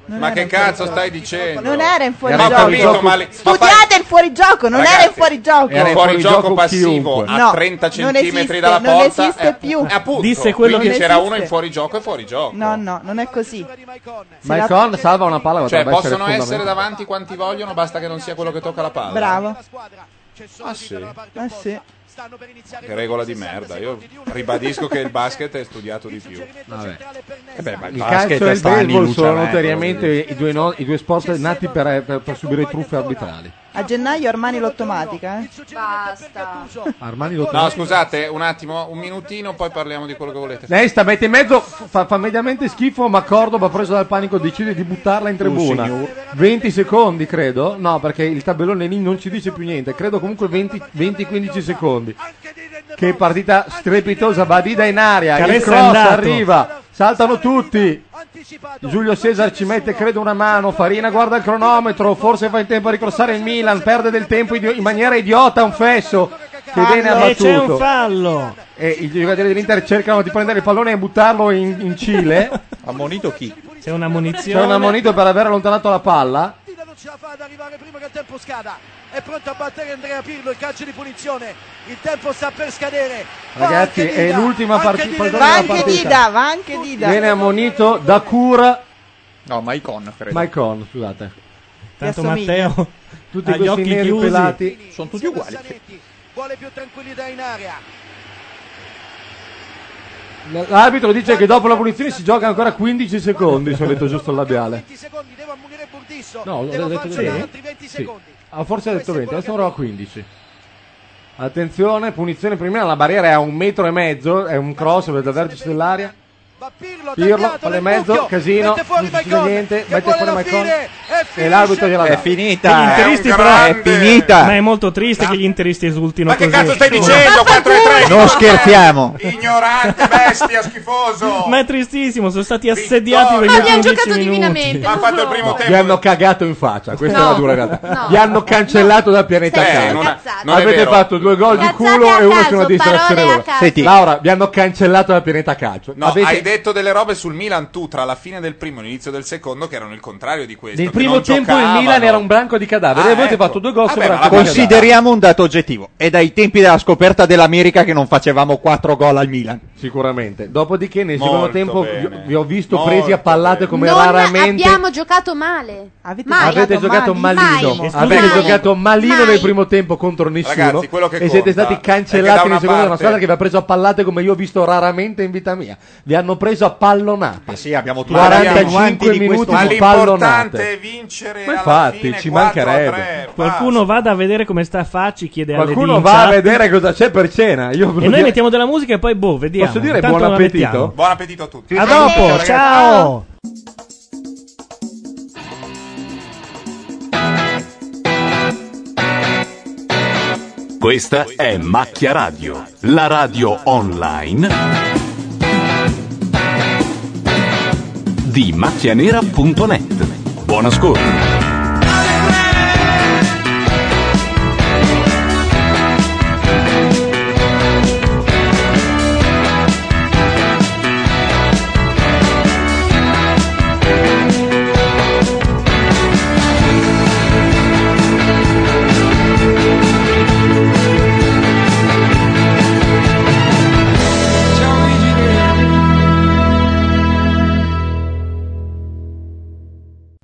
Ma che cazzo stai dicendo?
Non era in
Ma
fuorigioco.
ho capito, ma le- ma fai-
Studiate il fuorigioco, non era in fuorigioco.
Era fuori gioco passivo a
No,
30
non
centimetri
esiste,
dalla
non
porta.
esiste
eh,
più.
eh, appunto,
Disse quello
quindi
che-
c'era
Non esiste.
uno in fuori gioco e fuori gioco.
No, no, non è così.
Ma
Se
il
la-
con salva una palla.
Cioè,
potrebbe essere
possono essere
fondamentale.
davanti quanti vogliono, basta che non sia quello che tocca la palla.
Bravo.
Ah, sì.
Eh sì.
Che regola di merda. Io ribadisco che il basket è studiato di più. Eh beh, ma
Il calcio e il baseball sono
eh.
notoriamente i due, no- i due sport nati per, per- per subire truffe arbitrali.
A gennaio Armani l'ottomatica, eh.
Basta.
Armani lo
No, scusate, un attimo, un minutino, poi parliamo di quello che volete.
Lei sta mette in mezzo, fa, fa mediamente schifo, ma Cordoba preso dal panico decide di buttarla in tribuna.
signor.
20 secondi, credo. No, perché il tabellone lì non ci dice più niente. Credo comunque 20 20-15 secondi. Che partita strepitosa, Badida in aria, il
Caressa è
cross
andato.
arriva, saltano tutti. Giulio Cesar ci mette credo una mano, Farina guarda il cronometro, forse fa in tempo a ricrossare il Milan, perde del tempo idi- in maniera idiota, un fesso che viene
E
abbattuto.
c'è un fallo.
E i giocatori dell'Inter cercano di prendere il pallone e buttarlo in, in Cile. Ammonito chi?
C'è una munizione.
C'è un ammonito per aver allontanato la palla.
non ce la fa ad arrivare prima che il tempo scada. È pronto a battere Andrea Pirlo, il calcio di punizione. Il tempo sta per scadere. Va
Ragazzi,
anche
è
Dida,
l'ultima
anche
partita
Dida
della
della
partita.
partita.
Dida, va anche Dida.
Viene ammonito da Cura.
No, Maicon, credo.
Maicon, scusate.
Tanto Matteo
Tutti
ha gli
questi
occhi
neri
chiusi.
pelati.
Sono tutti uguali.
Vuole più tranquillità in area.
L- L'arbitro dice che dopo la punizione si gioca ancora 15 secondi. Se ho detto giusto il labiale.
20 secondi, devo ammonire Burdisso.
No, ho
Devo
detto
farcela
venti?
altri 20
Sì.
secondi.
Ah, forse ha detto 20, adesso ora ho 15. Attenzione, punizione prima, la barriera è a un metro e mezzo, è un cross per il vertice dell'aria. Pirlo, palla in mezzo, casino, non succede niente, mette fuori Maicon e l'arbitro gliela dà.
È finita.
Gli interisti
È un
però
grande. È finita.
Ma è molto triste che gli interisti esultino
Ma che
così.
cazzo stai dicendo? 4 e 3.
Non scherziamo.
Ignorante bestia schifoso.
Ma è tristissimo, sono stati assediati per gli
Ma gli hanno
ultimi 10
giocato
minuti.
divinamente.
Ha fatto il primo
Gli
tempo.
hanno cagato in faccia, questa
No,
è la dura realtà.
no.
Gli hanno cancellato dal pianeta
Eh,
calcio.
non è- non è
Avete
vero.
fatto due gol di
Cazzate
culo
a
e uno
caso,
su una distrazione.
parole a
loro.
caso. Senti.
Laura, vi hanno cancellato dal pianeta calcio.
No,
Avete-
hai detto delle robe sul Milan tu tra la fine del primo e l'inizio del secondo che erano il contrario di questo.
nel
che
primo
non
tempo il
giocavano.
Milan era un branco di cadaveri
Ah,
e voi avete
ecco.
fatto due gol
Vabbè,
sopra
ma
il
la
branco di cadaveri.
Consideriamo un dato oggettivo. È dai tempi della scoperta dell'America che non facevamo 4 gol al Milan.
Sicuramente. Dopodiché nel
Molto
secondo tempo
bene.
vi- vi ho visto
Molto
presi a pallate come
non
raramente.
abbiamo giocato male.
Avete
Mai.
Avete giocato malino,
Mai.
avete
Mai.
giocato malino
Mai.
nel primo tempo contro nessuno
Ragazzi, quello che
e
conta
siete stati
è che da
cancellati
una
nel secondo da una
parte-
squadra che vi ha preso a pallate come io ho visto raramente in vita mia. Vi hanno preso a pallonate. Ma
sì, abbiamo tutti
45 minuti
Ma
di
l'importante è
pallonate.
vincere
Ma
alla
infatti,
fine
ci
4 a
mancherebbe.
3.
Qualcuno vada a vedere come sta Facci, chiede alle
Qualcuno
di
va a
in chat.
vedere cosa c'è per cena. Io
E noi mettiamo della musica e poi boh, vediamo.
Posso dire
Intanto
buon
la
appetito?
mettiamo.
Buon appetito a tutti.
A dopo, ciao.
Questa è Macchia Radio, la radio online di macchianera.net. Buon ascolto.
Oh.